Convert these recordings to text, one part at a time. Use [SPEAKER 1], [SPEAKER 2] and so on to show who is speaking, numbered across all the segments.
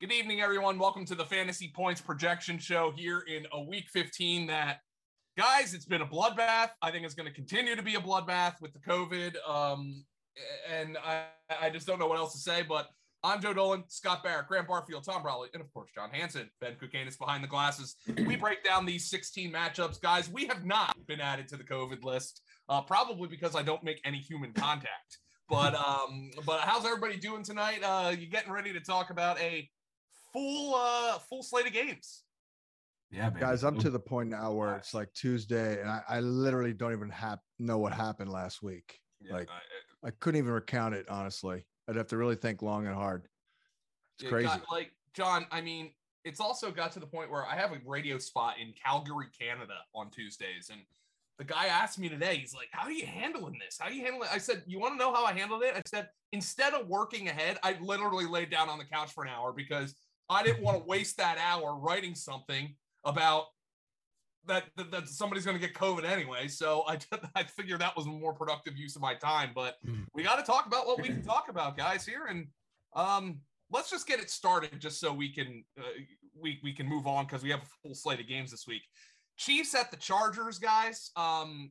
[SPEAKER 1] Good evening, everyone. Welcome to the Fantasy Points Projection Show here in a week 15 that, guys, it's been a bloodbath. I think it's going to continue to be a bloodbath with the COVID. Um, and I, I just don't know what else to say, but I'm Joe Dolan, Scott Barrett, Grant Barfield, Tom Brawley, and of course, John Hanson. Ben Kukanis behind the glasses. We break down these 16 matchups. Guys, we have not been added to the COVID list, uh, probably because I don't make any human contact. But um, but how's everybody doing tonight? Uh, you getting ready to talk about a full uh, full slate of games?
[SPEAKER 2] Yeah, baby.
[SPEAKER 3] guys
[SPEAKER 1] Oh.
[SPEAKER 3] i'm to the point now where it's like tuesday and i, I literally don't even hap- know what happened last week Like,
[SPEAKER 1] I-
[SPEAKER 3] i couldn't even recount it honestly i'd have to really think long and hard it's
[SPEAKER 1] It
[SPEAKER 3] crazy
[SPEAKER 1] got, like John, I mean, it's also got to the point where I have a radio spot in Calgary, Canada on Tuesdays. And the guy asked me today, he's like, How are you handling this? How are you handling it? I said, You want to know how I handled it? I said, instead of working ahead, I literally laid down on the couch for an hour because I didn't want to waste that hour writing something about that that, that somebody's going to get COVID anyway. So I I figured that was a more productive use of my time. But
[SPEAKER 3] Hmm.
[SPEAKER 1] we got to talk about what we can talk about, guys, here, and um, let's just get it started, just so we can uh, we we can move on because we have a full slate of games this week. Chiefs at the Chargers, guys. Um,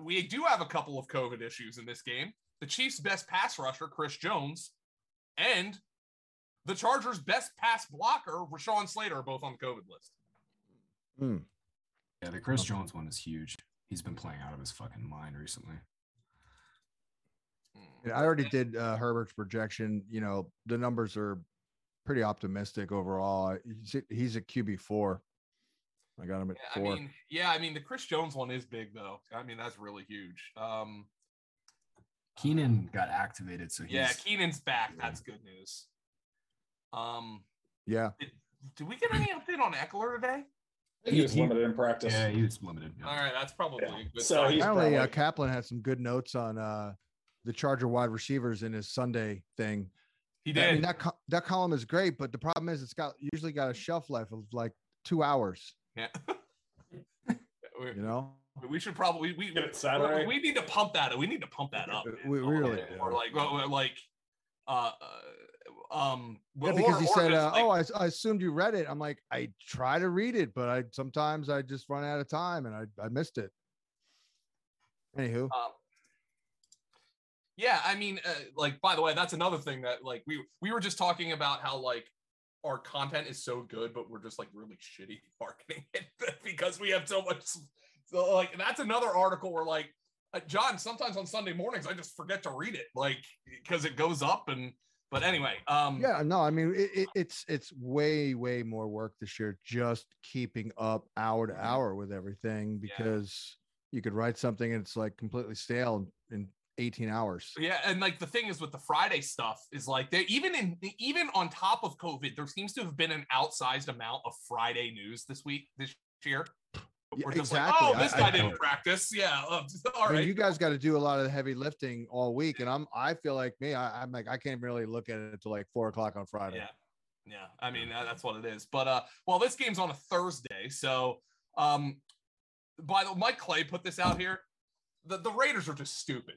[SPEAKER 1] we do have a couple of COVID issues in this game. The Chiefs' best pass rusher, Chris Jones, and the Chargers' best pass blocker, Rashawn Slater, are both on the COVID list.
[SPEAKER 3] Mm.
[SPEAKER 2] yeah, the Chris Jones one is huge. He's been playing out of his fucking mind recently.
[SPEAKER 3] And i already did uh, herbert's projection you know the numbers are pretty optimistic overall he's a, he's a qb4 i got him at
[SPEAKER 1] Yeah,
[SPEAKER 3] four
[SPEAKER 1] I mean, yeah, I mean the Chris Jones one is big though. I mean that's really huge. Um,
[SPEAKER 2] Keenan got activated, so he's,
[SPEAKER 1] yeah, Keenan's back. That's good news. Um,
[SPEAKER 3] yeah
[SPEAKER 1] did we get any update on Eckler today?
[SPEAKER 4] I think he was
[SPEAKER 2] He-
[SPEAKER 4] limited in practice.
[SPEAKER 2] yeah, he was limited. yeah.
[SPEAKER 1] All right, that's probably
[SPEAKER 4] Yeah.
[SPEAKER 1] a good.
[SPEAKER 4] So
[SPEAKER 1] sign.
[SPEAKER 4] he's-
[SPEAKER 3] apparently uh,
[SPEAKER 4] probably-
[SPEAKER 3] kaplan had some good notes on uh the charger wide receivers in his sunday thing
[SPEAKER 1] he
[SPEAKER 3] I
[SPEAKER 1] did.
[SPEAKER 3] mean, that co- that column is great, but the problem is it's got usually got a shelf life of like two hours.
[SPEAKER 1] yeah. we,
[SPEAKER 3] You know,
[SPEAKER 1] we should probably we
[SPEAKER 4] Get it
[SPEAKER 1] we,
[SPEAKER 4] Saturday.
[SPEAKER 1] we need to pump that. We need to pump that up. man.
[SPEAKER 3] We- we really
[SPEAKER 1] or
[SPEAKER 3] do.
[SPEAKER 1] like or like uh um
[SPEAKER 3] yeah,
[SPEAKER 1] or-
[SPEAKER 3] because he
[SPEAKER 1] or
[SPEAKER 3] said,
[SPEAKER 1] just
[SPEAKER 3] uh,
[SPEAKER 1] like-
[SPEAKER 3] "Oh, I, s- I assumed you read it." I'm like, I try to read it, but I sometimes I just run out of time and I I missed it. Anywho,
[SPEAKER 1] Um, yeah, I mean, uh, like, by the way, that's another thing that, like, we we were just talking about how like our content is so good, but we're just like really shitty marketing it because we have so much. So, like, that's another article where, like, uh, John, sometimes on Sunday mornings I just forget to read it, like, because it goes up and. But anyway, um,
[SPEAKER 3] yeah, no, I mean it, it, it's it's way way more work this year just keeping up hour to hour with everything
[SPEAKER 1] Mm-hmm. Yeah.
[SPEAKER 3] because you could write something and it's like completely stale in, in 18 hours.
[SPEAKER 1] Yeah, and like the thing is with the Friday stuff is like they even in even on top of COVID, there seems to have been an outsized amount of Friday news this week this year.
[SPEAKER 3] Yeah,
[SPEAKER 1] We're just
[SPEAKER 3] exactly.
[SPEAKER 1] like, oh, this
[SPEAKER 3] I-
[SPEAKER 1] guy
[SPEAKER 3] I-
[SPEAKER 1] didn't practice. Yeah, uh, all
[SPEAKER 3] I mean,
[SPEAKER 1] right.
[SPEAKER 3] you guys got to do a lot of the heavy lifting all week, and I'm I feel like me, I, I'm like I can't really look at it until like four o'clock on Friday.
[SPEAKER 1] Yeah. Yeah. I mean, that- that's what it is. But uh, well, this game's on a Thursday. So um by the Mike Clay put this out here. The the Raiders are just stupid.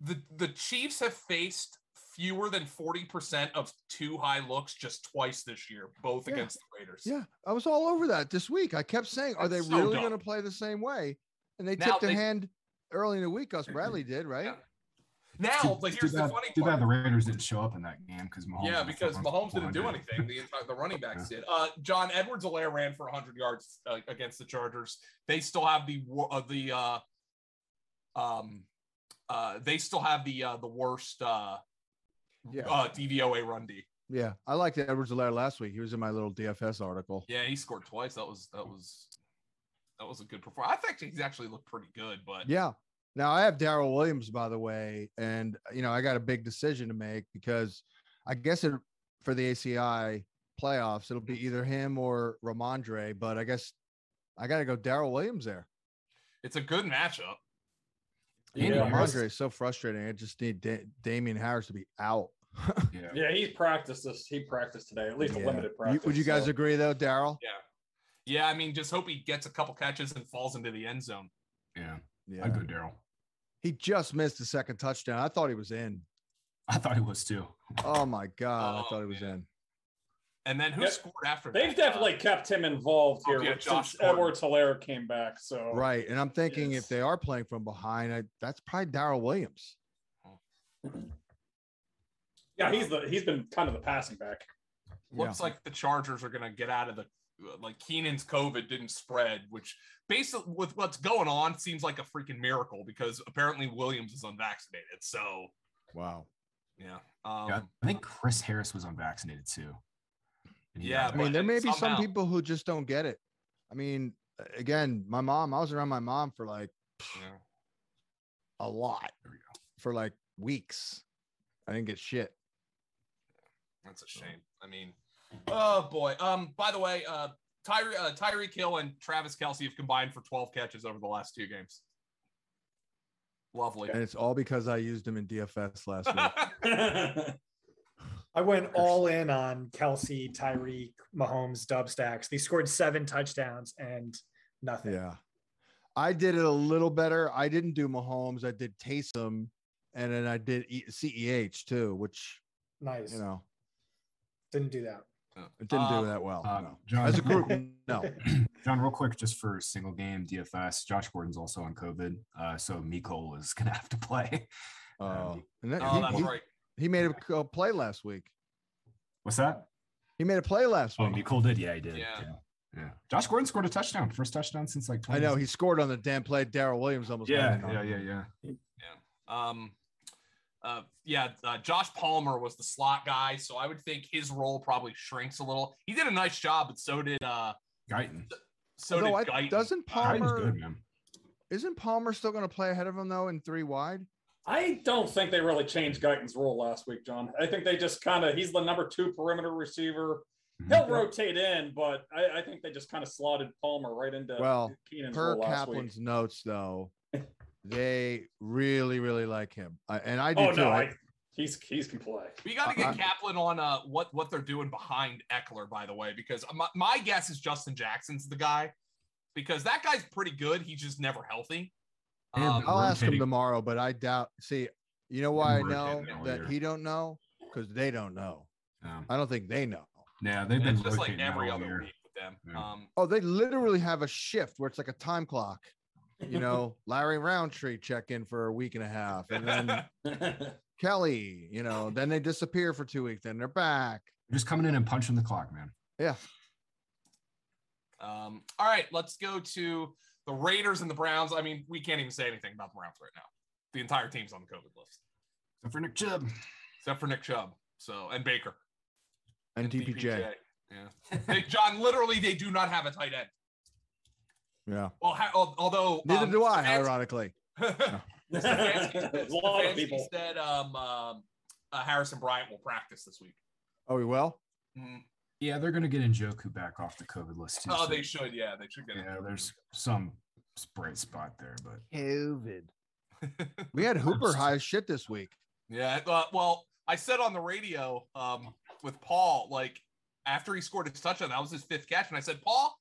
[SPEAKER 1] The the Chiefs have faced fewer than 40% of two high looks just twice this year, both
[SPEAKER 3] Yeah.
[SPEAKER 1] against the Raiders.
[SPEAKER 3] Yeah, I was all over that this week. I kept saying, are they
[SPEAKER 1] That's so
[SPEAKER 3] really
[SPEAKER 1] dumb.
[SPEAKER 3] going to play the same way? And they
[SPEAKER 1] Now
[SPEAKER 3] tipped a
[SPEAKER 1] they-
[SPEAKER 3] hand early in the week. Gus Bradley did right.
[SPEAKER 1] Yeah. Now, but here's
[SPEAKER 2] too
[SPEAKER 1] the
[SPEAKER 2] bad,
[SPEAKER 1] funny
[SPEAKER 2] too
[SPEAKER 1] part.
[SPEAKER 2] bad the Raiders didn't show up in that game because Mahomes.
[SPEAKER 1] yeah,
[SPEAKER 2] was
[SPEAKER 1] because
[SPEAKER 2] fucking
[SPEAKER 1] Mahomes didn't do
[SPEAKER 2] 400.
[SPEAKER 1] anything. The entire the running backs did. Uh, John Edwards Alaire ran for 100 yards uh, against the Chargers. They still have the wo- uh, the uh, um uh, they still have the uh, the worst uh,
[SPEAKER 3] Yeah.
[SPEAKER 1] uh, DVOA run D.
[SPEAKER 3] Yeah, I liked Edwards Alaire last week. He was in my little DFS article.
[SPEAKER 1] Yeah, he scored twice. That was that was that was a good performance. I think he's actually looked pretty good, but
[SPEAKER 3] Yeah. Now I have Daryl Williams, by the way, and you know I got a big decision to make because I guess it for the ACI playoffs it'll be either him or Ramondre, but I guess I got to go Daryl Williams there.
[SPEAKER 1] it's a good matchup.
[SPEAKER 2] Yeah,
[SPEAKER 3] And
[SPEAKER 4] Yeah.
[SPEAKER 3] Ramondre is so frustrating. I just need da- Damian Harris to be out.
[SPEAKER 2] Yeah.
[SPEAKER 4] Yeah, he's practiced this. He practiced today, at least
[SPEAKER 3] Yeah.
[SPEAKER 4] a limited
[SPEAKER 3] You-
[SPEAKER 4] practice.
[SPEAKER 3] would you guys
[SPEAKER 4] so-
[SPEAKER 3] agree though, Daryl?
[SPEAKER 1] Yeah. Yeah, I mean, just hope he gets a couple catches and falls into the end zone.
[SPEAKER 2] yeah,
[SPEAKER 3] Yeah,
[SPEAKER 2] I'd go Daryl.
[SPEAKER 3] he just missed the second touchdown. I thought he was in.
[SPEAKER 2] I thought he was too.
[SPEAKER 3] Oh my god, I
[SPEAKER 1] Oh,
[SPEAKER 3] thought he was
[SPEAKER 1] man.
[SPEAKER 3] in.
[SPEAKER 1] And then who
[SPEAKER 4] Yep.
[SPEAKER 1] scored after that?
[SPEAKER 4] They've definitely kept him involved
[SPEAKER 1] Oh,
[SPEAKER 4] here
[SPEAKER 1] yeah,
[SPEAKER 4] with-
[SPEAKER 1] Josh
[SPEAKER 4] since
[SPEAKER 1] Gordon.
[SPEAKER 4] Edwards Hilaire came back. So
[SPEAKER 3] Right. And I'm thinking
[SPEAKER 4] Yes.
[SPEAKER 3] if they are playing from behind, I, that's probably Daryl Williams.
[SPEAKER 4] yeah, he's the he's been kind of the passing back.
[SPEAKER 1] looks like the Chargers are going to get out of the like Keenan's COVID didn't spread, which basically with what's going on seems like a freaking miracle because apparently Williams is unvaccinated. So
[SPEAKER 3] Wow.
[SPEAKER 1] yeah, um,
[SPEAKER 2] Yeah, I think Chris Harris was unvaccinated too. And he
[SPEAKER 1] Yeah,
[SPEAKER 2] got
[SPEAKER 3] I
[SPEAKER 2] it.
[SPEAKER 3] mean, there
[SPEAKER 1] But
[SPEAKER 3] may be some
[SPEAKER 1] somehow-
[SPEAKER 3] people who just don't get it. I mean, again, my mom, I was around my mom for like
[SPEAKER 1] yeah.
[SPEAKER 3] a lot,
[SPEAKER 2] There we go.
[SPEAKER 3] for like weeks. I didn't get shit.
[SPEAKER 1] That's a shame. I mean, oh boy. Um, by the way, uh, Tyree uh, Tyreek Hill and Travis Kelsey have combined for 12 catches over the last two games. Lovely.
[SPEAKER 3] And it's all because I used him in DFS last week.
[SPEAKER 1] yeah,
[SPEAKER 5] I went all in on Kelsey, Tyreek, Mahomes, Dubstacks. They scored seven touchdowns and nothing.
[SPEAKER 3] Yeah. I did it a little better. I didn't do Mahomes. I did Taysom and then I did E- CEH too, which,
[SPEAKER 5] Nice.
[SPEAKER 3] you know,
[SPEAKER 5] Didn't do that.
[SPEAKER 3] it didn't
[SPEAKER 1] Um,
[SPEAKER 3] do that well.
[SPEAKER 2] Uh,
[SPEAKER 3] no.
[SPEAKER 2] John,
[SPEAKER 3] As a group, no.
[SPEAKER 2] John, real quick, just for single game DFS, Josh Gordon's also on COVID, uh, so Miko is gonna have to play.
[SPEAKER 3] Uh, and that-
[SPEAKER 1] Oh,
[SPEAKER 3] he-
[SPEAKER 1] that's
[SPEAKER 3] he,
[SPEAKER 1] right.
[SPEAKER 3] he made a c- a play last week.
[SPEAKER 2] What's that?
[SPEAKER 3] He made a play last
[SPEAKER 2] Oh,
[SPEAKER 3] week.
[SPEAKER 2] Miko did. Yeah, he did.
[SPEAKER 1] Yeah.
[SPEAKER 2] yeah, yeah. Josh Gordon scored a touchdown, first touchdown since like.
[SPEAKER 3] I know he scored on the damn play. Daryl Williams almost.
[SPEAKER 2] Yeah,
[SPEAKER 3] had it on
[SPEAKER 2] yeah,
[SPEAKER 3] him.
[SPEAKER 2] yeah, yeah.
[SPEAKER 1] Um, uh, yeah, uh, Josh Palmer was the slot guy, so I would think his role probably shrinks a little. He did a nice job, but so did uh,
[SPEAKER 2] Guyton.
[SPEAKER 1] so
[SPEAKER 3] Although
[SPEAKER 1] did
[SPEAKER 3] I-
[SPEAKER 1] Guyton.
[SPEAKER 3] doesn't
[SPEAKER 2] Guyton's
[SPEAKER 3] Palmer
[SPEAKER 2] good, man.
[SPEAKER 3] isn't Palmer still going to play ahead of him though in three wide?
[SPEAKER 4] I don't think they really changed Guyton's role last week, John. I think they just kind of he's the number two perimeter receiver.
[SPEAKER 3] Mm-hmm.
[SPEAKER 4] He'll rotate in, but I, I think they just kind of slotted Palmer right into
[SPEAKER 3] Well,
[SPEAKER 4] Keenan's
[SPEAKER 3] Per
[SPEAKER 4] role last week.
[SPEAKER 3] Kaplan's notes though, they really really like him, I, and I do
[SPEAKER 4] Oh
[SPEAKER 3] too.
[SPEAKER 4] no,
[SPEAKER 3] I-
[SPEAKER 4] I, he's he's can play.
[SPEAKER 1] We got to get
[SPEAKER 3] I-
[SPEAKER 1] Kaplan on uh, what what they're doing behind Eckler, by the way, because my, my guess is Justin Jackson's the guy, because that guy's pretty good. He's just never healthy.
[SPEAKER 2] And
[SPEAKER 1] Um,
[SPEAKER 3] I'll ask him
[SPEAKER 2] rotating-
[SPEAKER 3] tomorrow, but I doubt. See, you know why I
[SPEAKER 2] Rotating
[SPEAKER 3] know
[SPEAKER 2] all
[SPEAKER 3] that
[SPEAKER 2] year.
[SPEAKER 3] he don't know because they don't know.
[SPEAKER 2] Um,
[SPEAKER 3] I don't think they know.
[SPEAKER 2] yeah, they've been
[SPEAKER 1] it's just like
[SPEAKER 2] rotating that
[SPEAKER 1] every
[SPEAKER 2] all
[SPEAKER 1] other
[SPEAKER 2] year.
[SPEAKER 1] week with them.
[SPEAKER 2] Yeah.
[SPEAKER 1] Um,
[SPEAKER 3] Oh, they literally have a shift where it's like a time clock. You know, Larry Roundtree check in for a week and a half, and then Kelly. You know, then they disappear for two weeks, then they're back.
[SPEAKER 2] They're just coming in and punching the clock, man.
[SPEAKER 1] um, all right, let's go to the Raiders and the Browns. I mean, we can't even say anything about the Browns right now. The entire team's on the COVID list,
[SPEAKER 2] Except for Nick Chubb.
[SPEAKER 1] except for Nick Chubb. So and Baker
[SPEAKER 3] And DPJ.
[SPEAKER 1] Yeah, Hey, John. Literally, they do not have a tight end.
[SPEAKER 3] Yeah.
[SPEAKER 1] Well, ha- al- although
[SPEAKER 3] Neither
[SPEAKER 1] um,
[SPEAKER 3] do I,
[SPEAKER 1] Stefanski-
[SPEAKER 3] ironically.
[SPEAKER 1] Stefanski
[SPEAKER 4] There's a lot of
[SPEAKER 1] Stefanski
[SPEAKER 4] people.
[SPEAKER 1] said um, um, uh, Harrison Bryant will practice this week.
[SPEAKER 3] Oh, we will?
[SPEAKER 1] Mm.
[SPEAKER 2] Yeah, they're gonna get Njoku back off the COVID list too.
[SPEAKER 1] Oh,
[SPEAKER 2] so-
[SPEAKER 1] they should. Yeah, they should get it.
[SPEAKER 2] Yeah, there's some bright spot there, but
[SPEAKER 3] COVID. we had Hooper high as shit this week.
[SPEAKER 1] Yeah. Uh, well, I said on the radio um, with Paul, like after he scored his touchdown, that was his fifth catch, and I said, Paul,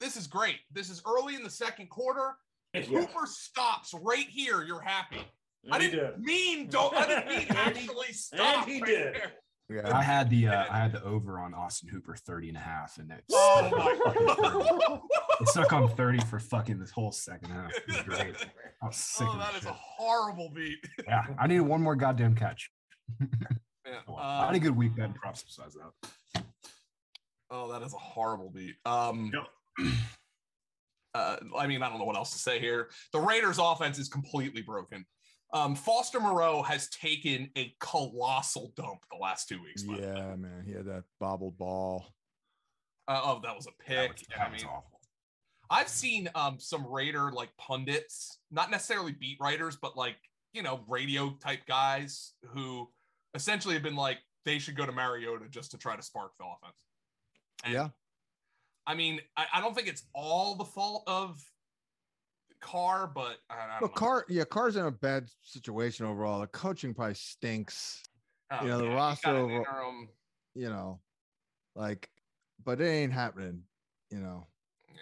[SPEAKER 1] this is great. This is early in the second quarter. If
[SPEAKER 4] Yeah.
[SPEAKER 1] Hooper stops right here, you're happy. I
[SPEAKER 4] He
[SPEAKER 1] didn't mean don't. I didn't mean
[SPEAKER 4] And he-
[SPEAKER 1] actually stop.
[SPEAKER 4] he
[SPEAKER 1] right
[SPEAKER 4] did.
[SPEAKER 1] there.
[SPEAKER 2] I
[SPEAKER 3] Yeah.
[SPEAKER 2] had the uh, I had the over on Austin Hooper 30 and a half and it
[SPEAKER 1] Oh
[SPEAKER 2] stuck on fucking 30.
[SPEAKER 1] my god.
[SPEAKER 2] It stuck on 30 for fucking this whole second half. It was great. I was sick
[SPEAKER 1] Oh,
[SPEAKER 2] of
[SPEAKER 1] that
[SPEAKER 2] that
[SPEAKER 1] is a
[SPEAKER 2] shit.
[SPEAKER 1] horrible beat.
[SPEAKER 2] Yeah, I needed one more goddamn catch.
[SPEAKER 1] Yeah,
[SPEAKER 2] I
[SPEAKER 1] um,
[SPEAKER 2] had a good week then props besides that.
[SPEAKER 1] oh, that is a horrible beat. Um,
[SPEAKER 2] Yep.
[SPEAKER 1] uh, I mean, I don't know what else to say here. The Raiders' offense is completely broken. Um, Foster Moreau has taken a colossal dump the last two weeks. by the way.
[SPEAKER 3] Yeah, man. He had that bobbled ball.
[SPEAKER 1] Uh, oh, that was a
[SPEAKER 2] That
[SPEAKER 1] pick.
[SPEAKER 2] was,
[SPEAKER 1] Yeah,
[SPEAKER 2] that
[SPEAKER 1] I
[SPEAKER 2] was
[SPEAKER 1] mean,
[SPEAKER 2] awful.
[SPEAKER 1] I've seen um, some Raider like pundits, not necessarily beat writers, but like, you know, radio type guys who essentially have been like, they should go to Mariota just to try to spark the offense. And,
[SPEAKER 3] Yeah.
[SPEAKER 1] I mean, I, I don't think it's all the fault of Carr, but I, I don't
[SPEAKER 3] But
[SPEAKER 1] know.
[SPEAKER 3] Carr, yeah, Carr's in a bad situation overall. The coaching probably stinks,
[SPEAKER 1] Oh,
[SPEAKER 3] you know, the
[SPEAKER 1] yeah, he
[SPEAKER 3] roster
[SPEAKER 1] got an
[SPEAKER 3] overall-
[SPEAKER 1] interim-
[SPEAKER 3] you know, like, but it ain't happening, you know.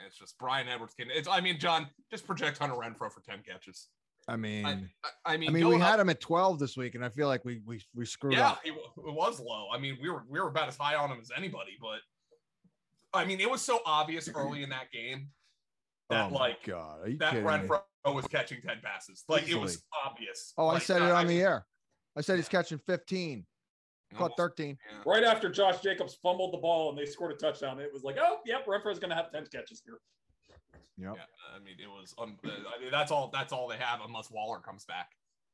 [SPEAKER 1] It's just Brian Edwards. Can, it's, I mean, John, just project Hunter Renfro for 10 catches.
[SPEAKER 3] I mean,
[SPEAKER 1] I,
[SPEAKER 3] I,
[SPEAKER 1] I, I mean,
[SPEAKER 3] mean, we
[SPEAKER 1] going up-
[SPEAKER 3] had him at 12 this week, and I feel like we we we screwed
[SPEAKER 1] yeah,
[SPEAKER 3] up.
[SPEAKER 1] he, w- it was low. I mean, we were we were about as high on him as anybody, but I mean, it was so obvious early in that game that
[SPEAKER 3] oh my
[SPEAKER 1] like
[SPEAKER 3] God, are you
[SPEAKER 1] that
[SPEAKER 3] kidding me?
[SPEAKER 1] Renfro was catching ten passes. Like it was
[SPEAKER 3] Easily.
[SPEAKER 1] obvious.
[SPEAKER 3] Oh, I
[SPEAKER 1] Like,
[SPEAKER 3] said it on the air. I said he's
[SPEAKER 1] Yeah.
[SPEAKER 3] catching 15, caught 13.
[SPEAKER 4] Right after Josh Jacobs fumbled the ball and they scored a touchdown, it was like, oh, yep, Renfro's going to have 10 catches here.
[SPEAKER 3] Yep.
[SPEAKER 1] Yeah, I mean, it was. Um, I mean, that's all. That's all they have unless Waller comes back.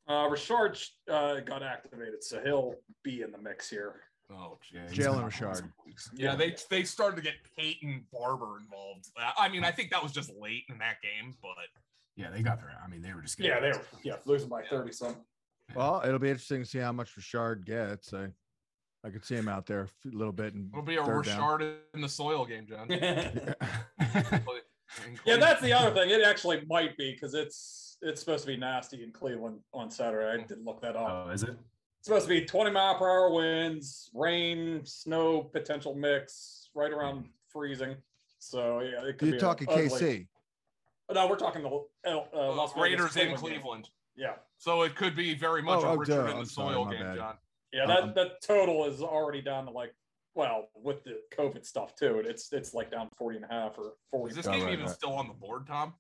[SPEAKER 4] Uh, Richard uh, got activated, so he'll be in the mix here.
[SPEAKER 1] Oh,
[SPEAKER 2] Yeah,
[SPEAKER 1] jeez.
[SPEAKER 2] he's been
[SPEAKER 3] Jalen
[SPEAKER 2] out
[SPEAKER 3] Richard.
[SPEAKER 1] Yeah, they they started to get Peyton Barber involved. Uh, I mean, I think that was just late in that game, but
[SPEAKER 2] Yeah, they got their. I mean, they were just. getting-
[SPEAKER 4] Yeah, they were yeah, losing by 30 some.
[SPEAKER 3] Well, it'll be interesting to see how much Richard gets. I, I could see him out there a little bit. And
[SPEAKER 1] it'll be a
[SPEAKER 3] third down.
[SPEAKER 1] Richard in the soil game, John.
[SPEAKER 4] yeah,
[SPEAKER 1] yeah,
[SPEAKER 4] that's the other thing. It actually might be because it's it's supposed to be nasty in Cleveland on Saturday. I didn't look that up.
[SPEAKER 2] oh, is it?
[SPEAKER 4] It's supposed to be 20 mile per hour winds, rain, snow potential mix, right around freezing. So yeah, it could
[SPEAKER 3] You're
[SPEAKER 4] be
[SPEAKER 3] talking
[SPEAKER 4] ugly-
[SPEAKER 3] KC.
[SPEAKER 4] Oh, No, we're talking the uh, uh, Las Vegas,
[SPEAKER 1] Oh, Raiders in
[SPEAKER 4] game.
[SPEAKER 1] Cleveland.
[SPEAKER 4] Yeah,
[SPEAKER 1] So it could be very much a
[SPEAKER 3] Oh, oh,
[SPEAKER 1] Richard
[SPEAKER 3] duh,
[SPEAKER 1] in the
[SPEAKER 3] I'm sorry,
[SPEAKER 1] soil
[SPEAKER 3] my
[SPEAKER 1] game,
[SPEAKER 3] bad.
[SPEAKER 1] John.
[SPEAKER 4] yeah. That
[SPEAKER 3] Um,
[SPEAKER 4] that total is already down to like, well, with the COVID stuff too, it's it's like down 40 and a half or 40.
[SPEAKER 1] Is this
[SPEAKER 3] All
[SPEAKER 1] game
[SPEAKER 3] right,
[SPEAKER 1] even
[SPEAKER 3] all right.
[SPEAKER 1] still on the board, Tom?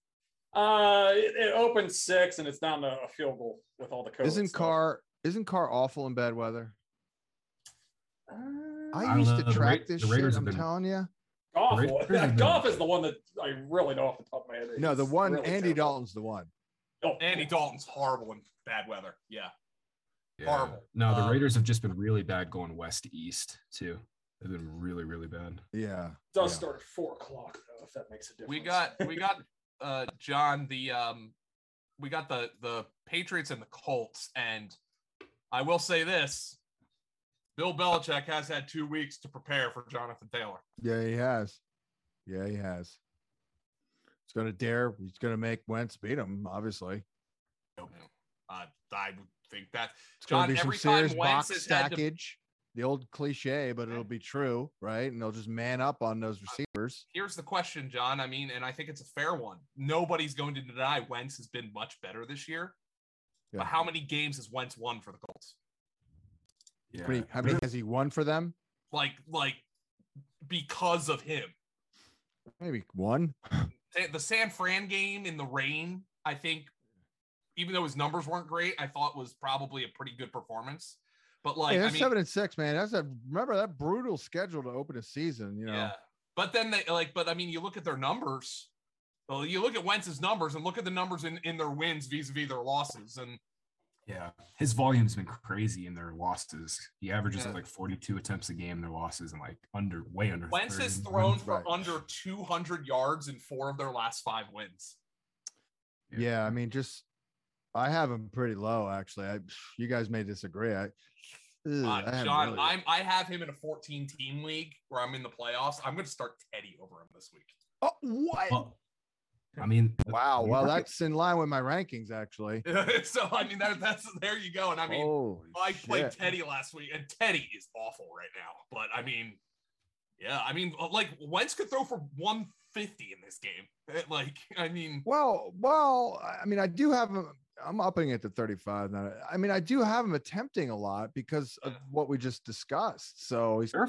[SPEAKER 4] Uh, it, it opened six and it's down to a field goal with all the COVID.
[SPEAKER 3] Isn't
[SPEAKER 4] stuff.
[SPEAKER 3] Carr isn't Carr awful in bad weather? I
[SPEAKER 4] Uh,
[SPEAKER 2] I
[SPEAKER 3] used
[SPEAKER 2] don't
[SPEAKER 3] to
[SPEAKER 2] know. The
[SPEAKER 3] track
[SPEAKER 2] Ra-
[SPEAKER 3] this
[SPEAKER 2] the Raiders
[SPEAKER 3] shit.
[SPEAKER 2] have
[SPEAKER 3] I'm
[SPEAKER 2] been-
[SPEAKER 3] telling you.
[SPEAKER 4] Goff,
[SPEAKER 2] Raiders have been-
[SPEAKER 4] Goff is the one that I really know off the top of my head.
[SPEAKER 3] No, the
[SPEAKER 4] He's
[SPEAKER 3] one
[SPEAKER 4] really
[SPEAKER 3] Andy
[SPEAKER 4] terrible.
[SPEAKER 3] Dalton's the one.
[SPEAKER 4] Oh,
[SPEAKER 1] Andy Dalton's horrible in bad weather. Yeah. Horrible.
[SPEAKER 2] No, the
[SPEAKER 1] Um,
[SPEAKER 2] Raiders have just been really bad going west to east too. They've been really, really bad.
[SPEAKER 3] Yeah.
[SPEAKER 4] does
[SPEAKER 3] Yeah.
[SPEAKER 4] start at four o'clock though, if that makes a difference.
[SPEAKER 1] We got we got uh John the um we got the the Patriots and the Colts and I will say this Bill Belichick has had 2 weeks to prepare for Jonathan Taylor.
[SPEAKER 3] Yeah, he has. Yeah, he has. He's gonna dare. He's gonna make Wentz beat him. Obviously,
[SPEAKER 1] Uh, I would think that
[SPEAKER 3] it's
[SPEAKER 1] John,
[SPEAKER 3] gonna be some
[SPEAKER 1] every time
[SPEAKER 3] serious
[SPEAKER 1] Wentz
[SPEAKER 3] box
[SPEAKER 1] has had to-
[SPEAKER 3] stackage. The old cliche, but it'll be true, right? And they'll just man up on
[SPEAKER 1] Uh,
[SPEAKER 3] those receivers.
[SPEAKER 1] here's the question, John. I mean, and I think it's a fair one. Nobody's going to deny Wentz has been much better this year.
[SPEAKER 3] Yeah.
[SPEAKER 1] But how many games has Wentz won for the Colts?
[SPEAKER 2] Yeah.
[SPEAKER 3] How many, how many has he won for them?
[SPEAKER 1] Like, like because of him.
[SPEAKER 3] Maybe one.
[SPEAKER 1] Sa- The San Fran game in the rain, I think, even though his numbers weren't great, I thought was probably a pretty good performance. But like,
[SPEAKER 3] Hey,
[SPEAKER 1] I
[SPEAKER 3] that's
[SPEAKER 1] mean,
[SPEAKER 3] seven and six, man. That's a remember that brutal schedule to open a season. You know,
[SPEAKER 1] yeah. But then they like, but I mean, you look at their numbers. Well, you look at Wentz's numbers and look at the numbers in, in their wins vis-a-vis their losses, and
[SPEAKER 2] Yeah, his volume's been crazy in their losses. He averages
[SPEAKER 1] Yeah.
[SPEAKER 2] like 42 attempts a game in their losses and like under, way under.
[SPEAKER 1] Wentz has
[SPEAKER 2] 30.
[SPEAKER 1] thrown for
[SPEAKER 3] Right.
[SPEAKER 1] under 200 yards in four of their last five wins.
[SPEAKER 2] Yeah.
[SPEAKER 3] Yeah, I mean, just I have him pretty low actually. I you guys may disagree. I, ugh,
[SPEAKER 1] Uh,
[SPEAKER 3] I haven't
[SPEAKER 1] John,
[SPEAKER 3] really-
[SPEAKER 1] I'm I have him in a 14 team league where I'm in the playoffs. I'm going to start Teddy over him this week.
[SPEAKER 3] oh, what?
[SPEAKER 2] Well, I mean,
[SPEAKER 3] wow.
[SPEAKER 2] the
[SPEAKER 3] Well,
[SPEAKER 2] market-
[SPEAKER 3] that's in line with my rankings actually.
[SPEAKER 1] so I mean, that, that's there you go. And I mean,
[SPEAKER 3] Holy
[SPEAKER 1] I played
[SPEAKER 3] shit.
[SPEAKER 1] Teddy last week, and Teddy is awful right now. But I mean, yeah, I mean, uh, like Wentz could throw for 150 in this game. Eh, Like, I mean,
[SPEAKER 3] Well, well, I mean, I do have him. I'm upping it to 35 now. I mean, I do have him attempting a lot because of
[SPEAKER 1] Yeah.
[SPEAKER 3] what we just discussed. So he's
[SPEAKER 2] they're,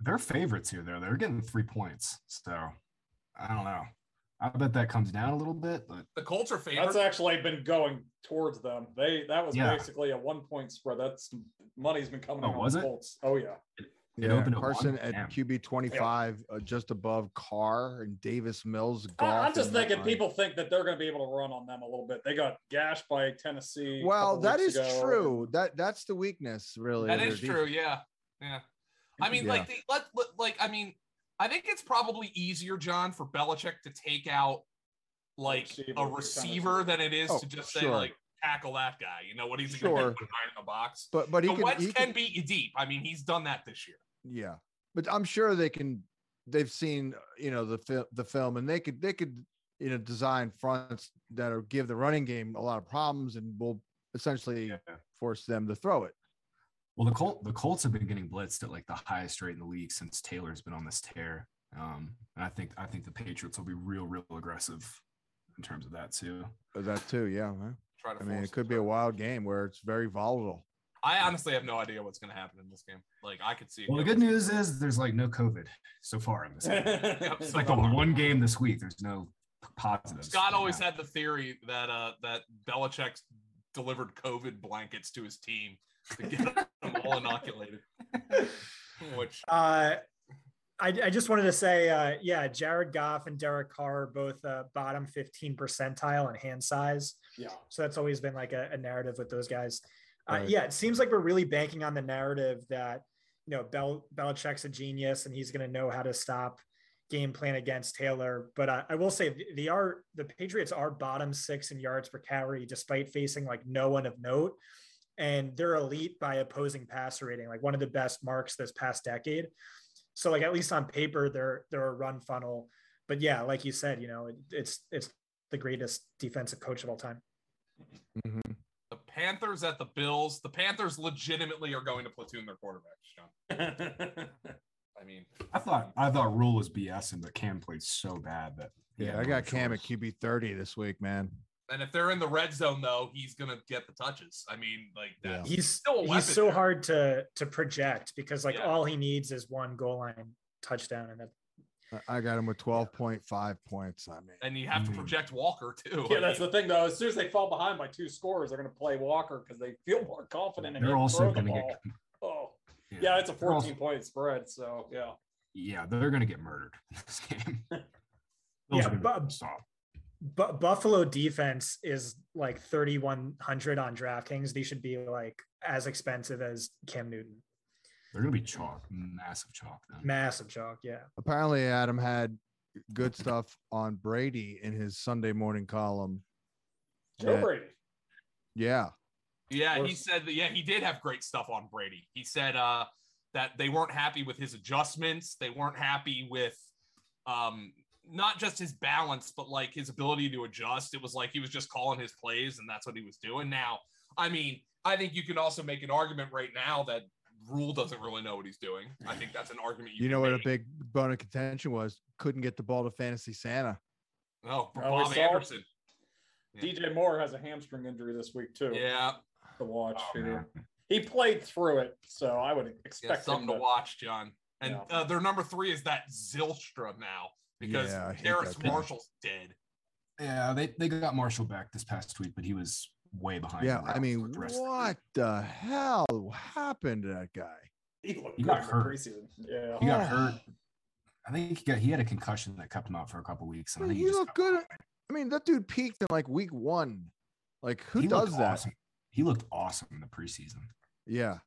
[SPEAKER 2] they're favorites here, though. They're getting three points. So I don't know. I bet that comes down a little bit, but
[SPEAKER 1] the Colts are favored.
[SPEAKER 4] That's actually been going towards them. They that was
[SPEAKER 2] Yeah.
[SPEAKER 4] basically a one point spread. That's money's been coming
[SPEAKER 2] Oh,
[SPEAKER 4] in on
[SPEAKER 2] was
[SPEAKER 4] the
[SPEAKER 2] it?
[SPEAKER 4] Colts. Oh yeah.
[SPEAKER 2] It
[SPEAKER 3] yeah,
[SPEAKER 2] opened at
[SPEAKER 3] Carson
[SPEAKER 2] one?
[SPEAKER 3] at
[SPEAKER 2] Damn.
[SPEAKER 3] QB 25, uh, just above Carr and Davis Mills.
[SPEAKER 4] I-
[SPEAKER 3] Goff
[SPEAKER 4] I'm just
[SPEAKER 3] in that
[SPEAKER 4] thinking
[SPEAKER 3] line.
[SPEAKER 4] people think that they're going to be able to run on them a little bit. They got gashed by Tennessee. a
[SPEAKER 3] Well,
[SPEAKER 4] couple
[SPEAKER 3] that
[SPEAKER 4] weeks
[SPEAKER 3] is
[SPEAKER 4] ago.
[SPEAKER 3] true. That that's the weakness, really.
[SPEAKER 1] That
[SPEAKER 3] of
[SPEAKER 1] is
[SPEAKER 3] their
[SPEAKER 1] true.
[SPEAKER 3] defense.
[SPEAKER 1] Yeah. Yeah. I mean,
[SPEAKER 3] Yeah.
[SPEAKER 1] like, they, let, let, like, I mean, I think it's probably easier, John, for Belichick to take out like
[SPEAKER 4] Receiver,
[SPEAKER 1] a
[SPEAKER 4] kind of
[SPEAKER 1] receiver than it is
[SPEAKER 3] Oh,
[SPEAKER 1] to just say,
[SPEAKER 3] sure.
[SPEAKER 1] like, tackle that guy. You know what he's going to do
[SPEAKER 3] Sure.
[SPEAKER 1] when behind the box.
[SPEAKER 3] But but he
[SPEAKER 1] But
[SPEAKER 3] can,
[SPEAKER 1] Wentz
[SPEAKER 3] he
[SPEAKER 1] can,
[SPEAKER 3] can,
[SPEAKER 1] beat you deep. I mean, he's done that this year.
[SPEAKER 3] yeah. But I'm sure they can. They've seen you know the fil- the film, and they could they could you know design fronts that are give the running game a lot of problems, and will essentially
[SPEAKER 2] yeah.
[SPEAKER 3] force them to throw it.
[SPEAKER 2] Well, the Colt the Colts have been getting blitzed at like the highest rate in the league since Taylor's been on this tear. Um, and I think I think the Patriots will be real, real aggressive in terms of that too.
[SPEAKER 3] But That too, yeah. man.
[SPEAKER 1] Try to.
[SPEAKER 3] I mean,
[SPEAKER 1] force
[SPEAKER 3] it could be a wild game where it's very volatile.
[SPEAKER 1] I honestly have no idea what's going to happen in this game. Like I could see. it
[SPEAKER 2] Well, the
[SPEAKER 1] go-
[SPEAKER 2] good news is there's like no COVID so far in this. game. It's like the
[SPEAKER 1] Scott-
[SPEAKER 2] one game this week. There's no positives.
[SPEAKER 1] Scott
[SPEAKER 2] right
[SPEAKER 1] always
[SPEAKER 2] now.
[SPEAKER 1] had the theory that uh that Belichick delivered COVID blankets to his team to get them all inoculated. Which
[SPEAKER 5] Uh, I, I just wanted to say, uh, yeah, Jared Goff and Derek Carr are both uh, bottom 15 percentile in hand size.
[SPEAKER 4] yeah.
[SPEAKER 5] So that's always been like a, a narrative with those guys. Uh,
[SPEAKER 3] Right.
[SPEAKER 5] Yeah, it seems like we're really banking on the narrative that you know Bel- Belichick's a genius and he's going to know how to stop game plan against Taylor. But uh, I will say th- they are the Patriots are bottom six in yards per carry, despite facing like no one of note, and they're elite by opposing passer rating, like one of the best marks this past decade. So like at least on paper, they're they're a run funnel. But yeah, like you said, you know it, it's it's the greatest defensive coach of all time.
[SPEAKER 3] Mhm.
[SPEAKER 1] the Panthers at the Bills, the Panthers legitimately are going to platoon their quarterback. Sean. I mean,
[SPEAKER 2] I thought I thought rule was BS, and but Cam played so bad that. he
[SPEAKER 3] Yeah,
[SPEAKER 2] had
[SPEAKER 3] I
[SPEAKER 2] no
[SPEAKER 3] got Cam at
[SPEAKER 2] choice.
[SPEAKER 3] QB thirty this week, man.
[SPEAKER 1] and if they're in the red zone though, he's gonna get the touches. I mean, like that.
[SPEAKER 5] he's
[SPEAKER 1] still a weapon
[SPEAKER 5] Oh. he's so
[SPEAKER 1] there.
[SPEAKER 5] hard to to project because like
[SPEAKER 1] Yeah.
[SPEAKER 5] all he needs is one goal line touchdown and that
[SPEAKER 3] I- I got him with twelve point five points. I mean,
[SPEAKER 1] And you have to
[SPEAKER 2] Mhm.
[SPEAKER 1] project Walker too.
[SPEAKER 4] Yeah,
[SPEAKER 1] I
[SPEAKER 4] that's
[SPEAKER 1] mean,
[SPEAKER 4] the thing though. As soon as they fall behind by two scores, they're going to play Walker because they feel more confident. in
[SPEAKER 2] They're
[SPEAKER 4] him
[SPEAKER 2] also
[SPEAKER 4] throwing the
[SPEAKER 2] going to
[SPEAKER 4] ball.
[SPEAKER 2] get.
[SPEAKER 4] Oh, yeah, it's a
[SPEAKER 2] They're also-
[SPEAKER 4] 14 point spread. So yeah,
[SPEAKER 2] Yeah, they're going to get murdered in this game. Bills are
[SPEAKER 5] Yeah,
[SPEAKER 2] gonna be
[SPEAKER 5] but-
[SPEAKER 2] pissed off.
[SPEAKER 5] but buffalo defense is like 3100 on draftkings they should be like as expensive as cam newton
[SPEAKER 2] they're going to be chalk, massive chalk. Then.
[SPEAKER 5] massive chalk yeah
[SPEAKER 3] apparently Adam had good stuff on Brady in his Sunday morning column.
[SPEAKER 4] Joe
[SPEAKER 3] Yeah.
[SPEAKER 4] Brady.
[SPEAKER 3] Yeah,
[SPEAKER 1] Yeah, he
[SPEAKER 4] Or-
[SPEAKER 1] said that. Yeah, he did have great stuff on Brady. He said uh, that they weren't happy with his adjustments. They weren't happy with um, not just his balance, but like his ability to adjust. It was like he was just calling his plays, and that's what he was doing. Now, I mean, I think you can also make an argument right now that Rule doesn't really know what he's doing. I think that's an argument.
[SPEAKER 3] you
[SPEAKER 1] can
[SPEAKER 3] know what a
[SPEAKER 1] make.
[SPEAKER 3] big bone of contention was? Couldn't get the ball to Fantasy Santa.
[SPEAKER 1] oh, for
[SPEAKER 4] Oh, we
[SPEAKER 1] Bob
[SPEAKER 4] saw-
[SPEAKER 1] Anderson. Yeah.
[SPEAKER 4] DJ Moore has a hamstring injury this week too.
[SPEAKER 1] Yeah,
[SPEAKER 4] to watch
[SPEAKER 2] Oh,
[SPEAKER 4] here.
[SPEAKER 2] man.
[SPEAKER 4] He played through it, so I would
[SPEAKER 1] yeah,
[SPEAKER 4] expect
[SPEAKER 1] something
[SPEAKER 4] him
[SPEAKER 1] to
[SPEAKER 4] to-
[SPEAKER 1] watch, John. And
[SPEAKER 4] Yeah.
[SPEAKER 1] uh, their number three is that Zilstra now because
[SPEAKER 3] Yeah, I hate
[SPEAKER 1] Terrace
[SPEAKER 3] that guy.
[SPEAKER 1] Marshall's dead.
[SPEAKER 2] Yeah, they, they got Marshall back this past week, but he was way behind.
[SPEAKER 3] Yeah,
[SPEAKER 2] the
[SPEAKER 3] I
[SPEAKER 2] Browns
[SPEAKER 3] mean,
[SPEAKER 2] with the rest of the
[SPEAKER 3] what the hell happened to that guy?
[SPEAKER 4] He looked
[SPEAKER 2] He
[SPEAKER 4] good
[SPEAKER 2] got
[SPEAKER 4] in the
[SPEAKER 2] hurt.
[SPEAKER 4] preseason. Yeah.
[SPEAKER 2] He got
[SPEAKER 3] Oh.
[SPEAKER 2] hurt. I think he got he had a concussion that kept him out for a couple weeks. And I
[SPEAKER 3] Dude,
[SPEAKER 2] think
[SPEAKER 3] he
[SPEAKER 2] just
[SPEAKER 3] looked
[SPEAKER 2] got-
[SPEAKER 3] good. I mean, that dude peaked in like week one. Like, who
[SPEAKER 2] he looked
[SPEAKER 3] does that?
[SPEAKER 2] awesome. He looked awesome in the preseason.
[SPEAKER 3] Yeah,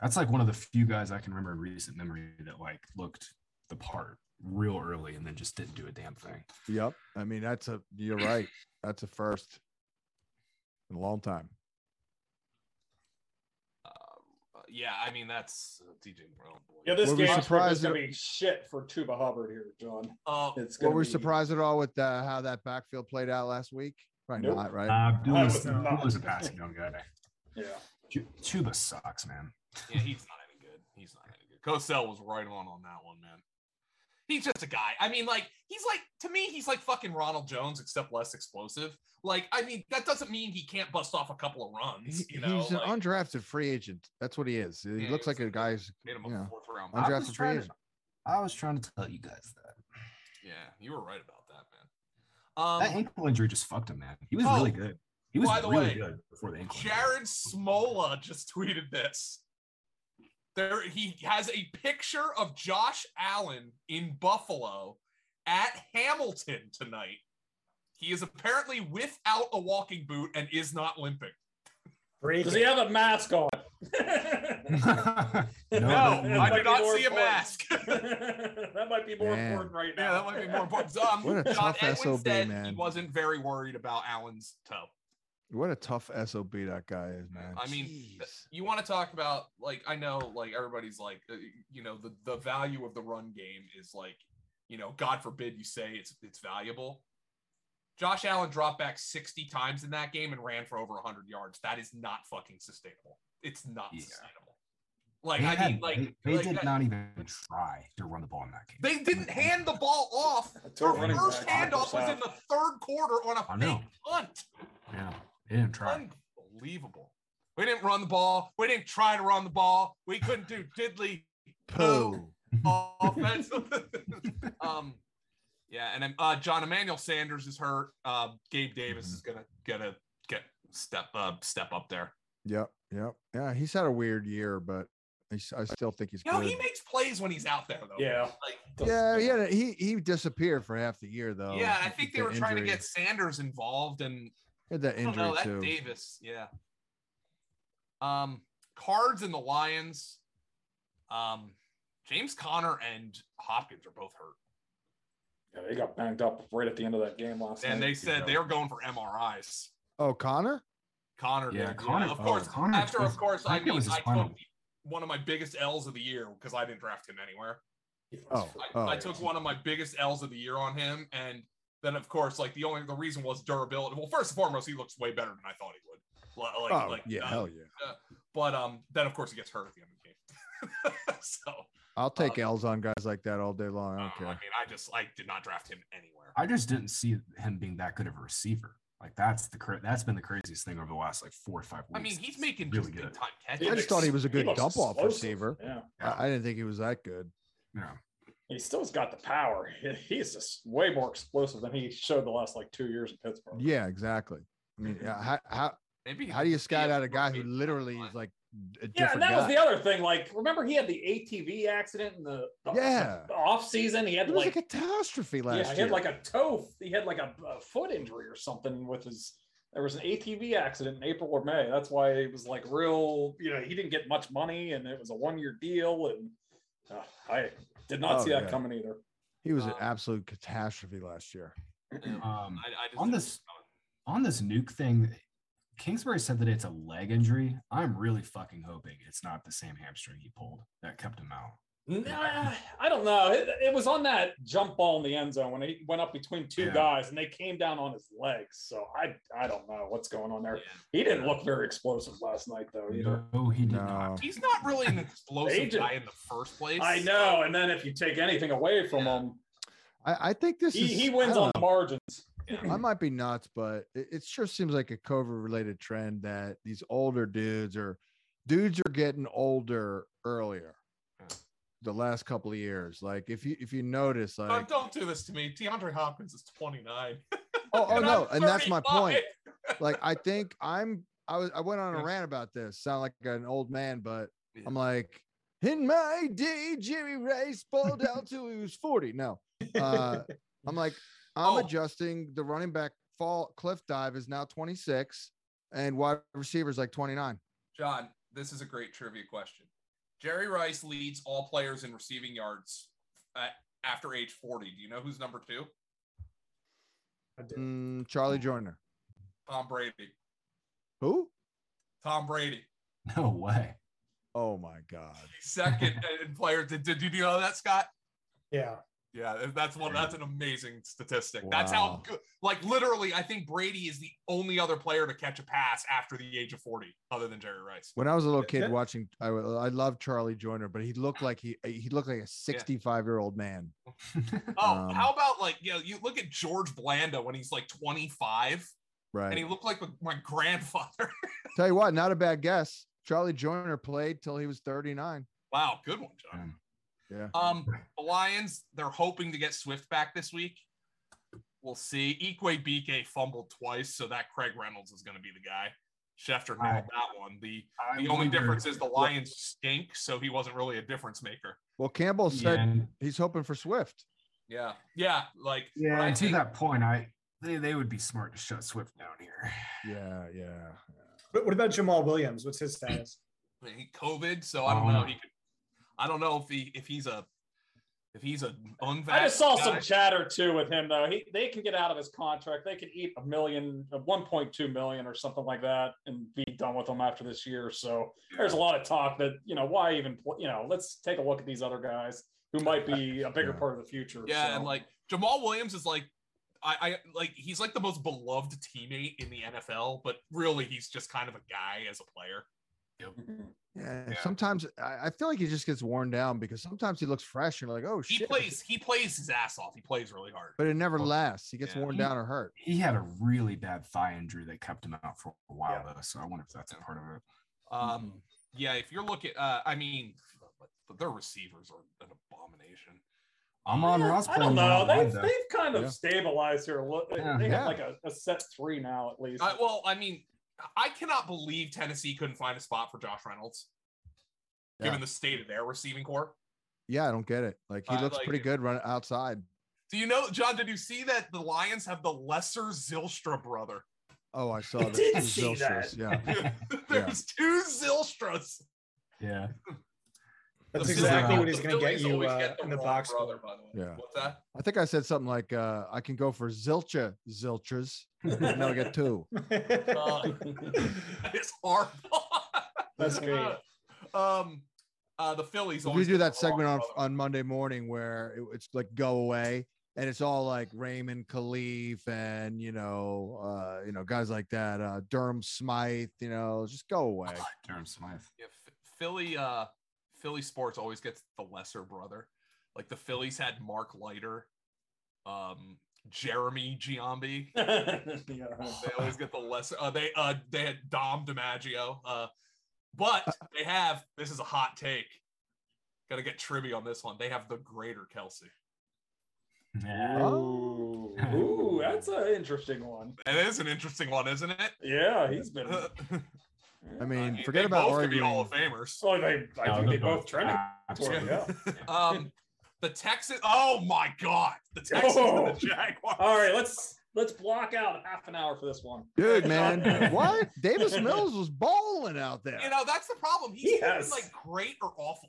[SPEAKER 2] That's like one of the few guys I can remember in recent memory that like looked the part real early and then just didn't do a damn thing.
[SPEAKER 3] yep. I mean, that's a. You're right. That's a first in a long time.
[SPEAKER 1] Uh, yeah, I mean that's uh, DJ Brown. Boy.
[SPEAKER 4] Yeah, this
[SPEAKER 3] Were we
[SPEAKER 4] game is
[SPEAKER 3] surprised
[SPEAKER 4] going to be shit for Tuba Hubbard here, John.
[SPEAKER 1] uh,
[SPEAKER 4] It's going
[SPEAKER 3] Were we
[SPEAKER 4] to be
[SPEAKER 3] surprised at all with uh, how that backfield played out last week? Probably
[SPEAKER 4] Nope.
[SPEAKER 3] not, right?
[SPEAKER 2] Uh, Bill
[SPEAKER 4] I
[SPEAKER 2] was,
[SPEAKER 4] was not-
[SPEAKER 2] Bill was a passing down guy.
[SPEAKER 4] Yeah.
[SPEAKER 2] Chu- Chuba sucks, man.
[SPEAKER 1] yeah, he's not any good. He's not any good. Cosell was right on on that one, man. He's just a guy. I mean, like he's like to me, he's like fucking Ronald Jones, except less explosive. Like, I mean, that doesn't mean he can't bust off a couple of runs.
[SPEAKER 3] He-
[SPEAKER 1] You know,
[SPEAKER 3] he's an
[SPEAKER 1] like,
[SPEAKER 3] undrafted free agent. That's what he is. He
[SPEAKER 1] Yeah,
[SPEAKER 3] looks like
[SPEAKER 1] he's-
[SPEAKER 3] a guy's.
[SPEAKER 1] made him a
[SPEAKER 3] yeah.
[SPEAKER 1] fourth round.
[SPEAKER 3] Undrafted
[SPEAKER 2] I was,
[SPEAKER 3] free
[SPEAKER 2] trying to,
[SPEAKER 3] agent.
[SPEAKER 2] I was trying to tell you guys that.
[SPEAKER 1] Yeah, you were right about that, man.
[SPEAKER 2] that
[SPEAKER 1] Um,
[SPEAKER 2] ankle injury just fucked him, man. He was
[SPEAKER 1] Oh,
[SPEAKER 2] really good. He was
[SPEAKER 1] by the
[SPEAKER 2] really
[SPEAKER 1] way,
[SPEAKER 2] good before the ankle. injury.
[SPEAKER 1] Jared Smola just tweeted this. There, he has a picture of Josh Allen in Buffalo at Hamilton tonight. He is apparently without a walking boot and is not limping.
[SPEAKER 5] break
[SPEAKER 4] Does he
[SPEAKER 5] it.
[SPEAKER 4] have a mask on?
[SPEAKER 2] no,
[SPEAKER 1] No,
[SPEAKER 4] that- that
[SPEAKER 2] no,
[SPEAKER 1] I
[SPEAKER 4] might
[SPEAKER 1] do
[SPEAKER 4] be
[SPEAKER 1] not
[SPEAKER 4] more
[SPEAKER 1] see a
[SPEAKER 4] important.
[SPEAKER 1] mask.
[SPEAKER 4] that might be more
[SPEAKER 3] Man.
[SPEAKER 4] important right
[SPEAKER 1] Yeah,
[SPEAKER 4] now.
[SPEAKER 1] that might be more important. Um,
[SPEAKER 3] What a
[SPEAKER 1] John
[SPEAKER 3] tough
[SPEAKER 1] Edwin
[SPEAKER 3] SOB,
[SPEAKER 1] said he
[SPEAKER 3] man.
[SPEAKER 1] wasn't very worried about Allen's toe.
[SPEAKER 3] What a tough sob that guy is, man.
[SPEAKER 1] I mean,
[SPEAKER 3] Jeez.
[SPEAKER 1] you want to talk about like I know like everybody's like uh, you know the the value of the run game is like you know God forbid you say it's it's valuable. Josh Allen dropped back 60 times in that game and ran for over 100 yards. That is not fucking sustainable. It's not
[SPEAKER 2] Yeah.
[SPEAKER 1] sustainable. Like
[SPEAKER 2] they,
[SPEAKER 1] I mean
[SPEAKER 2] had-
[SPEAKER 1] like
[SPEAKER 2] they, they
[SPEAKER 1] like,
[SPEAKER 2] did
[SPEAKER 1] that-
[SPEAKER 2] not even try to run the ball in that game.
[SPEAKER 1] they didn't hand the ball off.
[SPEAKER 4] To a
[SPEAKER 1] Their
[SPEAKER 4] running
[SPEAKER 1] first
[SPEAKER 4] back.
[SPEAKER 1] handoff was in the third quarter on
[SPEAKER 2] I
[SPEAKER 1] a
[SPEAKER 2] know.
[SPEAKER 1] fake punt.
[SPEAKER 2] Yeah, They didn't try.
[SPEAKER 1] Unbelievable. We didn't run the ball. We didn't try to run the ball. We couldn't do diddly
[SPEAKER 3] Pooh.
[SPEAKER 1] offense. um, yeah, and then, uh, John Emmanuel Sanders is hurt. Uh, Gabe Davis is gonna gonna get step uh, step up there.
[SPEAKER 3] Yep. Yep. Yeah. He's had a weird year, but he's, I still think he's
[SPEAKER 1] You know,
[SPEAKER 3] good.
[SPEAKER 1] he makes plays when he's out there though.
[SPEAKER 4] Yeah.
[SPEAKER 1] Like,
[SPEAKER 3] yeah. He, had a, he he disappeared for half the year though.
[SPEAKER 1] yeah, I think they
[SPEAKER 3] that
[SPEAKER 1] were trying to
[SPEAKER 3] Oh, injury-
[SPEAKER 1] get Sanders involved, and
[SPEAKER 3] he had that
[SPEAKER 1] I don't
[SPEAKER 3] injury
[SPEAKER 1] know that
[SPEAKER 3] too.
[SPEAKER 1] Davis. Yeah. Um, Cards and the Lions. Um, James Connor and Hopkins are both hurt.
[SPEAKER 4] Yeah, they got banged up right at the end of that game last
[SPEAKER 1] and
[SPEAKER 4] night.
[SPEAKER 1] they said they were going for MRIs.
[SPEAKER 3] Oh, Connor.
[SPEAKER 1] Connor,
[SPEAKER 2] Yeah,
[SPEAKER 1] did.
[SPEAKER 2] Connor-
[SPEAKER 1] of
[SPEAKER 2] oh,
[SPEAKER 1] course.
[SPEAKER 2] Connor
[SPEAKER 1] after, of
[SPEAKER 2] twisted-
[SPEAKER 1] course, I
[SPEAKER 2] I think it
[SPEAKER 1] mean,
[SPEAKER 2] was his
[SPEAKER 1] I
[SPEAKER 2] final.
[SPEAKER 1] took one of my biggest L's of the year because I didn't draft him anywhere.
[SPEAKER 3] Oh,
[SPEAKER 1] I,
[SPEAKER 3] oh.
[SPEAKER 1] I took one of my biggest L's of the year on him, and then of course, like the only the reason was durability. Well, first and foremost, he looks way better than I thought he would. Li- Like,
[SPEAKER 3] oh,
[SPEAKER 1] like,
[SPEAKER 3] yeah.
[SPEAKER 1] uh,
[SPEAKER 3] hell yeah.
[SPEAKER 1] But um, then of course he gets hurt at the end of the game. so
[SPEAKER 3] I'll take L's on guys like that all day long. I
[SPEAKER 1] uh,
[SPEAKER 3] don't
[SPEAKER 1] I mean,
[SPEAKER 3] care.
[SPEAKER 1] I just I did not draft him anywhere.
[SPEAKER 2] I just didn't see him being that good of a receiver. Like that's the cra- that's been the craziest thing over the last like four or five weeks.
[SPEAKER 1] I mean, he's making
[SPEAKER 2] Really
[SPEAKER 1] just
[SPEAKER 2] good.
[SPEAKER 1] big time catches.
[SPEAKER 3] I just thought he was a good
[SPEAKER 4] looks
[SPEAKER 3] dump-off
[SPEAKER 4] explosive.
[SPEAKER 3] receiver.
[SPEAKER 4] Yeah.
[SPEAKER 3] I, I didn't think he was that good.
[SPEAKER 2] you know,
[SPEAKER 4] He still's got the power. He- He's just way more explosive than he showed the last like two years in Pittsburgh.
[SPEAKER 3] Yeah, exactly. I mean,
[SPEAKER 1] Mm-hmm.
[SPEAKER 3] yeah, how, how
[SPEAKER 1] Maybe
[SPEAKER 3] how do you scout
[SPEAKER 1] Yeah,
[SPEAKER 3] out a guy who
[SPEAKER 1] maybe.
[SPEAKER 3] literally is like a different
[SPEAKER 4] Yeah, and that
[SPEAKER 3] guy?
[SPEAKER 4] was the other thing. Like, remember he had the ATV accident in the, the
[SPEAKER 3] Yeah.
[SPEAKER 4] the off season. He had
[SPEAKER 3] it was
[SPEAKER 4] like,
[SPEAKER 3] a catastrophe last
[SPEAKER 4] yeah, he
[SPEAKER 3] year.
[SPEAKER 4] had like a toe. He had like a, a foot injury or something with his. There was an ATV accident in April or May. That's why it was like real. You know, he didn't get much money, and it was a one year deal. And uh, I did not
[SPEAKER 3] Oh,
[SPEAKER 4] see that
[SPEAKER 3] yeah.
[SPEAKER 4] coming either.
[SPEAKER 3] he was an
[SPEAKER 1] um,
[SPEAKER 3] absolute catastrophe last year.
[SPEAKER 1] Yeah,
[SPEAKER 2] um,
[SPEAKER 1] I, I just
[SPEAKER 2] on this- on this nuke thing, Kingsbury said that it's a leg injury. I'm really fucking hoping it's not the same hamstring he pulled that kept him out.
[SPEAKER 4] Nah, I don't know. It, it was on that jump ball in the end zone when he went up between two
[SPEAKER 2] Yeah.
[SPEAKER 4] guys and they came down on his legs. So I I don't know what's going on there.
[SPEAKER 1] Yeah.
[SPEAKER 4] He didn't look very explosive last night though either.
[SPEAKER 2] No, he did
[SPEAKER 3] No.
[SPEAKER 2] not.
[SPEAKER 1] He's not really an explosive
[SPEAKER 4] Agent.
[SPEAKER 1] guy in the first place.
[SPEAKER 4] I know. And then if you take anything away from
[SPEAKER 1] Yeah.
[SPEAKER 4] him,
[SPEAKER 3] I, I think this
[SPEAKER 4] he,
[SPEAKER 3] is
[SPEAKER 4] he
[SPEAKER 3] I
[SPEAKER 4] wins
[SPEAKER 3] don't
[SPEAKER 4] on the margins.
[SPEAKER 3] I might be nuts, but it, it sure seems like a COVID related trend that these older dudes are dudes are getting older earlier.
[SPEAKER 1] Yeah.
[SPEAKER 3] The last couple of years, like if you if you notice, like
[SPEAKER 1] Don't, don't do this to me. DeAndre Hopkins is 29.
[SPEAKER 3] oh, oh no, and that's my point.
[SPEAKER 1] 35.
[SPEAKER 3] like I think I'm I was I went on a
[SPEAKER 1] Yeah.
[SPEAKER 3] rant about this. Sound like an old man, but
[SPEAKER 1] Yeah.
[SPEAKER 3] I'm like in my day, Jerry Rice balled out till he was 40. No, uh, I'm like I'm
[SPEAKER 1] Oh.
[SPEAKER 3] adjusting. The running back fall cliff dive is now 26, and wide receivers like 29.
[SPEAKER 1] John, this is a great trivia question. Jerry Rice leads all players in receiving yards uh, after age 40. Do you know who's number two?
[SPEAKER 5] I do.
[SPEAKER 3] Mm, Charlie Joyner,
[SPEAKER 1] Tom Brady.
[SPEAKER 3] who?
[SPEAKER 1] Tom Brady.
[SPEAKER 2] No way.
[SPEAKER 3] Oh my God!
[SPEAKER 1] He's Second in player. Did, did, did you know that, Scott?
[SPEAKER 5] Yeah.
[SPEAKER 1] Yeah, that's one. That's an amazing statistic. That's
[SPEAKER 3] Wow.
[SPEAKER 1] how good. Like literally, I think Brady is the only other player to catch a pass after the age of forty, other than Jerry Rice.
[SPEAKER 3] When I was a little kid
[SPEAKER 5] Yeah.
[SPEAKER 3] watching, I I love Charlie Joyner, but he looked like he he looked like a 65 year old man.
[SPEAKER 1] Oh,
[SPEAKER 3] Um,
[SPEAKER 1] how about like you know, you look at George Blanda when he's like 25
[SPEAKER 3] Right.
[SPEAKER 1] and he looked like my grandfather.
[SPEAKER 3] Tell you what, not a bad guess. Charlie Joyner played till he was 39.
[SPEAKER 1] wow, good one, John.
[SPEAKER 2] Um,
[SPEAKER 3] Yeah.
[SPEAKER 1] Um, the Lions, they're hoping to get Swift back this week. We'll see. Ikwe BK fumbled twice, so that Craig Reynolds is going to be the guy. Schefter nailed that one. The the only difference is the Lions stink, so he wasn't really a difference maker.
[SPEAKER 3] Well, Campbell
[SPEAKER 2] Yeah,
[SPEAKER 3] said
[SPEAKER 2] and,
[SPEAKER 3] he's hoping for Swift.
[SPEAKER 1] Yeah, yeah, like
[SPEAKER 2] yeah,
[SPEAKER 1] when I
[SPEAKER 2] and to
[SPEAKER 1] think-
[SPEAKER 2] that point, I they, they would be smart to shut Swift down here.
[SPEAKER 3] Yeah, yeah.
[SPEAKER 5] But what about Jamal Williams? What's his status?
[SPEAKER 1] he COVID, so I don't
[SPEAKER 2] Oh.
[SPEAKER 1] know. He could, I don't know if he if he's a if he's a unvaccinated.
[SPEAKER 4] I just saw some
[SPEAKER 1] guy.
[SPEAKER 4] chatter too with him though. He they can get out of his contract. They could eat a million, uh, 1.2 million or something like that, and be done with him after this year. So there's a lot of talk that you know why even pl- you know let's take a look at these other guys who might be a bigger
[SPEAKER 2] Yeah.
[SPEAKER 4] part of the future.
[SPEAKER 1] Yeah,
[SPEAKER 4] So-
[SPEAKER 1] and like Jamal Williams is like, I, I like he's like the most beloved teammate in the NFL, but really he's just kind of a guy as a player.
[SPEAKER 4] Mm-hmm.
[SPEAKER 3] Yeah,
[SPEAKER 1] Yeah.
[SPEAKER 3] sometimes I, I feel like he just gets worn down because sometimes he looks fresh and you're like, oh
[SPEAKER 1] He
[SPEAKER 3] shit.
[SPEAKER 1] plays. He plays his ass off. He plays really hard.
[SPEAKER 3] but it never
[SPEAKER 1] Oh,
[SPEAKER 3] lasts. He gets
[SPEAKER 1] yeah.
[SPEAKER 3] worn
[SPEAKER 2] He-
[SPEAKER 3] down or hurt.
[SPEAKER 2] He had a really bad thigh injury that kept him out for a while, though. So I wonder if that's a part of it.
[SPEAKER 1] Um, yeah, if you're looking, uh, I mean, but their receivers are an abomination.
[SPEAKER 2] I'm on
[SPEAKER 4] Yeah,
[SPEAKER 2] Ross.
[SPEAKER 4] I
[SPEAKER 2] playing
[SPEAKER 4] don't know.
[SPEAKER 2] wide
[SPEAKER 4] They've,
[SPEAKER 2] though.
[SPEAKER 4] they've kind of
[SPEAKER 3] Yeah.
[SPEAKER 4] stabilized here. a little. They
[SPEAKER 2] Yeah.
[SPEAKER 4] they
[SPEAKER 3] Yeah.
[SPEAKER 4] have like a, a set three now, at least.
[SPEAKER 1] Uh, well, I mean, I cannot believe Tennessee couldn't find a spot for Josh Reynolds,
[SPEAKER 3] Yeah.
[SPEAKER 1] given the state of their receiving core.
[SPEAKER 3] Yeah, I don't get it. Like he
[SPEAKER 1] I
[SPEAKER 3] looks
[SPEAKER 1] like
[SPEAKER 3] pretty
[SPEAKER 1] it.
[SPEAKER 3] good running outside.
[SPEAKER 1] Do you know, John? Did you see that the Lions have the lesser Zilstra brother?
[SPEAKER 3] Oh, I saw
[SPEAKER 4] I
[SPEAKER 3] that.
[SPEAKER 4] did
[SPEAKER 3] This is
[SPEAKER 4] see
[SPEAKER 3] Zilstras.
[SPEAKER 4] that.
[SPEAKER 3] Yeah.
[SPEAKER 1] There's two Zilstras.
[SPEAKER 2] yeah.
[SPEAKER 5] That's
[SPEAKER 1] The
[SPEAKER 5] exactly
[SPEAKER 1] Phillies-
[SPEAKER 5] what he's
[SPEAKER 1] the
[SPEAKER 5] going to get
[SPEAKER 1] Phillies
[SPEAKER 5] you
[SPEAKER 1] always
[SPEAKER 5] uh,
[SPEAKER 1] get
[SPEAKER 5] in the
[SPEAKER 1] wrong
[SPEAKER 5] box.
[SPEAKER 1] brother, by
[SPEAKER 5] score.
[SPEAKER 1] the way.
[SPEAKER 3] Yeah.
[SPEAKER 1] What's that?
[SPEAKER 3] I think I said something like, uh, I can go for Zilcha Zilchers. and I'll get two.
[SPEAKER 1] Uh, that is horrible.
[SPEAKER 5] That's great.
[SPEAKER 1] um, uh, the Phillies.
[SPEAKER 3] We
[SPEAKER 1] always
[SPEAKER 3] do
[SPEAKER 1] get
[SPEAKER 3] that
[SPEAKER 1] the wrong
[SPEAKER 3] segment on,
[SPEAKER 1] brother.
[SPEAKER 3] on Monday morning where it- it's like go away and it's all like Raymond Khalif and you know, uh, you know, guys like that, uh Durham Smythe, you know, just go away.
[SPEAKER 2] Durham Smythe.
[SPEAKER 1] Yeah, Ph- Philly. Uh, Philly sports always gets the lesser brother. Like the Phillies had Mark Leiter, um, Jeremy Giambi.
[SPEAKER 4] yeah.
[SPEAKER 1] They always get the lesser. Uh, they uh, they had Dom DiMaggio. Uh, but they have. This is a hot take. Got to get trivia on this one. They have the greater Kelsey,
[SPEAKER 2] Yeah.
[SPEAKER 4] Ooh. Ooh, that's an interesting one.
[SPEAKER 1] and it is an interesting one, isn't it?
[SPEAKER 4] Yeah, he's been.
[SPEAKER 3] I
[SPEAKER 1] I
[SPEAKER 3] mean,
[SPEAKER 1] mean,
[SPEAKER 3] forget
[SPEAKER 1] they
[SPEAKER 3] about
[SPEAKER 1] both could be Hall
[SPEAKER 3] arguing.
[SPEAKER 1] of Famers.
[SPEAKER 4] Oh, they, I
[SPEAKER 2] No,
[SPEAKER 4] think
[SPEAKER 2] they're
[SPEAKER 4] they both trending.
[SPEAKER 2] absolutely.
[SPEAKER 4] Yeah.
[SPEAKER 1] Um, the Texas. Oh my God, the Texans
[SPEAKER 4] Oh.
[SPEAKER 1] and the Jaguars.
[SPEAKER 4] All right, let's let's block out half an hour for this one.
[SPEAKER 3] Dude, man, what? Davis Mills was bowling out there.
[SPEAKER 1] You know that's the problem. He's
[SPEAKER 4] He
[SPEAKER 1] either,
[SPEAKER 4] has-
[SPEAKER 1] like great or awful.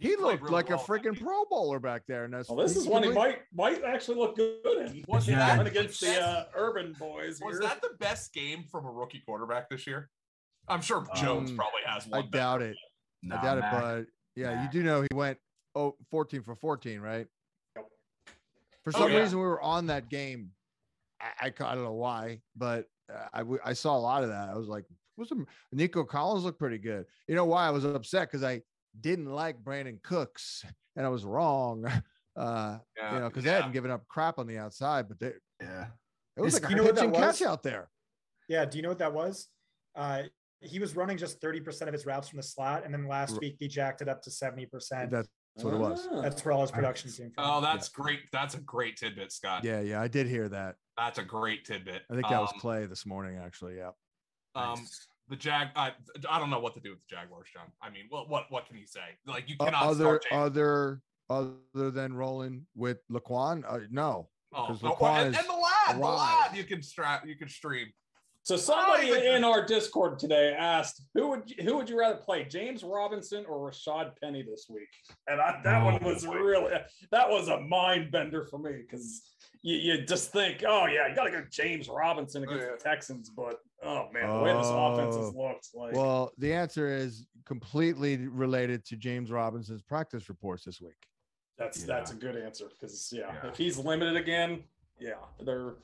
[SPEAKER 3] he
[SPEAKER 1] played
[SPEAKER 3] looked
[SPEAKER 1] really
[SPEAKER 3] like a
[SPEAKER 1] well.
[SPEAKER 3] freaking Pro Bowler back there. And that's
[SPEAKER 4] Well, this is one he might might actually look good in.
[SPEAKER 1] Was
[SPEAKER 4] He's
[SPEAKER 2] that-
[SPEAKER 4] going against the uh, Urban Boys?
[SPEAKER 1] Was
[SPEAKER 4] here.
[SPEAKER 1] that the best game from a rookie quarterback this year? I'm sure Jones probably has
[SPEAKER 3] Um, I
[SPEAKER 1] one. better.
[SPEAKER 3] doubt it.
[SPEAKER 2] Nah,
[SPEAKER 3] I doubt it,
[SPEAKER 2] Mac.
[SPEAKER 3] but yeah,
[SPEAKER 2] Mac.
[SPEAKER 3] you do know he went oh 14 for 14, right?
[SPEAKER 4] Yep.
[SPEAKER 3] For
[SPEAKER 1] Oh,
[SPEAKER 3] some
[SPEAKER 1] yeah.
[SPEAKER 3] reason, we were on that game. I, I, ca- I don't know why, but uh, I, w- I saw a lot of that. I was like, was Nico Collins looked pretty good. You know why I was upset because I didn't like Brandon Cooks and I was wrong. Uh,
[SPEAKER 1] Yeah.
[SPEAKER 3] you know, because they
[SPEAKER 1] Yeah.
[SPEAKER 3] hadn't given up crap on the outside, but they, it
[SPEAKER 2] Yeah.
[SPEAKER 3] was
[SPEAKER 2] Is-
[SPEAKER 3] like a
[SPEAKER 5] you know what that
[SPEAKER 3] pitching catch
[SPEAKER 5] was?
[SPEAKER 3] out there.
[SPEAKER 5] Yeah. Do you know what that was? Uh, he was running just 30% of his routes from the slot. And then last
[SPEAKER 3] R-
[SPEAKER 5] week, he jacked it up to 70%.
[SPEAKER 3] That's what it was.
[SPEAKER 4] Ah.
[SPEAKER 5] That's where all his production came from.
[SPEAKER 1] Oh, that's great. That's a great tidbit, Scott.
[SPEAKER 3] Yeah, yeah, I did hear that.
[SPEAKER 1] That's a great tidbit.
[SPEAKER 3] I think that was
[SPEAKER 1] Uh, Um,
[SPEAKER 3] Clay this morning, actually. Yeah.
[SPEAKER 1] Um,
[SPEAKER 2] Nice.
[SPEAKER 1] the Jag. I, I don't know what to do with the Jaguars, John. I mean, what what what can you say? Like you
[SPEAKER 3] O-
[SPEAKER 1] cannot
[SPEAKER 3] other
[SPEAKER 1] start. James-
[SPEAKER 3] other other than rolling with Laquan? Uh, no.
[SPEAKER 1] oh,
[SPEAKER 3] 'cause
[SPEAKER 1] oh,
[SPEAKER 3] Laquan
[SPEAKER 1] and,
[SPEAKER 3] is
[SPEAKER 1] and the lad, the
[SPEAKER 3] alive.
[SPEAKER 1] lad. You can strap. You can stream.
[SPEAKER 4] So somebody
[SPEAKER 1] even-
[SPEAKER 4] in our Discord today asked, "Who would you, who would you rather play, James Robinson or Rashad Penny this week?" And I, that
[SPEAKER 2] Oh,
[SPEAKER 4] one was
[SPEAKER 2] boy.
[SPEAKER 4] really that was a mind bender for me because you, you just think, "Oh yeah, you got to go James Robinson against
[SPEAKER 1] yeah.
[SPEAKER 4] the Texans," but oh man, the way this offense
[SPEAKER 3] Oh.
[SPEAKER 4] has looked, like
[SPEAKER 3] Well, the answer is completely related to James Robinson's practice reports this week.
[SPEAKER 4] that's
[SPEAKER 2] yeah.
[SPEAKER 4] that's a good answer because yeah,
[SPEAKER 2] Yeah.
[SPEAKER 4] if he's limited again, yeah, they're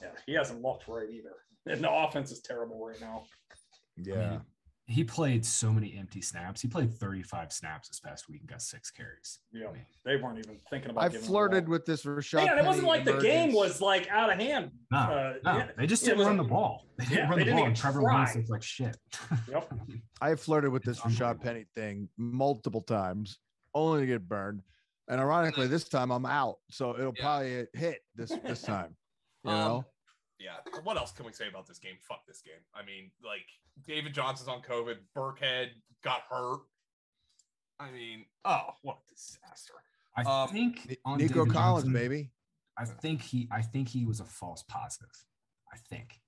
[SPEAKER 4] yeah, he hasn't looked right either, and the offense is terrible right now.
[SPEAKER 3] Yeah.
[SPEAKER 2] He played so many empty snaps. He played 35 snaps this past week and got six carries.
[SPEAKER 4] Yeah,
[SPEAKER 2] I mean,
[SPEAKER 4] they weren't even thinking about.
[SPEAKER 3] I
[SPEAKER 4] giving him the
[SPEAKER 3] flirted
[SPEAKER 4] ball.
[SPEAKER 3] with this Rashad.
[SPEAKER 4] Yeah, and it wasn't
[SPEAKER 3] Penny
[SPEAKER 4] like the game
[SPEAKER 3] emergence.
[SPEAKER 4] was like out of hand.
[SPEAKER 2] no,
[SPEAKER 4] Uh,
[SPEAKER 2] no,
[SPEAKER 4] yeah.
[SPEAKER 2] oh, they just
[SPEAKER 4] yeah, it
[SPEAKER 2] didn't
[SPEAKER 4] was
[SPEAKER 2] run the
[SPEAKER 4] like-
[SPEAKER 2] ball. They didn't
[SPEAKER 4] yeah,
[SPEAKER 2] run
[SPEAKER 4] they
[SPEAKER 2] the
[SPEAKER 4] didn't
[SPEAKER 2] ball, and
[SPEAKER 4] even
[SPEAKER 2] Trevor
[SPEAKER 4] try.
[SPEAKER 2] Lawrence looked like shit.
[SPEAKER 4] Yep.
[SPEAKER 3] I flirted with this
[SPEAKER 2] It's
[SPEAKER 3] Rashad
[SPEAKER 2] unbelievable.
[SPEAKER 3] Penny thing multiple times, only to get burned. And ironically, this time I'm out, so it'll
[SPEAKER 1] Yeah.
[SPEAKER 3] probably hit this this time. You
[SPEAKER 1] Um,
[SPEAKER 3] know,
[SPEAKER 1] yeah. What else can we say about this game? Fuck this game. I mean, like David Johnson's on COVID. Burkhead got hurt. I mean, oh, what a disaster.
[SPEAKER 2] I
[SPEAKER 1] Um,
[SPEAKER 2] think on
[SPEAKER 3] Nico
[SPEAKER 2] David
[SPEAKER 3] Collins,
[SPEAKER 2] Johnson,
[SPEAKER 3] baby.
[SPEAKER 2] I think he I think he was a false positive. I think.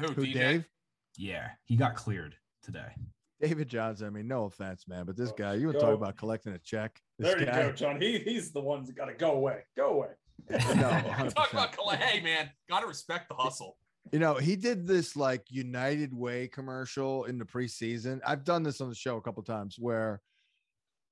[SPEAKER 1] Who,
[SPEAKER 3] Who,
[SPEAKER 1] DJ?
[SPEAKER 3] Dave?
[SPEAKER 2] Yeah. He got cleared today.
[SPEAKER 3] David Johnson. I mean, no offense, man, but this
[SPEAKER 4] Oh,
[SPEAKER 3] guy, you were
[SPEAKER 4] go.
[SPEAKER 3] talking about collecting a check. This
[SPEAKER 4] There you
[SPEAKER 3] guy,
[SPEAKER 4] go, John. He, he's the one that got to go away. Go away.
[SPEAKER 3] No,
[SPEAKER 1] Talk
[SPEAKER 3] 100%.
[SPEAKER 1] about Kalei. Hey, man, gotta respect the hustle.
[SPEAKER 3] You know, he did this like United Way commercial in the preseason. I've done this on the show a couple times where,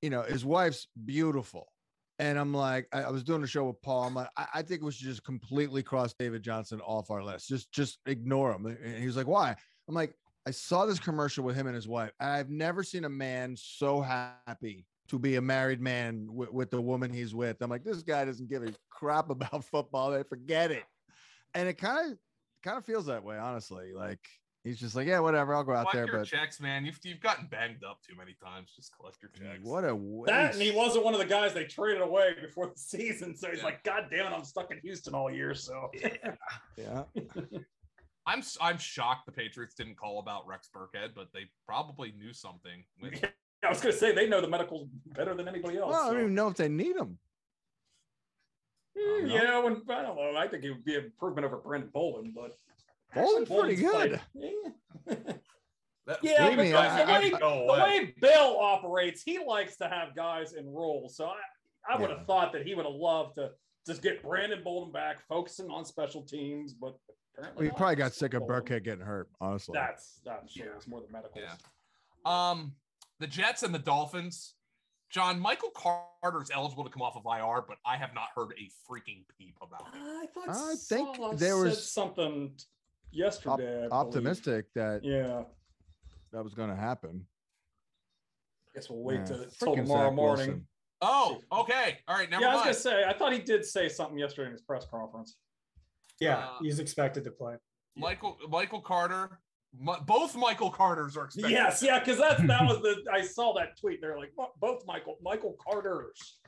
[SPEAKER 3] you know, his wife's beautiful. And I'm like, I, I was doing a show with Paul. I'm like, I, I think we should just completely cross David Johnson off our list. Just just ignore him. And he was like, why? I'm like, I saw this commercial with him and his wife, and I've never seen a man so happy to be a married man with, with the woman he's with. I'm like, this guy doesn't give a crap about football. They forget it, and it kind of kind of feels that way, honestly. Like he's just like, yeah, whatever, I'll go out
[SPEAKER 1] collect
[SPEAKER 3] there.
[SPEAKER 1] your
[SPEAKER 3] But
[SPEAKER 1] checks, man. You've you've gotten banged up too many times. Just collect your checks.
[SPEAKER 3] what a waste.
[SPEAKER 4] That and he wasn't one of the guys they traded away before the season. So he's
[SPEAKER 1] Yeah.
[SPEAKER 4] like, God damn it, I'm stuck in Houston all year. So
[SPEAKER 3] yeah.
[SPEAKER 1] I'm s- I'm shocked the Patriots didn't call about Rex Burkhead, but they probably knew something. With,
[SPEAKER 4] I was gonna say they know the medicals better than anybody else.
[SPEAKER 3] Well, I
[SPEAKER 4] so.
[SPEAKER 3] don't even know if they need him.
[SPEAKER 4] Hmm,
[SPEAKER 3] know.
[SPEAKER 4] yeah, when I don't know. I think it would be an improvement over Brendan Bolin, but
[SPEAKER 3] Bolden's pretty
[SPEAKER 4] Bolden's
[SPEAKER 3] good.
[SPEAKER 4] played- Yeah.
[SPEAKER 1] That-
[SPEAKER 4] Yeah,
[SPEAKER 3] Believe me,
[SPEAKER 4] but the,
[SPEAKER 3] I-
[SPEAKER 4] way,
[SPEAKER 1] I- no
[SPEAKER 4] the
[SPEAKER 1] way.
[SPEAKER 4] way Bill operates, he likes to have guys in roles. So I, I would have
[SPEAKER 3] Yeah.
[SPEAKER 4] thought that he would have loved to just get Brandon Bolden back, focusing on special teams, but apparently
[SPEAKER 3] We
[SPEAKER 4] not.
[SPEAKER 3] probably got sick of
[SPEAKER 4] Bolden.
[SPEAKER 3] Burkhead getting hurt, honestly.
[SPEAKER 4] That's I'm sure
[SPEAKER 1] Yeah.
[SPEAKER 4] it's more than medicals.
[SPEAKER 1] Yeah. Um, the Jets and the Dolphins. John Michael Carter's eligible to come off of IR, but I have not heard a freaking peep about it.
[SPEAKER 4] I, thought
[SPEAKER 3] I think
[SPEAKER 4] someone
[SPEAKER 3] there
[SPEAKER 4] said
[SPEAKER 3] was
[SPEAKER 4] something yesterday. I believe.
[SPEAKER 3] Optimistic that
[SPEAKER 4] Yeah.
[SPEAKER 3] that was going to happen.
[SPEAKER 4] Guess we'll wait
[SPEAKER 3] Yeah.
[SPEAKER 4] till, till
[SPEAKER 3] Frickin'
[SPEAKER 4] tomorrow
[SPEAKER 3] Zach
[SPEAKER 4] morning.
[SPEAKER 3] Wilson.
[SPEAKER 1] Oh, okay. All right, never
[SPEAKER 4] yeah, I was
[SPEAKER 1] mind.
[SPEAKER 4] gonna say. I thought he did say something yesterday in his press conference.
[SPEAKER 5] Yeah,
[SPEAKER 1] Uh,
[SPEAKER 5] he's expected to play.
[SPEAKER 1] Michael Michael Carter. Mi- both Michael Carters are expected.
[SPEAKER 4] Yes, yeah, because that's that was the I saw that tweet. They're like "Well, both Michael Michael Carter's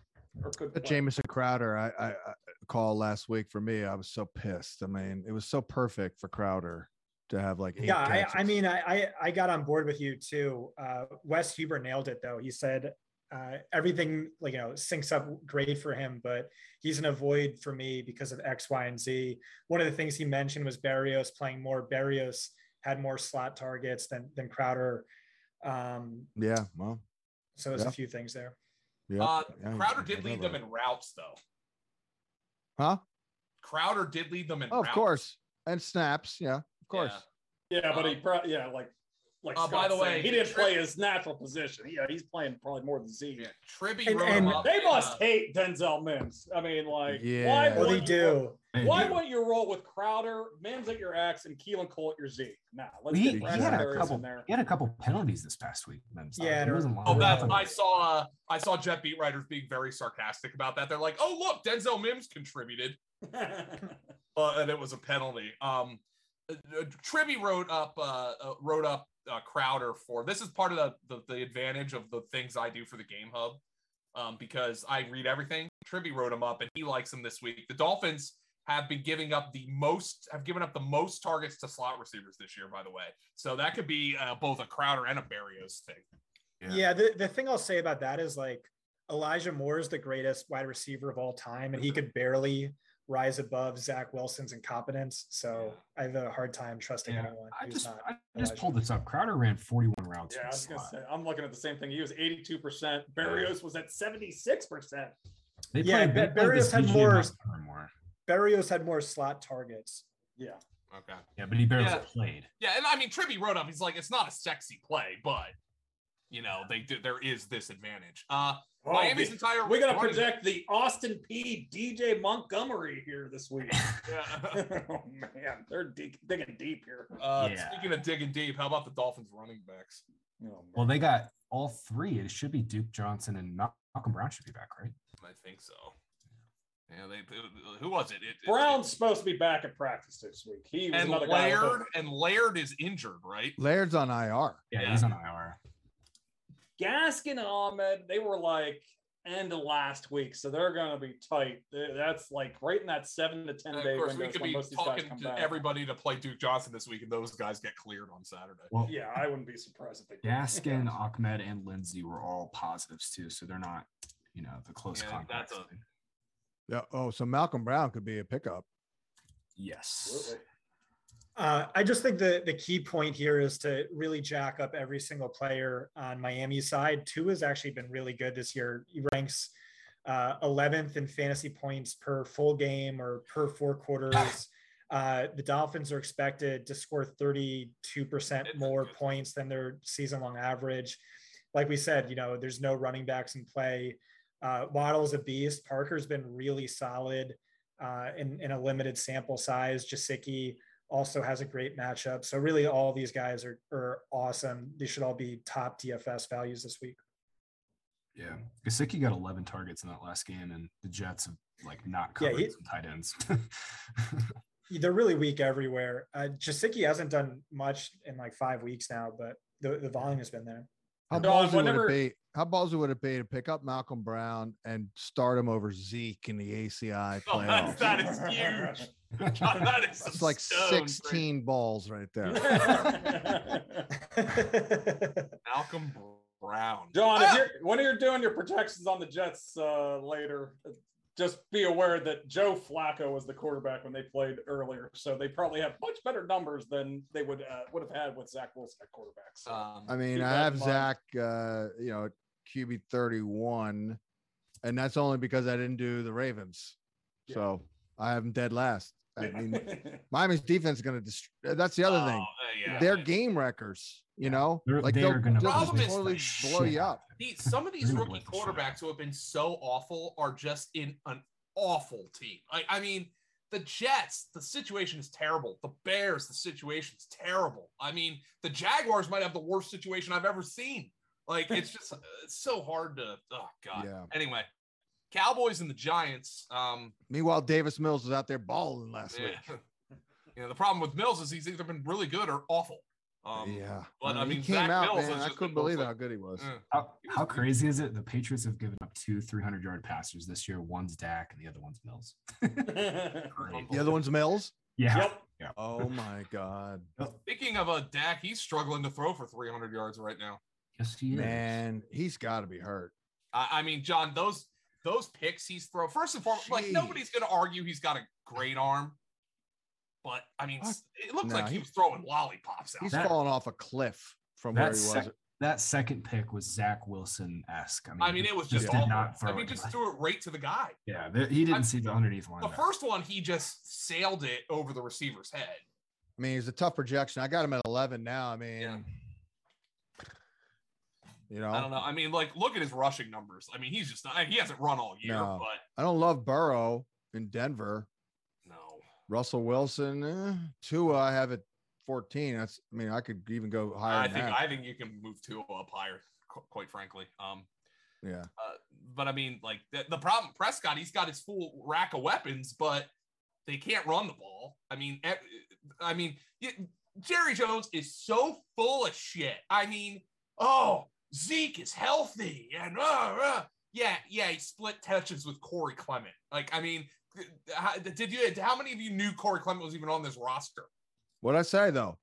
[SPEAKER 4] or could
[SPEAKER 2] Uh,
[SPEAKER 3] The
[SPEAKER 4] play."
[SPEAKER 3] Jamison Crowder I, I, I call last week for me, I was so pissed. I mean, it was so perfect for Crowder to have like eight
[SPEAKER 5] Yeah, I, I
[SPEAKER 3] catches.
[SPEAKER 5] mean, I, I I got on board with you too. Uh, Wes Huber nailed it though. He said uh, everything like you know syncs up great for him, but he's an avoid for me because of X, Y, and Z. One of the things he mentioned was Barrios playing more. Barrios had more slot targets than than Crowder. Um,
[SPEAKER 3] yeah, well,
[SPEAKER 5] so there's
[SPEAKER 3] Yeah.
[SPEAKER 5] a few things there.
[SPEAKER 3] yeah.
[SPEAKER 1] Uh,
[SPEAKER 3] yeah,
[SPEAKER 1] Crowder
[SPEAKER 3] he's-
[SPEAKER 1] did lead them in routes, though.
[SPEAKER 3] huh?
[SPEAKER 1] Crowder did lead them in.
[SPEAKER 3] Oh, of
[SPEAKER 1] routes.
[SPEAKER 3] course, and snaps. Yeah, of course.
[SPEAKER 4] Yeah, but he probably yeah like like
[SPEAKER 1] Uh, by
[SPEAKER 4] Scott's
[SPEAKER 1] the
[SPEAKER 4] saying,
[SPEAKER 1] way,
[SPEAKER 4] he didn't
[SPEAKER 1] Tri-
[SPEAKER 4] play his natural position. Yeah, he's playing probably more than Z.
[SPEAKER 1] Yeah. Tribby
[SPEAKER 5] And-
[SPEAKER 1] wrote
[SPEAKER 5] and-
[SPEAKER 1] him up.
[SPEAKER 4] They must
[SPEAKER 1] Uh,
[SPEAKER 4] hate Denzel Mims. I mean, like why?
[SPEAKER 3] Yeah.
[SPEAKER 5] Well, they
[SPEAKER 4] wouldn't you-
[SPEAKER 5] do.
[SPEAKER 2] They
[SPEAKER 4] Why
[SPEAKER 2] do.
[SPEAKER 4] wouldn't you roll with Crowder, Mims at your X, and Keelan Cole at your Z? Nah, let's
[SPEAKER 2] he,
[SPEAKER 4] get
[SPEAKER 2] he
[SPEAKER 4] Brad
[SPEAKER 2] had a
[SPEAKER 4] Barrios
[SPEAKER 2] couple.
[SPEAKER 4] in there.
[SPEAKER 2] He had a couple penalties this past week. Mims.
[SPEAKER 5] Yeah,
[SPEAKER 2] He wasn't
[SPEAKER 1] Oh,
[SPEAKER 2] lining
[SPEAKER 1] that's
[SPEAKER 2] up.
[SPEAKER 1] I saw. Uh, I saw Jet beat writers being very sarcastic about that. They're like, "Oh, look, Denzel Mims contributed." uh, and it was a penalty. Um, uh, uh, Tribby wrote up uh, uh, wrote up uh, Crowder for this is part of the, the the advantage of the things I do for the Game Hub um, because I read everything. Tribby wrote him up, and he likes him this week. The Dolphins have been giving up the most have given up the most targets to slot receivers this year, by the way. So that could be uh, both a Crowder and a Barrios thing.
[SPEAKER 2] Yeah.
[SPEAKER 5] Yeah. the, the thing I'll say about that is like Elijah Moore is the greatest wide receiver of all time, and he could barely rise above Zach Wilson's incompetence. So I have a hard time trusting
[SPEAKER 2] Yeah.
[SPEAKER 5] anyone
[SPEAKER 2] I
[SPEAKER 5] who's
[SPEAKER 2] just
[SPEAKER 5] not.
[SPEAKER 2] I just pulled this up. Crowder ran 41 routes.
[SPEAKER 4] Yeah,
[SPEAKER 2] in
[SPEAKER 4] I
[SPEAKER 2] the
[SPEAKER 4] was gonna
[SPEAKER 2] slot.
[SPEAKER 4] say I'm looking at the same thing. He was 82 percent. Barrios was at 76 percent.
[SPEAKER 2] They
[SPEAKER 5] Yeah,
[SPEAKER 2] played- they played
[SPEAKER 5] Barrios
[SPEAKER 2] the
[SPEAKER 5] had
[SPEAKER 2] CJ
[SPEAKER 5] more-
[SPEAKER 2] Montgomery more.
[SPEAKER 5] Barrios had more slot targets.
[SPEAKER 4] Yeah,
[SPEAKER 1] Okay.
[SPEAKER 2] Yeah, but he barely
[SPEAKER 1] Yeah.
[SPEAKER 2] played.
[SPEAKER 1] Yeah, and I mean Tribby wrote up. He's like, it's not a sexy play, but you know they do. There is this advantage. Uh,
[SPEAKER 4] Oh,
[SPEAKER 1] Miami's
[SPEAKER 4] we-
[SPEAKER 1] entire
[SPEAKER 4] We're gonna
[SPEAKER 1] running-
[SPEAKER 4] project the Austin P. DJ Montgomery here this week.
[SPEAKER 1] Yeah.
[SPEAKER 4] oh man, they're dig- digging deep here.
[SPEAKER 1] Uh,
[SPEAKER 2] Yeah.
[SPEAKER 1] Speaking of digging deep, how about the Dolphins running backs?
[SPEAKER 4] Oh,
[SPEAKER 2] Well,
[SPEAKER 4] man.
[SPEAKER 2] they got all three. It should be Duke Johnson and Ma- Malcolm Brown should be back, right?
[SPEAKER 1] I think so. Yeah, they. Who was it? it it-
[SPEAKER 4] Brown's supposed to be back at practice this week. He was
[SPEAKER 1] and
[SPEAKER 4] another guy. with
[SPEAKER 1] Laird
[SPEAKER 4] a-
[SPEAKER 1] and Laird is injured, right?
[SPEAKER 3] Laird's on IR.
[SPEAKER 2] Yeah, he's on IR.
[SPEAKER 4] Gaskin and Ahmed, they were like end of last week, so they're gonna be tight. They- That's like right in that seven to ten
[SPEAKER 1] And
[SPEAKER 4] day
[SPEAKER 1] of course,
[SPEAKER 4] window
[SPEAKER 1] we
[SPEAKER 4] is
[SPEAKER 1] could
[SPEAKER 4] when
[SPEAKER 1] be
[SPEAKER 4] most of these guys
[SPEAKER 1] talking
[SPEAKER 4] come
[SPEAKER 1] to
[SPEAKER 4] back.
[SPEAKER 1] everybody to play Duke Johnson this week, and those guys get cleared on Saturday.
[SPEAKER 2] Well,
[SPEAKER 4] Yeah, I wouldn't be surprised if they. did.
[SPEAKER 2] Gaskin, Ahmed, and Lindsay were all positives too, so they're not, you know, the close
[SPEAKER 1] Yeah,
[SPEAKER 2] contacts.
[SPEAKER 1] that's
[SPEAKER 3] Yeah. Oh, so Malcolm Brown could be a pickup.
[SPEAKER 2] yes.
[SPEAKER 4] Absolutely.
[SPEAKER 5] Uh, I just think the the key point here is to really jack up every single player on Miami's side. Two has actually been really good this year. He ranks uh, 11th in fantasy points per full game or per four quarters. Uh, the Dolphins are expected to score 32% more points than their season long average. Like we said, you know, there's no running backs in play. Uh, Waddle's a beast. Parker's been really solid uh, in, in a limited sample size. Jasicki also has a great matchup. So really, all these guys are are awesome. They should all be top DFS values this week.
[SPEAKER 2] Yeah, Gasicki got 11 targets in that last game, and the Jets have like not
[SPEAKER 5] Yeah,
[SPEAKER 2] covered
[SPEAKER 5] he-
[SPEAKER 2] some tight ends.
[SPEAKER 5] They're really weak everywhere. Uh, Jasicki hasn't done much in like five weeks now, but the, the volume has been there.
[SPEAKER 3] How
[SPEAKER 4] No,
[SPEAKER 3] ballsy
[SPEAKER 4] whenever-
[SPEAKER 3] would it be? How ballsy would it be to pick up Malcolm Brown and start him over Zeke in the ACI
[SPEAKER 1] Oh, that's-
[SPEAKER 3] playoffs?
[SPEAKER 1] that is huge. God, that is
[SPEAKER 3] That's
[SPEAKER 1] some
[SPEAKER 3] like
[SPEAKER 1] stones right
[SPEAKER 3] 16 balls right there.
[SPEAKER 1] there. Malcolm Brown.
[SPEAKER 4] John,
[SPEAKER 1] Ah!
[SPEAKER 4] if you're, when you're doing your projections on the Jets uh, later, just be aware that Joe Flacco was the quarterback when they played earlier, so they probably have much better numbers than they would uh, would have had with Zach Wilson at quarterback. So.
[SPEAKER 1] Um,
[SPEAKER 3] I mean,
[SPEAKER 4] Keep
[SPEAKER 3] I
[SPEAKER 4] that
[SPEAKER 3] have
[SPEAKER 4] in mind.
[SPEAKER 3] Zach, uh, you know, QB 31, and that's only because I didn't do the Ravens.
[SPEAKER 4] Yeah.
[SPEAKER 3] So I have him dead last. I mean, Miami's defense is going to destroy. That's the other thing.
[SPEAKER 1] oh, yeah.
[SPEAKER 3] They're game wreckers, you know,
[SPEAKER 2] They're-
[SPEAKER 3] like
[SPEAKER 2] they
[SPEAKER 3] they'll
[SPEAKER 2] are gonna
[SPEAKER 3] they'll
[SPEAKER 1] blow
[SPEAKER 3] just
[SPEAKER 1] the
[SPEAKER 3] totally
[SPEAKER 2] shit
[SPEAKER 3] blow you
[SPEAKER 2] out
[SPEAKER 3] up.
[SPEAKER 2] of it.
[SPEAKER 1] The- some of these
[SPEAKER 2] Really
[SPEAKER 1] rookie
[SPEAKER 2] like the shot.
[SPEAKER 1] quarterbacks who have been so awful are just in an awful team. I, I mean, the Jets, the situation is terrible. The Bears, the situation is terrible. I mean, the Jaguars might have the worst situation I've ever seen. Like, it's just uh, it's so hard to. Oh God.
[SPEAKER 3] Yeah.
[SPEAKER 1] Anyway, Cowboys and the Giants. Um,
[SPEAKER 3] Meanwhile, Davis Mills was out there balling last
[SPEAKER 1] yeah.
[SPEAKER 3] week.
[SPEAKER 1] You know, the problem with Mills is he's either been really good or awful. Um,
[SPEAKER 3] yeah,
[SPEAKER 1] but, I
[SPEAKER 3] he
[SPEAKER 1] mean,
[SPEAKER 3] came
[SPEAKER 1] Zach
[SPEAKER 3] out,
[SPEAKER 1] Mills
[SPEAKER 3] man,
[SPEAKER 1] has
[SPEAKER 3] I
[SPEAKER 1] just
[SPEAKER 3] couldn't
[SPEAKER 1] been
[SPEAKER 3] believe
[SPEAKER 1] mostly-
[SPEAKER 3] how good he was.
[SPEAKER 1] uh,
[SPEAKER 2] How,
[SPEAKER 1] He was
[SPEAKER 2] how
[SPEAKER 1] weird.
[SPEAKER 2] crazy is it? The Patriots have given up two 300 yard passers this year. One's Dak and the other one's Mills. Great.
[SPEAKER 3] The other one's Mills.
[SPEAKER 2] Yeah.
[SPEAKER 4] yep.
[SPEAKER 3] Oh my God,
[SPEAKER 1] Speaking of a Dak, he's struggling to throw for 300 yards right now.
[SPEAKER 2] Yes, he is.
[SPEAKER 3] man, he's got to be hurt.
[SPEAKER 1] I, I mean, John, those those picks he's throw first and foremost, like
[SPEAKER 3] Jeez.
[SPEAKER 1] nobody's going to argue he's got a great arm, but I mean,
[SPEAKER 3] Fuck.
[SPEAKER 1] it looks
[SPEAKER 3] No,
[SPEAKER 1] like he
[SPEAKER 3] he-
[SPEAKER 1] was throwing lollipops out.
[SPEAKER 3] He's
[SPEAKER 1] there.
[SPEAKER 2] That-
[SPEAKER 3] falling off a cliff from where he
[SPEAKER 2] That's
[SPEAKER 3] was.
[SPEAKER 2] sec- that second pick was Zach Wilson esque. I mean,
[SPEAKER 1] I mean, it was just
[SPEAKER 2] did
[SPEAKER 1] awful.
[SPEAKER 2] not
[SPEAKER 1] I
[SPEAKER 2] throw
[SPEAKER 1] mean,
[SPEAKER 2] it.
[SPEAKER 1] just threw it right to the guy.
[SPEAKER 2] yeah, there- he didn't
[SPEAKER 1] I'm-
[SPEAKER 2] see the underneath line.
[SPEAKER 1] The first one, he just sailed it over the receiver's head.
[SPEAKER 3] I mean, it's a tough projection. I got him at 11 now. I mean,
[SPEAKER 1] Yeah.
[SPEAKER 3] you know,
[SPEAKER 1] I don't know. I mean, like, look at his rushing numbers. I mean, he's just not, he hasn't run all year,
[SPEAKER 3] No.
[SPEAKER 1] but
[SPEAKER 3] I don't love Burrow in Denver.
[SPEAKER 1] no.
[SPEAKER 3] Russell Wilson, eh, Tua, I have at 14. That's, I mean, I could even go
[SPEAKER 1] I
[SPEAKER 3] higher. than
[SPEAKER 1] think
[SPEAKER 3] that.
[SPEAKER 1] I think you can move two up higher, qu- quite frankly. Um,
[SPEAKER 3] yeah.
[SPEAKER 1] Uh, but I mean, like the, the problem, Prescott, he's got his full rack of weapons, but they can't run the ball. I mean, e- I mean, y- Jerry Jones is so full of shit. I mean, oh, Zeke is healthy, and uh, uh, yeah, yeah, he split touches with Corey Clement. Like, I mean, th- how, did you? How many of you knew Corey Clement was even on this roster?
[SPEAKER 3] What I say though,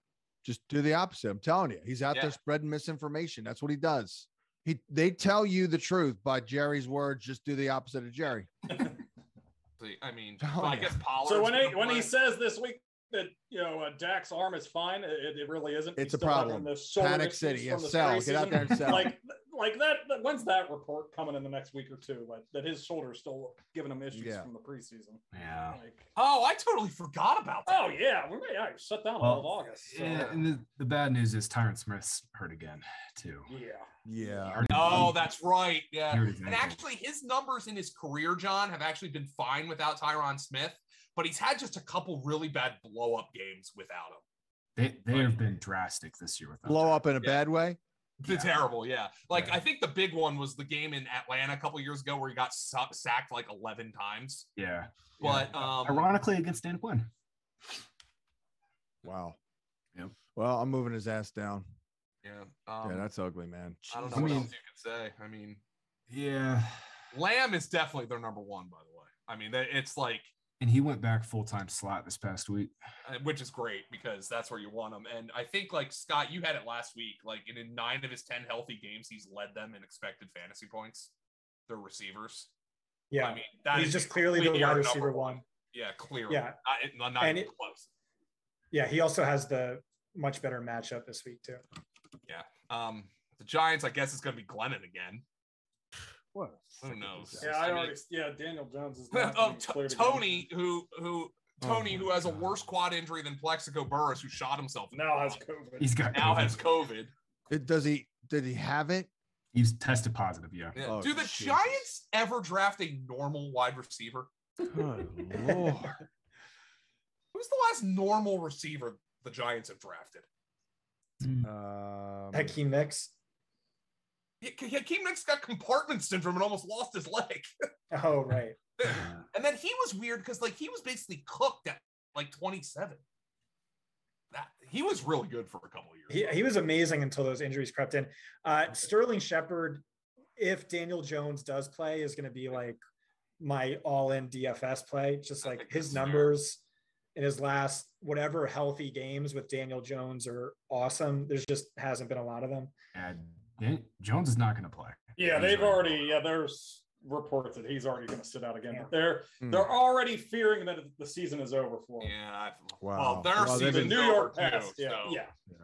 [SPEAKER 3] just do the opposite. I'm telling you, he's out
[SPEAKER 1] Yeah.
[SPEAKER 3] there spreading misinformation. That's what he does. He, they tell you the truth by Jerry's words. Just do the opposite of Jerry.
[SPEAKER 1] See, I mean,
[SPEAKER 3] Oh,
[SPEAKER 1] well, I
[SPEAKER 3] yeah.
[SPEAKER 1] guess Pollard.
[SPEAKER 4] So when he when he says this week that you know uh, Dak's arm is fine, it, it really isn't.
[SPEAKER 3] It's
[SPEAKER 4] He's
[SPEAKER 3] a
[SPEAKER 4] still having
[SPEAKER 3] problem.
[SPEAKER 4] the shoulder
[SPEAKER 3] Panic
[SPEAKER 4] issues
[SPEAKER 3] City.
[SPEAKER 4] from
[SPEAKER 3] Yeah,
[SPEAKER 4] this
[SPEAKER 3] sell. Get out
[SPEAKER 4] preseason.
[SPEAKER 3] there and sell.
[SPEAKER 4] like like that. that- When's that report coming in the next week or two? Like that his shoulder's still giving him issues
[SPEAKER 3] Yeah.
[SPEAKER 4] from the preseason.
[SPEAKER 2] yeah.
[SPEAKER 4] Like
[SPEAKER 1] oh, I totally forgot about that.
[SPEAKER 4] oh yeah, we may I shut down all of August. So,
[SPEAKER 2] Yeah, and the, the bad news is Tyron Smith's hurt again too.
[SPEAKER 4] yeah.
[SPEAKER 3] yeah.
[SPEAKER 2] He already-
[SPEAKER 1] Oh, that's right. Yeah.
[SPEAKER 2] he already-
[SPEAKER 1] And actually, his numbers in his career, John, have actually been fine without Tyron Smith, but he's had just a couple really bad blow up games without him.
[SPEAKER 2] they they have been drastic this year with that.
[SPEAKER 3] Blow up in a
[SPEAKER 1] Yeah.
[SPEAKER 3] bad way.
[SPEAKER 1] The terrible, yeah. Like
[SPEAKER 2] Yeah.
[SPEAKER 1] I think the big one was the game in Atlanta a couple years ago where he got sa- sacked like eleven times.
[SPEAKER 2] Yeah,
[SPEAKER 1] But um,
[SPEAKER 2] ironically against Dan Quinn.
[SPEAKER 3] Wow.
[SPEAKER 2] Yep.
[SPEAKER 3] Well, I'm moving his ass down.
[SPEAKER 1] yeah, um,
[SPEAKER 3] yeah, that's ugly, man.
[SPEAKER 1] I don't know
[SPEAKER 2] I
[SPEAKER 1] what
[SPEAKER 2] mean-
[SPEAKER 1] else you could say. I mean,
[SPEAKER 2] Yeah,
[SPEAKER 1] Lamb is definitely their number one, by the way. I mean, that- it's like,
[SPEAKER 2] and he went back full time slot this past week.
[SPEAKER 1] uh, which is great because that's where you want them. And I think like Scott, you had it last week. Like and in nine of his ten healthy games, he's led them in expected fantasy points. Their receivers.
[SPEAKER 5] Yeah.
[SPEAKER 1] I mean that is
[SPEAKER 5] He's just clearly the
[SPEAKER 1] clear
[SPEAKER 5] wide
[SPEAKER 1] number
[SPEAKER 5] receiver one.
[SPEAKER 1] Yeah, clearly.
[SPEAKER 5] Yeah.
[SPEAKER 1] I, I'm not
[SPEAKER 5] And
[SPEAKER 1] even
[SPEAKER 5] it-
[SPEAKER 1] close.
[SPEAKER 5] Yeah. He also has the much better matchup this week, too.
[SPEAKER 1] Um, the Giants, I guess, is going to be Glennon again.
[SPEAKER 3] What?
[SPEAKER 1] Who knows?
[SPEAKER 4] Yeah, I
[SPEAKER 1] I mean,
[SPEAKER 4] already.
[SPEAKER 1] it's-
[SPEAKER 4] Yeah, Daniel Jones is. not
[SPEAKER 1] oh,
[SPEAKER 4] being
[SPEAKER 1] T-
[SPEAKER 4] cleared again.
[SPEAKER 1] Tony, who who
[SPEAKER 3] Oh
[SPEAKER 1] Tony,
[SPEAKER 3] my
[SPEAKER 1] who has a
[SPEAKER 2] God.
[SPEAKER 1] worse quad injury than Plexico Burris, who shot himself in the
[SPEAKER 4] now has
[SPEAKER 1] foot,
[SPEAKER 4] COVID.
[SPEAKER 2] He's got
[SPEAKER 1] now
[SPEAKER 2] COVID.
[SPEAKER 1] has COVID.
[SPEAKER 3] It, does he? Did he have it?
[SPEAKER 2] He's tested positive. Yeah.
[SPEAKER 1] Yeah.
[SPEAKER 3] Oh,
[SPEAKER 1] Do the
[SPEAKER 3] Jesus.
[SPEAKER 1] Giants ever draft a normal wide receiver?
[SPEAKER 3] Good lord.
[SPEAKER 1] Who's Who's the last normal receiver the Giants have drafted?
[SPEAKER 3] Um,
[SPEAKER 5] Hakeem Nicks.
[SPEAKER 1] Yeah, K- Hakeem Nicks got compartment syndrome and almost lost his leg.
[SPEAKER 5] Oh, right.
[SPEAKER 2] Yeah.
[SPEAKER 1] And then he was weird because like he was basically cooked at like 27. That he was really good for a couple of years.
[SPEAKER 5] He, he was amazing until those injuries crept in. Uh, Sterling Shepard, if Daniel Jones does play, is going to be like my all in DFS play. Just
[SPEAKER 1] I
[SPEAKER 5] like
[SPEAKER 1] think that's
[SPEAKER 5] his
[SPEAKER 1] fair.
[SPEAKER 5] numbers in his last whatever healthy games with Daniel Jones are awesome. There's just hasn't been a lot of them.
[SPEAKER 2] And Dan- Jones is not going to play.
[SPEAKER 4] Yeah,
[SPEAKER 2] He's
[SPEAKER 4] they've
[SPEAKER 2] not-
[SPEAKER 4] already. Yeah, there's reports that he's already going to sit out again.
[SPEAKER 5] Yeah.
[SPEAKER 4] But they're
[SPEAKER 3] Hmm.
[SPEAKER 4] they're already fearing that the season is over for him.
[SPEAKER 1] yeah, I, well,
[SPEAKER 3] Wow.
[SPEAKER 1] their
[SPEAKER 3] Well, they've
[SPEAKER 4] The
[SPEAKER 1] season's
[SPEAKER 3] been-
[SPEAKER 4] New York
[SPEAKER 1] over, too,
[SPEAKER 4] Pats. Yeah,
[SPEAKER 1] so-
[SPEAKER 4] yeah.
[SPEAKER 2] Yeah.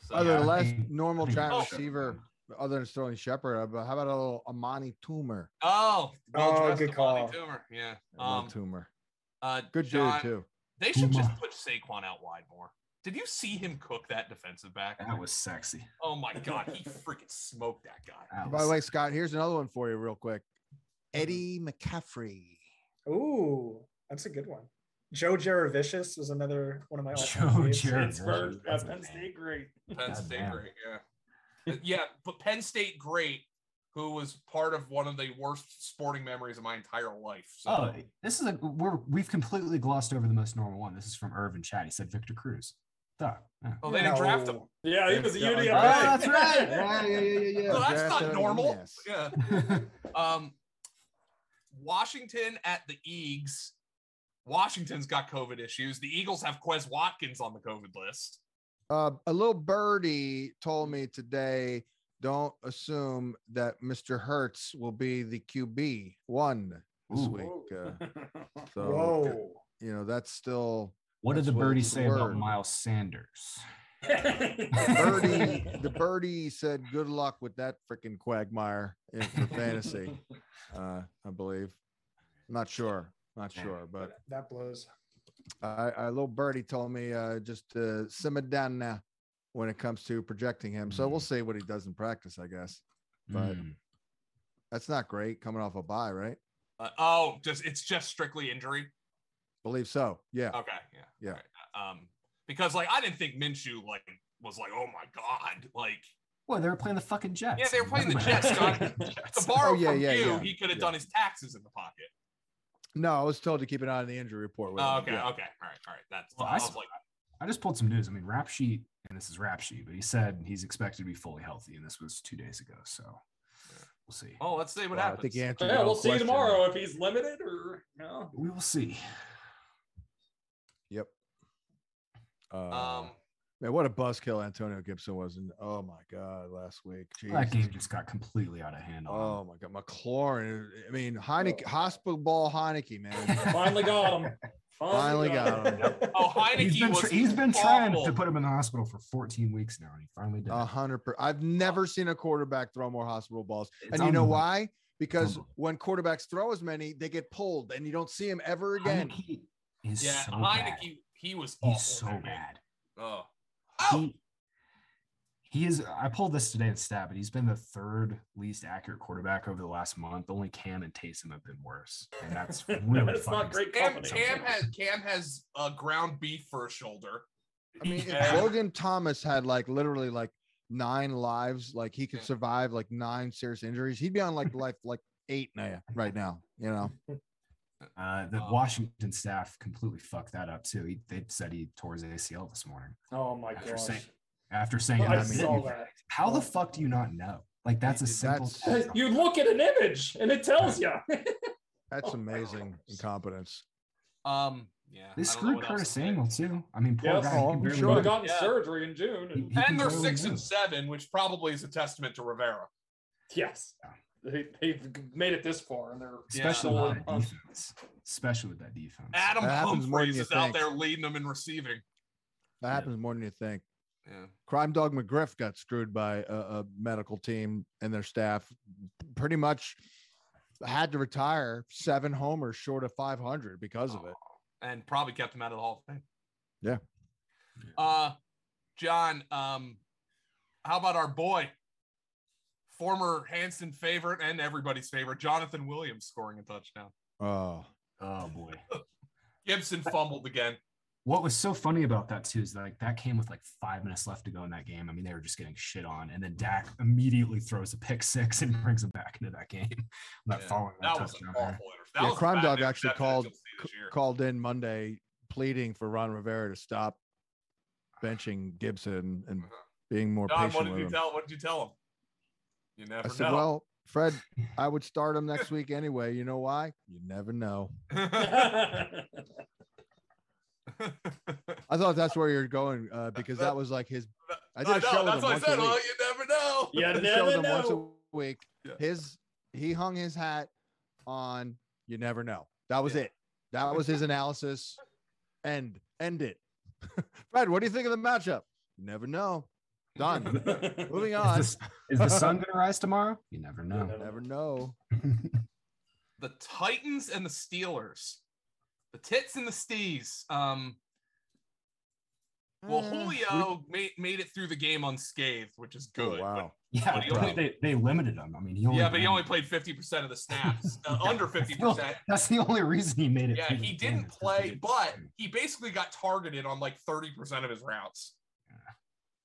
[SPEAKER 1] so-
[SPEAKER 3] Other than
[SPEAKER 2] Yeah, I
[SPEAKER 3] last
[SPEAKER 2] think-
[SPEAKER 3] normal
[SPEAKER 1] Oh.
[SPEAKER 2] I think
[SPEAKER 3] giant
[SPEAKER 2] Shepard-
[SPEAKER 3] receiver, other than Sterling Shepard, but how about a little Amani Toomer?
[SPEAKER 1] Oh, well
[SPEAKER 5] Oh,
[SPEAKER 1] dressed
[SPEAKER 5] good
[SPEAKER 1] Amani
[SPEAKER 5] call.
[SPEAKER 1] Toomer, Yeah.
[SPEAKER 3] Um,
[SPEAKER 1] Um,
[SPEAKER 3] Toomer,
[SPEAKER 1] uh,
[SPEAKER 3] good
[SPEAKER 1] John,
[SPEAKER 3] dude too.
[SPEAKER 1] They should just
[SPEAKER 2] Toomer.
[SPEAKER 1] put Saquon out wide more. Did you see him cook that defensive back?
[SPEAKER 2] That was sexy.
[SPEAKER 1] Oh my god, he freaking smoked that guy.
[SPEAKER 2] That
[SPEAKER 3] By the
[SPEAKER 2] was-
[SPEAKER 3] way, Scott, here's another one for you, real quick.
[SPEAKER 1] Mm-hmm.
[SPEAKER 3] Eddie McCaffrey.
[SPEAKER 5] Ooh, that's a good one. Joe Jaravicious was another one of my all-time
[SPEAKER 2] Joe
[SPEAKER 5] faves.
[SPEAKER 2] Jara-
[SPEAKER 4] Pittsburgh, uh,
[SPEAKER 2] That's a
[SPEAKER 4] Penn
[SPEAKER 2] man.
[SPEAKER 4] State, great.
[SPEAKER 1] Penn
[SPEAKER 2] God
[SPEAKER 1] State
[SPEAKER 2] damn.
[SPEAKER 1] great, yeah. Uh, yeah, but Penn State great, who was part of one of the worst sporting memories of my entire life. So
[SPEAKER 2] Oh, this is a we're we've completely glossed over the most normal one. This is from Irvin Chat. He said Victor Cruz. Duh. Yeah.
[SPEAKER 1] Oh, they didn't draft him.
[SPEAKER 5] No.
[SPEAKER 4] Yeah, he was a
[SPEAKER 3] Yeah,
[SPEAKER 4] UDFA.
[SPEAKER 2] Oh, that's right. Yeah, yeah, yeah, yeah,
[SPEAKER 1] So
[SPEAKER 2] yeah.
[SPEAKER 1] that's not
[SPEAKER 3] Drafted
[SPEAKER 1] normal.
[SPEAKER 3] him, yes.
[SPEAKER 1] Yeah. Um Washington at the Eagles. Washington's got COVID issues. The Eagles have Quez Watkins on the COVID list.
[SPEAKER 3] Uh, a little birdie told me today, don't assume that Mr. Hertz will be the QB one this
[SPEAKER 2] Ooh.
[SPEAKER 3] week. Uh, so
[SPEAKER 5] Whoa.
[SPEAKER 3] you know that's still
[SPEAKER 2] What did
[SPEAKER 3] That's
[SPEAKER 2] the
[SPEAKER 3] what
[SPEAKER 2] birdie
[SPEAKER 3] it's
[SPEAKER 2] say about
[SPEAKER 3] word.
[SPEAKER 2] Miles Sanders?
[SPEAKER 4] Oh.
[SPEAKER 3] birdie. the birdie said, "Good luck with that freaking quagmire in for fantasy." Uh, I believe. Not sure. Not
[SPEAKER 2] Yeah.
[SPEAKER 3] sure, but
[SPEAKER 5] That blows.
[SPEAKER 3] I, I little birdie told me uh, just uh, simmer down now when it comes to projecting him. So we'll
[SPEAKER 2] Mm.
[SPEAKER 1] Mm-hmm.
[SPEAKER 3] see what he does in practice. I guess But-
[SPEAKER 2] Mm.
[SPEAKER 3] that's not great coming off a bye, right?
[SPEAKER 1] Uh, oh, just it's just strictly injury.
[SPEAKER 3] Believe so. Yeah.
[SPEAKER 1] Okay, yeah,
[SPEAKER 3] Yeah.
[SPEAKER 1] all right. Um, because like I didn't think Minshew like was like, oh my god, like
[SPEAKER 2] Well, they were playing the fucking Jets.
[SPEAKER 1] Yeah, they were playing the Jets,
[SPEAKER 4] Scott.
[SPEAKER 1] to borrow
[SPEAKER 3] Oh, yeah,
[SPEAKER 1] from
[SPEAKER 3] yeah,
[SPEAKER 1] you,
[SPEAKER 3] yeah,
[SPEAKER 1] he could have
[SPEAKER 3] yeah.
[SPEAKER 1] done his taxes in the pocket.
[SPEAKER 3] No, I was told to keep an eye on the injury report. with
[SPEAKER 1] Oh,
[SPEAKER 3] him.
[SPEAKER 1] okay,
[SPEAKER 3] Yeah.
[SPEAKER 1] okay, all right, all right. That's
[SPEAKER 2] Well,
[SPEAKER 1] I
[SPEAKER 2] I
[SPEAKER 1] was
[SPEAKER 2] saw-
[SPEAKER 1] like,
[SPEAKER 2] I just pulled some news. I mean, Rap Sheet, and this is Rap Sheet, but he said he's expected to be fully healthy, and this was two days ago. So we'll see.
[SPEAKER 1] oh, let's see what
[SPEAKER 3] Well, I
[SPEAKER 1] happens.
[SPEAKER 3] think he answered.
[SPEAKER 4] yeah,
[SPEAKER 3] your
[SPEAKER 4] we'll
[SPEAKER 3] own
[SPEAKER 4] see
[SPEAKER 3] question.
[SPEAKER 4] tomorrow if he's limited or no.
[SPEAKER 2] We will see.
[SPEAKER 3] Yep. Uh,
[SPEAKER 1] um,
[SPEAKER 3] man, what a buzzkill Antonio Gibson was! And oh my god, last week.
[SPEAKER 2] That
[SPEAKER 3] Jesus
[SPEAKER 2] game just got completely out of hand.
[SPEAKER 3] Oh my God, McLaurin. I mean, Heineke, hospital ball Heineke, man.
[SPEAKER 4] Finally got him.
[SPEAKER 3] Finally got him.
[SPEAKER 1] oh, Heineke
[SPEAKER 2] He's been,
[SPEAKER 1] was
[SPEAKER 2] tr- he's been trying
[SPEAKER 1] awful.
[SPEAKER 2] to put him in the hospital for 14 weeks now, and he finally did.
[SPEAKER 3] A
[SPEAKER 2] it.
[SPEAKER 3] hundred. per- I've never seen a quarterback throw more hospital balls,
[SPEAKER 2] It's
[SPEAKER 3] and you know
[SPEAKER 2] unbelievable.
[SPEAKER 3] why? Because
[SPEAKER 2] unbelievable.
[SPEAKER 3] when quarterbacks throw as many, they get pulled, and you don't see him ever again.
[SPEAKER 2] Heineke is
[SPEAKER 1] Yeah,
[SPEAKER 2] so
[SPEAKER 1] Heineke,
[SPEAKER 2] bad.
[SPEAKER 1] he was awful.
[SPEAKER 2] He's so
[SPEAKER 1] that game.
[SPEAKER 2] bad.
[SPEAKER 1] Oh, oh,
[SPEAKER 2] He, he is. I pulled this today in stat, but he's been the third least accurate quarterback over the last month. Only Cam and Taysom have been worse, and that's really
[SPEAKER 4] That's
[SPEAKER 2] fucking
[SPEAKER 4] not great
[SPEAKER 1] Cam,
[SPEAKER 4] company.
[SPEAKER 1] Cam has Cam has uh, ground beef for a shoulder.
[SPEAKER 3] I mean, if
[SPEAKER 1] Yeah.
[SPEAKER 3] Logan Thomas had like literally like nine lives, like he could
[SPEAKER 1] Yeah.
[SPEAKER 3] survive like nine serious injuries, he'd be on like life like eight now, right now. You know,
[SPEAKER 2] Uh, the Washington staff completely fucked that up too. He, they said he tore his ACL this morning
[SPEAKER 4] Oh my
[SPEAKER 2] After
[SPEAKER 4] gosh.
[SPEAKER 2] saying- after saying,
[SPEAKER 4] I
[SPEAKER 2] that made
[SPEAKER 4] saw
[SPEAKER 2] me-
[SPEAKER 4] that.
[SPEAKER 2] "How the fuck do you not know?" Like that's a
[SPEAKER 3] That's-
[SPEAKER 2] simple. test.
[SPEAKER 4] You look at an image and it tells you.
[SPEAKER 3] that's
[SPEAKER 4] Oh my
[SPEAKER 3] amazing
[SPEAKER 4] gosh.
[SPEAKER 3] incompetence.
[SPEAKER 1] Um, yeah,
[SPEAKER 2] They
[SPEAKER 1] I don't know
[SPEAKER 2] screwed
[SPEAKER 1] what else
[SPEAKER 2] Curtis
[SPEAKER 1] to say.
[SPEAKER 2] Samuel too. I mean, poor
[SPEAKER 4] Yes.
[SPEAKER 2] guy. he
[SPEAKER 3] Oh,
[SPEAKER 2] can
[SPEAKER 3] I'm
[SPEAKER 2] barely
[SPEAKER 3] sure.
[SPEAKER 4] Should
[SPEAKER 2] move.
[SPEAKER 4] have gotten
[SPEAKER 1] Yeah.
[SPEAKER 4] surgery in June.
[SPEAKER 2] He-
[SPEAKER 4] and-
[SPEAKER 2] he can
[SPEAKER 1] And they're
[SPEAKER 2] barely
[SPEAKER 1] six and
[SPEAKER 2] move.
[SPEAKER 1] seven, which probably is a testament to Rivera.
[SPEAKER 4] yes. They, they've made it this far and they're
[SPEAKER 2] especially
[SPEAKER 4] still
[SPEAKER 2] with that
[SPEAKER 4] on-
[SPEAKER 2] defense. Especially with that defense.
[SPEAKER 1] Adam
[SPEAKER 3] That happens more than
[SPEAKER 1] Humphreys
[SPEAKER 3] you
[SPEAKER 1] is out
[SPEAKER 3] think.
[SPEAKER 1] there leading them in receiving.
[SPEAKER 3] That
[SPEAKER 2] Yeah.
[SPEAKER 3] happens more than you think.
[SPEAKER 1] Yeah.
[SPEAKER 3] Crime Dog McGriff got screwed by a, a medical team and their staff. Pretty much had to retire seven homers short of 500 because of it.
[SPEAKER 1] And probably kept him out of the Hall of Fame.
[SPEAKER 3] Yeah.
[SPEAKER 1] Uh, John, um, how about our boy, former Hanson favorite and everybody's favorite, Jonathan Williams scoring a touchdown?
[SPEAKER 3] Oh,
[SPEAKER 2] Oh boy.
[SPEAKER 1] Gibson fumbled again.
[SPEAKER 2] what was so funny about that too is that like that came with like five minutes left to go in that game. I mean, they were just getting shit on, and then Dak immediately throws a pick six and brings them back into that game. Not
[SPEAKER 1] Yeah,
[SPEAKER 2] following that,
[SPEAKER 1] That was an
[SPEAKER 2] touchdown.
[SPEAKER 1] awful
[SPEAKER 2] there.
[SPEAKER 1] inter- that
[SPEAKER 3] Yeah,
[SPEAKER 1] was a
[SPEAKER 3] Crime
[SPEAKER 1] bad
[SPEAKER 3] Dog actually
[SPEAKER 1] interception
[SPEAKER 3] called-
[SPEAKER 1] you'll see this year.
[SPEAKER 3] called in Monday pleading for Ron Rivera to stop benching Gibson and
[SPEAKER 1] Uh-huh.
[SPEAKER 3] being more
[SPEAKER 1] Don, what
[SPEAKER 3] patient
[SPEAKER 1] did
[SPEAKER 3] with
[SPEAKER 1] you
[SPEAKER 3] him.
[SPEAKER 1] tell? What did you tell him? You never
[SPEAKER 3] I said,
[SPEAKER 1] know.
[SPEAKER 3] "Well, Fred, I would start him next week anyway. You know why? You never know." I thought that's where you're going uh, because that was like his. I did a show
[SPEAKER 1] know. That's
[SPEAKER 3] with him
[SPEAKER 1] what I
[SPEAKER 3] once a
[SPEAKER 1] said.
[SPEAKER 3] week.
[SPEAKER 1] Well, you never know.
[SPEAKER 4] you
[SPEAKER 3] I showed
[SPEAKER 4] never
[SPEAKER 3] him once a
[SPEAKER 4] know.
[SPEAKER 3] week.
[SPEAKER 1] Yeah.
[SPEAKER 3] His he hung his hat on. You never know. That was
[SPEAKER 1] Yeah.
[SPEAKER 3] it. That was his analysis. End. End it. Fred, what do you think of the matchup? You never know. Done. Moving
[SPEAKER 2] Is,
[SPEAKER 3] on.
[SPEAKER 2] this- is the sun going to rise tomorrow? You never know.
[SPEAKER 3] never know.
[SPEAKER 1] the Titans and the Steelers, the tits and the stees. Um, well, Mm.
[SPEAKER 3] Eh,
[SPEAKER 1] Julio made, made it through the game unscathed, which is
[SPEAKER 3] we-
[SPEAKER 1] good. but-
[SPEAKER 3] Oh, wow.
[SPEAKER 2] yeah,
[SPEAKER 1] But he only-
[SPEAKER 2] they, they limited him. I mean, he only
[SPEAKER 1] yeah, but he
[SPEAKER 2] ran-
[SPEAKER 1] only played fifty percent of the snaps, uh, under fifty percent.
[SPEAKER 2] That's the only reason he made it.
[SPEAKER 1] Yeah,
[SPEAKER 2] through the
[SPEAKER 1] he
[SPEAKER 2] game
[SPEAKER 1] didn't
[SPEAKER 2] is 'cause they
[SPEAKER 1] play,
[SPEAKER 2] didn't
[SPEAKER 1] but
[SPEAKER 2] play him.
[SPEAKER 1] he basically got targeted on like thirty percent of his routes.
[SPEAKER 2] Yeah.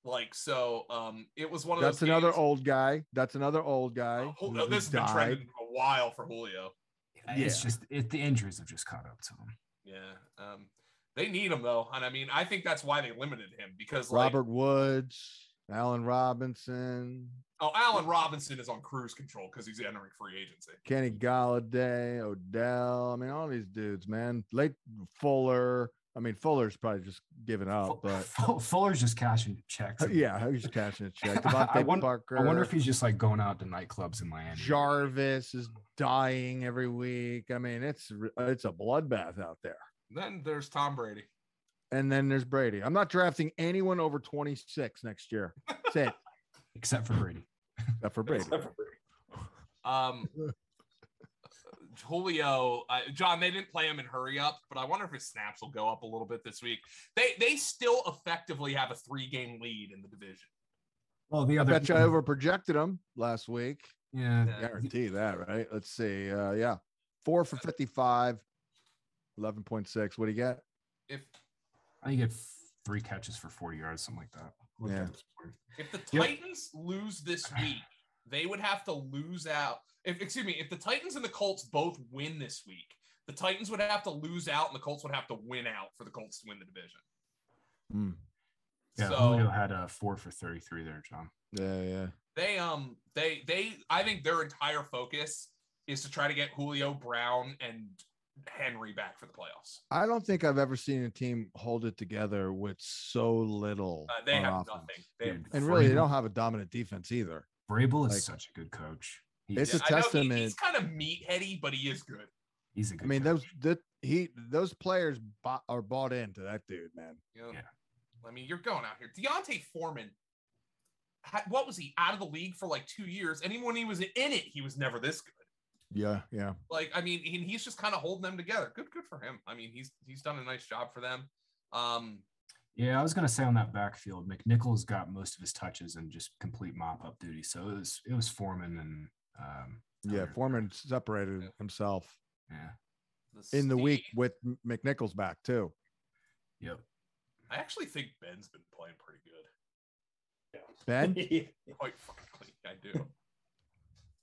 [SPEAKER 1] Like so, um, it was one of
[SPEAKER 3] That's
[SPEAKER 1] those.
[SPEAKER 3] another
[SPEAKER 1] games-
[SPEAKER 3] old guy. That's another old guy.
[SPEAKER 1] Uh, Jul-
[SPEAKER 3] who- who
[SPEAKER 1] this has been
[SPEAKER 3] died.
[SPEAKER 1] trending for a while for Julio.
[SPEAKER 2] it's just it, the injuries have just caught up to him.
[SPEAKER 1] Yeah, um, they need him though, and I mean, I think that's why they limited him because like,
[SPEAKER 3] Robert Woods, Allen Robinson,
[SPEAKER 1] Oh, Allen Robinson is on cruise control because he's entering free agency.
[SPEAKER 3] Kenny Galladay, Odell. I mean, all these dudes, man. Late Fuller. I mean, Fuller's probably just giving
[SPEAKER 2] Full-
[SPEAKER 3] up, Oh, but Uh,
[SPEAKER 2] Full- Fuller's just cashing checks.
[SPEAKER 3] yeah, he's catching a check.
[SPEAKER 2] I- I
[SPEAKER 3] Devontae
[SPEAKER 2] wonder-
[SPEAKER 3] Parker.
[SPEAKER 2] I wonder if he's just like going out to nightclubs in Miami.
[SPEAKER 3] Jarvis is dying every week. I mean, it's it's a bloodbath out there.
[SPEAKER 1] Then there's Tom Brady.
[SPEAKER 3] And then there's Brady. I'm not drafting anyone over 26 next year. That's it,
[SPEAKER 2] except for Brady.
[SPEAKER 3] except for Brady.
[SPEAKER 1] Um, Julio, uh, John, they didn't play him in hurry up, but I wonder if his snaps will go up a little bit this week. They they still effectively have a three game lead in the division.
[SPEAKER 2] Well, the
[SPEAKER 3] I
[SPEAKER 2] other
[SPEAKER 3] bet you I over projected him last week.
[SPEAKER 2] yeah,
[SPEAKER 1] Yeah.
[SPEAKER 3] Guarantee that, right? Let's see. Uh, yeah, four for 55, 11.6. What do you get?
[SPEAKER 1] If
[SPEAKER 2] I think he had three catches for forty yards, something like that. Look
[SPEAKER 3] Yeah.
[SPEAKER 2] at this point.
[SPEAKER 1] if the
[SPEAKER 2] Yep.
[SPEAKER 1] Titans lose this week, they would have to lose out. If excuse me, if the Titans and the Colts both win this week, the Titans would have to lose out, and the Colts would have to win out for the Colts to win the division.
[SPEAKER 3] Hmm.
[SPEAKER 2] yeah.
[SPEAKER 1] so
[SPEAKER 2] Julio had a four for thirty-three there, John.
[SPEAKER 3] Yeah, yeah.
[SPEAKER 1] they um they they I think their entire focus is to try to get Julio Brown and Henry back for the playoffs.
[SPEAKER 3] I don't think I've ever seen a team hold it together with so little.
[SPEAKER 1] Uh, they
[SPEAKER 3] on
[SPEAKER 1] have
[SPEAKER 3] offense.
[SPEAKER 1] nothing. They have
[SPEAKER 2] Dude,
[SPEAKER 3] And really, they
[SPEAKER 2] Vrabel-
[SPEAKER 3] don't have a dominant defense either.
[SPEAKER 2] Vrabel is
[SPEAKER 3] like-
[SPEAKER 2] such a good coach.
[SPEAKER 3] It's
[SPEAKER 2] He's,
[SPEAKER 3] a
[SPEAKER 1] I know he-
[SPEAKER 3] testament.
[SPEAKER 1] he's kind of meatheady, but he is good.
[SPEAKER 2] he's a good.
[SPEAKER 3] I mean,
[SPEAKER 2] coach.
[SPEAKER 3] those that he those players bought, are bought into that dude, man.
[SPEAKER 1] you know?
[SPEAKER 2] Yeah.
[SPEAKER 1] I mean, you're going out here. Deontay Foreman, ha- what was he out of the league for like two years? And even when he was in it, he was never this good.
[SPEAKER 3] Yeah, yeah.
[SPEAKER 1] Like, I mean, and he's just kind of holding them together. Good, good for him. I mean, he's he's done a nice job for them. Um,
[SPEAKER 2] Yeah, I was gonna say on that backfield, McNichols got most of his touches and just complete mop up duty. So it was it was Foreman and um
[SPEAKER 3] Yeah,
[SPEAKER 2] Hilliard.
[SPEAKER 3] Foreman separated
[SPEAKER 1] Yeah.
[SPEAKER 3] himself
[SPEAKER 2] yeah
[SPEAKER 3] in the week
[SPEAKER 1] Steve-
[SPEAKER 3] with M- McNichols back too.
[SPEAKER 2] yep
[SPEAKER 1] I actually think Ben's been playing pretty good.
[SPEAKER 3] Ben,
[SPEAKER 1] Quite frankly, I do. you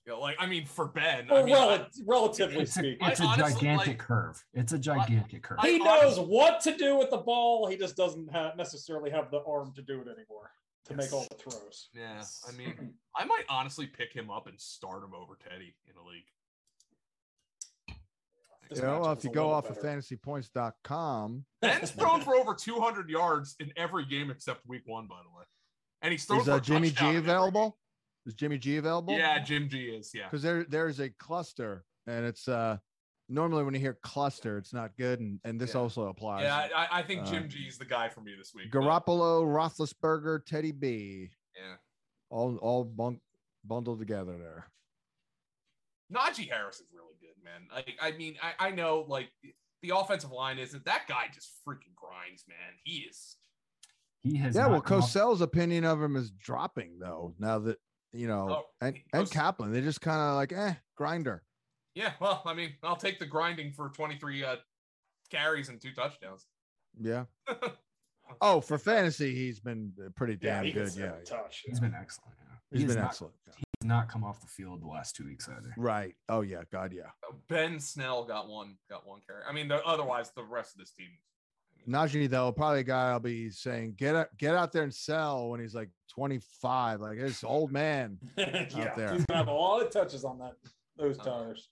[SPEAKER 1] know, like I mean, for Ben, I
[SPEAKER 4] Well,
[SPEAKER 1] mean,
[SPEAKER 4] rel-
[SPEAKER 1] I-
[SPEAKER 4] relatively
[SPEAKER 2] it's a,
[SPEAKER 4] speaking.
[SPEAKER 2] it's a
[SPEAKER 1] honestly,
[SPEAKER 2] gigantic
[SPEAKER 1] like-
[SPEAKER 2] curve it's a gigantic curve
[SPEAKER 1] I-
[SPEAKER 4] he knows
[SPEAKER 1] honestly-
[SPEAKER 4] what to do with the ball. He just doesn't ha necessarily have the arm to do it anymore to make all the throws.
[SPEAKER 1] yeah, I mean, I might honestly pick him up and start him over Teddy in a league.
[SPEAKER 4] This
[SPEAKER 3] you know,
[SPEAKER 4] matchup's
[SPEAKER 3] if you
[SPEAKER 4] a
[SPEAKER 3] go
[SPEAKER 4] little
[SPEAKER 3] off of
[SPEAKER 4] better.
[SPEAKER 3] fantasypoints.com,
[SPEAKER 1] Ben's thrown for over 200 yards in every game except Week One, by the way, and he's thrown
[SPEAKER 3] is
[SPEAKER 1] for
[SPEAKER 3] uh,
[SPEAKER 1] a
[SPEAKER 3] Jimmy
[SPEAKER 1] touchdown in
[SPEAKER 3] G
[SPEAKER 1] every
[SPEAKER 3] available? Is Jimmy G
[SPEAKER 1] game.
[SPEAKER 3] available?
[SPEAKER 1] Yeah, Jim G is. Yeah,
[SPEAKER 3] because there there's a cluster and it's uh normally when you hear cluster it's not good and, and this
[SPEAKER 1] Yeah.
[SPEAKER 3] also applies
[SPEAKER 1] yeah. I, I think
[SPEAKER 3] Uh,
[SPEAKER 1] Jim G is the guy for me this week. but-
[SPEAKER 3] garoppolo roethlisberger teddy b
[SPEAKER 1] Yeah.
[SPEAKER 3] all all bunk, bundled together there
[SPEAKER 1] Najee Harris is really good, man. I, I mean, I, I know like the offensive line isn't that guy just freaking grinds, man. He is.
[SPEAKER 2] he has
[SPEAKER 3] yeah
[SPEAKER 2] not
[SPEAKER 3] well
[SPEAKER 2] come off-
[SPEAKER 3] cosell's opinion of him is dropping though now that you know
[SPEAKER 1] Oh,
[SPEAKER 3] and,
[SPEAKER 1] he-
[SPEAKER 3] and
[SPEAKER 1] Cos-
[SPEAKER 3] kaplan they just kind of like eh grinder
[SPEAKER 1] Yeah, well, I mean, I'll take the grinding for 23 uh, carries and two touchdowns.
[SPEAKER 3] Yeah. oh, for fantasy, he's been pretty
[SPEAKER 4] Yeah,
[SPEAKER 3] damn
[SPEAKER 4] he can
[SPEAKER 3] good.
[SPEAKER 4] still
[SPEAKER 3] Yeah.
[SPEAKER 4] touch.
[SPEAKER 2] He's been excellent. Yeah. He
[SPEAKER 3] he's
[SPEAKER 2] has
[SPEAKER 3] been
[SPEAKER 2] not-
[SPEAKER 3] excellent.
[SPEAKER 2] He's not come off the field the last two weeks either.
[SPEAKER 3] Right. Oh yeah. God yeah.
[SPEAKER 1] Ben Snell got one got one carry. I mean, the, otherwise the rest of this team.
[SPEAKER 3] Najee though, probably a guy I'll be saying get up, get out there and sell when he's like 25. Like this old man.
[SPEAKER 4] yeah,
[SPEAKER 3] there.
[SPEAKER 4] he's gonna have a lot of touches on that those
[SPEAKER 1] Out there.
[SPEAKER 4] tires.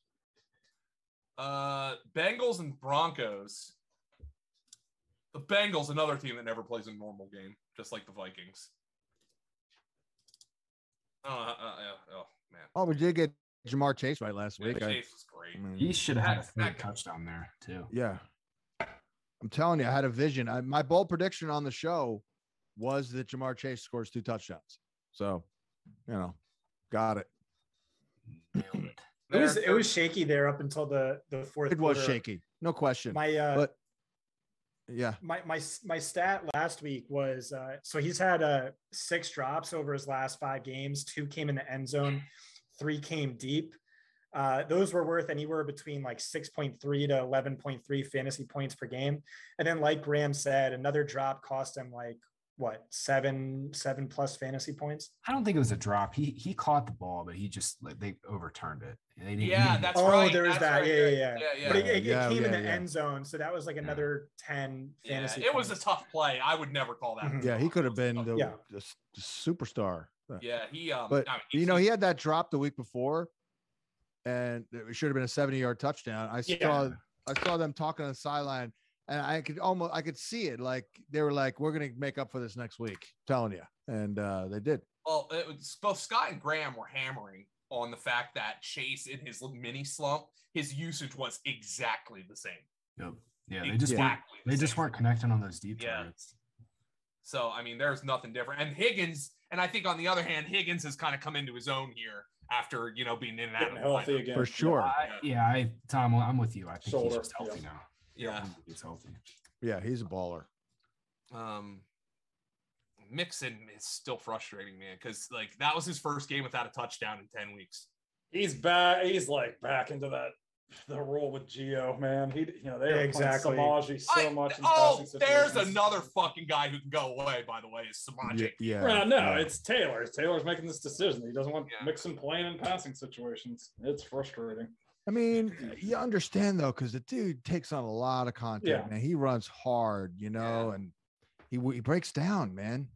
[SPEAKER 1] Uh, Bengals and Broncos. The Bengals, another team that never plays a normal game, just like the Vikings. Oh, uh, uh, uh, oh man,
[SPEAKER 3] Oh, we did get Jamar Chase right last week. I-
[SPEAKER 1] Chase was
[SPEAKER 3] I
[SPEAKER 1] great.
[SPEAKER 3] mean,
[SPEAKER 2] He should have had a
[SPEAKER 1] That's not
[SPEAKER 2] third
[SPEAKER 1] good.
[SPEAKER 2] touchdown there too.
[SPEAKER 3] yeah. I'm telling you, I had a vision. I, my bold prediction on the show was that Jamar Chase scores two touchdowns. So, you know, got it.
[SPEAKER 2] Nailed it.
[SPEAKER 5] It was
[SPEAKER 1] Their
[SPEAKER 5] it was shaky there up until the the fourth.
[SPEAKER 3] It was
[SPEAKER 5] quarter.
[SPEAKER 3] shaky, no question.
[SPEAKER 5] My uh,
[SPEAKER 3] But- yeah.
[SPEAKER 5] my my my stat last week was uh, so he's had uh, six drops over his last five games. Two came in the end zone, three came deep. Uh, those were worth anywhere between like 6.3 to 11.3 fantasy points per game. And then, like Graham said, another drop cost him like what seven seven plus fantasy points.
[SPEAKER 2] I don't think it was a drop. He he caught the ball, but he just like they overturned it. They didn't- he
[SPEAKER 1] Yeah,
[SPEAKER 2] didn't-
[SPEAKER 1] that's
[SPEAKER 5] Oh,
[SPEAKER 1] right.
[SPEAKER 5] there is
[SPEAKER 1] that's
[SPEAKER 5] that.
[SPEAKER 1] right.
[SPEAKER 5] Yeah, yeah,
[SPEAKER 1] yeah, yeah.
[SPEAKER 5] But it,
[SPEAKER 3] Yeah,
[SPEAKER 5] it,
[SPEAKER 3] yeah,
[SPEAKER 5] it came in
[SPEAKER 3] yeah,
[SPEAKER 5] the
[SPEAKER 3] yeah.
[SPEAKER 5] end zone, so that was like another 10
[SPEAKER 1] Yeah,
[SPEAKER 5] fantasy.
[SPEAKER 1] it was a
[SPEAKER 5] points.
[SPEAKER 1] tough play. I would never call that. a
[SPEAKER 5] Mhm.
[SPEAKER 3] Yeah. He
[SPEAKER 1] drop.
[SPEAKER 3] could
[SPEAKER 1] It
[SPEAKER 3] have
[SPEAKER 1] was a
[SPEAKER 3] been
[SPEAKER 1] tough
[SPEAKER 3] the,
[SPEAKER 5] Yeah.
[SPEAKER 3] the s- the superstar.
[SPEAKER 1] play. Yeah, he. Um,
[SPEAKER 3] But,
[SPEAKER 1] I mean,
[SPEAKER 3] You know, he had that drop the week before, and it should have been a 70 yard touchdown. I
[SPEAKER 4] Yeah.
[SPEAKER 3] saw I saw them talking on the sideline, and I could almost I could see it. Like they were like, "We're gonna make up for this next week," telling you, and uh, they did.
[SPEAKER 1] Well, it was, both Scott and Graham were hammering on the fact that Chase in his little mini slump, his usage was exactly the same.
[SPEAKER 2] Yep. yeah, they just weren't
[SPEAKER 1] exactly. the
[SPEAKER 2] they just
[SPEAKER 1] same.
[SPEAKER 2] weren't connecting on those deep
[SPEAKER 1] Yeah.
[SPEAKER 2] targets.
[SPEAKER 1] So I mean, there's nothing different. And Higgins, and I think on the other hand, Higgins has kind of come into his own here after you know being in and out
[SPEAKER 4] Getting
[SPEAKER 1] of the
[SPEAKER 4] healthy
[SPEAKER 1] lineup.
[SPEAKER 4] again.
[SPEAKER 3] For sure.
[SPEAKER 2] I- yeah, I Tom, I'm with you. I think
[SPEAKER 4] Shoulder,
[SPEAKER 2] he's just healthy
[SPEAKER 4] yeah.
[SPEAKER 2] now.
[SPEAKER 1] Yeah.
[SPEAKER 2] he's healthy.
[SPEAKER 3] Yeah, he's a baller.
[SPEAKER 1] Um, Mixon is still frustrating, man, because like that was his first game without a touchdown in ten weeks.
[SPEAKER 4] He's back. He's like back into that the role with Geo man. He you know they were exactly.
[SPEAKER 5] Exactly.
[SPEAKER 4] playing Samaje so
[SPEAKER 1] I-
[SPEAKER 4] much. in
[SPEAKER 1] oh,
[SPEAKER 4] passing
[SPEAKER 1] there's
[SPEAKER 4] situations.
[SPEAKER 1] another fucking guy who can go away. By the way, is Samaje.
[SPEAKER 3] Yeah, yeah,
[SPEAKER 4] Well, Uh, no,
[SPEAKER 3] yeah.
[SPEAKER 4] it's Taylor. Taylor's making this decision. He doesn't want
[SPEAKER 1] Yeah.
[SPEAKER 4] Mixon playing in passing situations. It's frustrating.
[SPEAKER 3] I mean, you understand though, because the dude takes on a lot of content,
[SPEAKER 4] Yeah.
[SPEAKER 3] man. He runs hard, you know, and he he breaks down, man.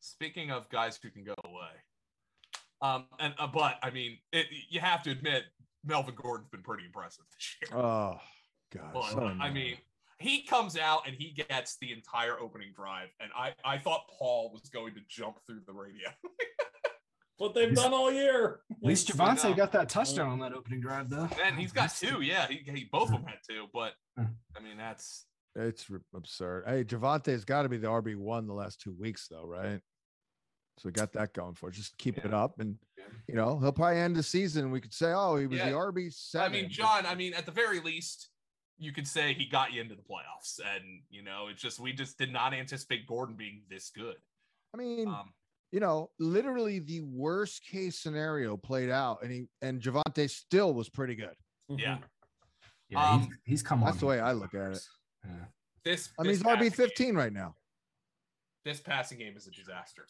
[SPEAKER 1] Speaking of guys who can go away, um, and uh, but I mean, it, you have to admit Melvin Gordon's been pretty impressive this year.
[SPEAKER 3] Oh God,
[SPEAKER 1] But,
[SPEAKER 3] so
[SPEAKER 1] I
[SPEAKER 3] annoying.
[SPEAKER 1] mean, he comes out and he gets the entire opening drive, and I I thought Paul was going to jump through the radio.
[SPEAKER 4] What they've done all year.
[SPEAKER 2] At least
[SPEAKER 1] Yes, I know.
[SPEAKER 2] Javante got that touchdown on that opening drive, though.
[SPEAKER 1] And uh, he's got two, yeah. He, he both of them had two, but
[SPEAKER 2] Hmm.
[SPEAKER 1] I mean that's
[SPEAKER 3] It's r- absurd. Hey, Javante's got to be the RB one the last two weeks, though, right? So we got that going for. it. Just keep it up, and
[SPEAKER 1] Yeah.
[SPEAKER 3] you know he'll probably end the season. We could say, oh, he was
[SPEAKER 1] Yeah.
[SPEAKER 3] the RB
[SPEAKER 1] I
[SPEAKER 3] seven.
[SPEAKER 1] mean, John, I mean, at the very least, you could say he got you into the playoffs. And, you know, it's just, we just did not anticipate Gordon being this good.
[SPEAKER 3] I mean,
[SPEAKER 1] Um,
[SPEAKER 3] you know, literally the worst case scenario played out, and he and Javante still was pretty good.
[SPEAKER 1] Yeah.
[SPEAKER 2] Yeah, he's,
[SPEAKER 1] Um,
[SPEAKER 2] he's come on.
[SPEAKER 3] that's the way I look at it.
[SPEAKER 2] Yeah.
[SPEAKER 1] this,
[SPEAKER 3] I mean,
[SPEAKER 1] this
[SPEAKER 3] he's
[SPEAKER 1] passing
[SPEAKER 3] RB fifteen right now.
[SPEAKER 1] Game, this passing game is a disaster.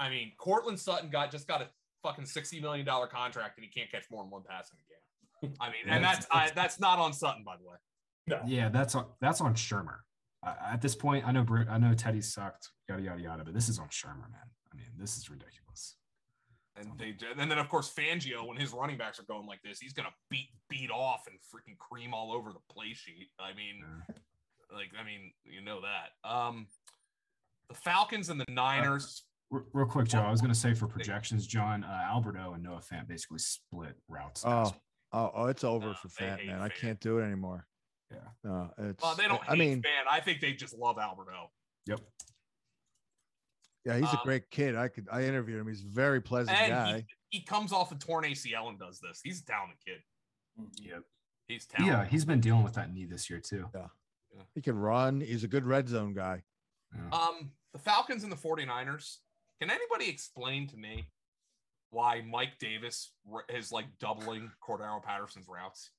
[SPEAKER 1] I mean, Cortland Sutton got just got a fucking $60 million contract and he can't catch more than one pass in a game. I mean, and that's, I, that's not on Sutton, by the way.
[SPEAKER 2] Yeah, that's on that's on Shermer. Uh, at this point, I know Bru- I know Teddy sucked, yada yada yada, but this is on Shermer, man. I mean, this is ridiculous.
[SPEAKER 1] And they did. And then, of course, Fangio, when his running backs are going like this, he's going to beat, beat off and freaking cream all over the play sheet. I mean,
[SPEAKER 2] Yeah.
[SPEAKER 1] Like, I mean, you know that. Um, the Falcons and the Niners.
[SPEAKER 2] Re- Real quick, Joe, I was going to say for projections, John uh, Alberto and Noah Fant basically split routes.
[SPEAKER 3] Oh, oh, oh, it's over
[SPEAKER 1] No,
[SPEAKER 3] for
[SPEAKER 1] they
[SPEAKER 3] Fant,
[SPEAKER 1] hate
[SPEAKER 3] man. I
[SPEAKER 1] Fant.
[SPEAKER 3] can't do it anymore.
[SPEAKER 2] Yeah.
[SPEAKER 3] no, it's.
[SPEAKER 1] well, they don't.
[SPEAKER 3] I mean,
[SPEAKER 1] man, I think they just love Alberto.
[SPEAKER 2] yep.
[SPEAKER 3] yeah, he's a
[SPEAKER 1] um,
[SPEAKER 3] great kid. I could. I interviewed him. He's a very pleasant guy.
[SPEAKER 1] And he, he comes off a torn ACL and does this. He's a talented kid.
[SPEAKER 2] Yep.
[SPEAKER 1] He's
[SPEAKER 2] Yeah,
[SPEAKER 1] talented.
[SPEAKER 2] he's been dealing with that knee this year too.
[SPEAKER 3] He can run. He's a good red zone guy.
[SPEAKER 2] Yeah.
[SPEAKER 1] Um, the Falcons and the 49ers. Can anybody explain to me why Mike Davis r- is like doubling Cordero Patterson's routes?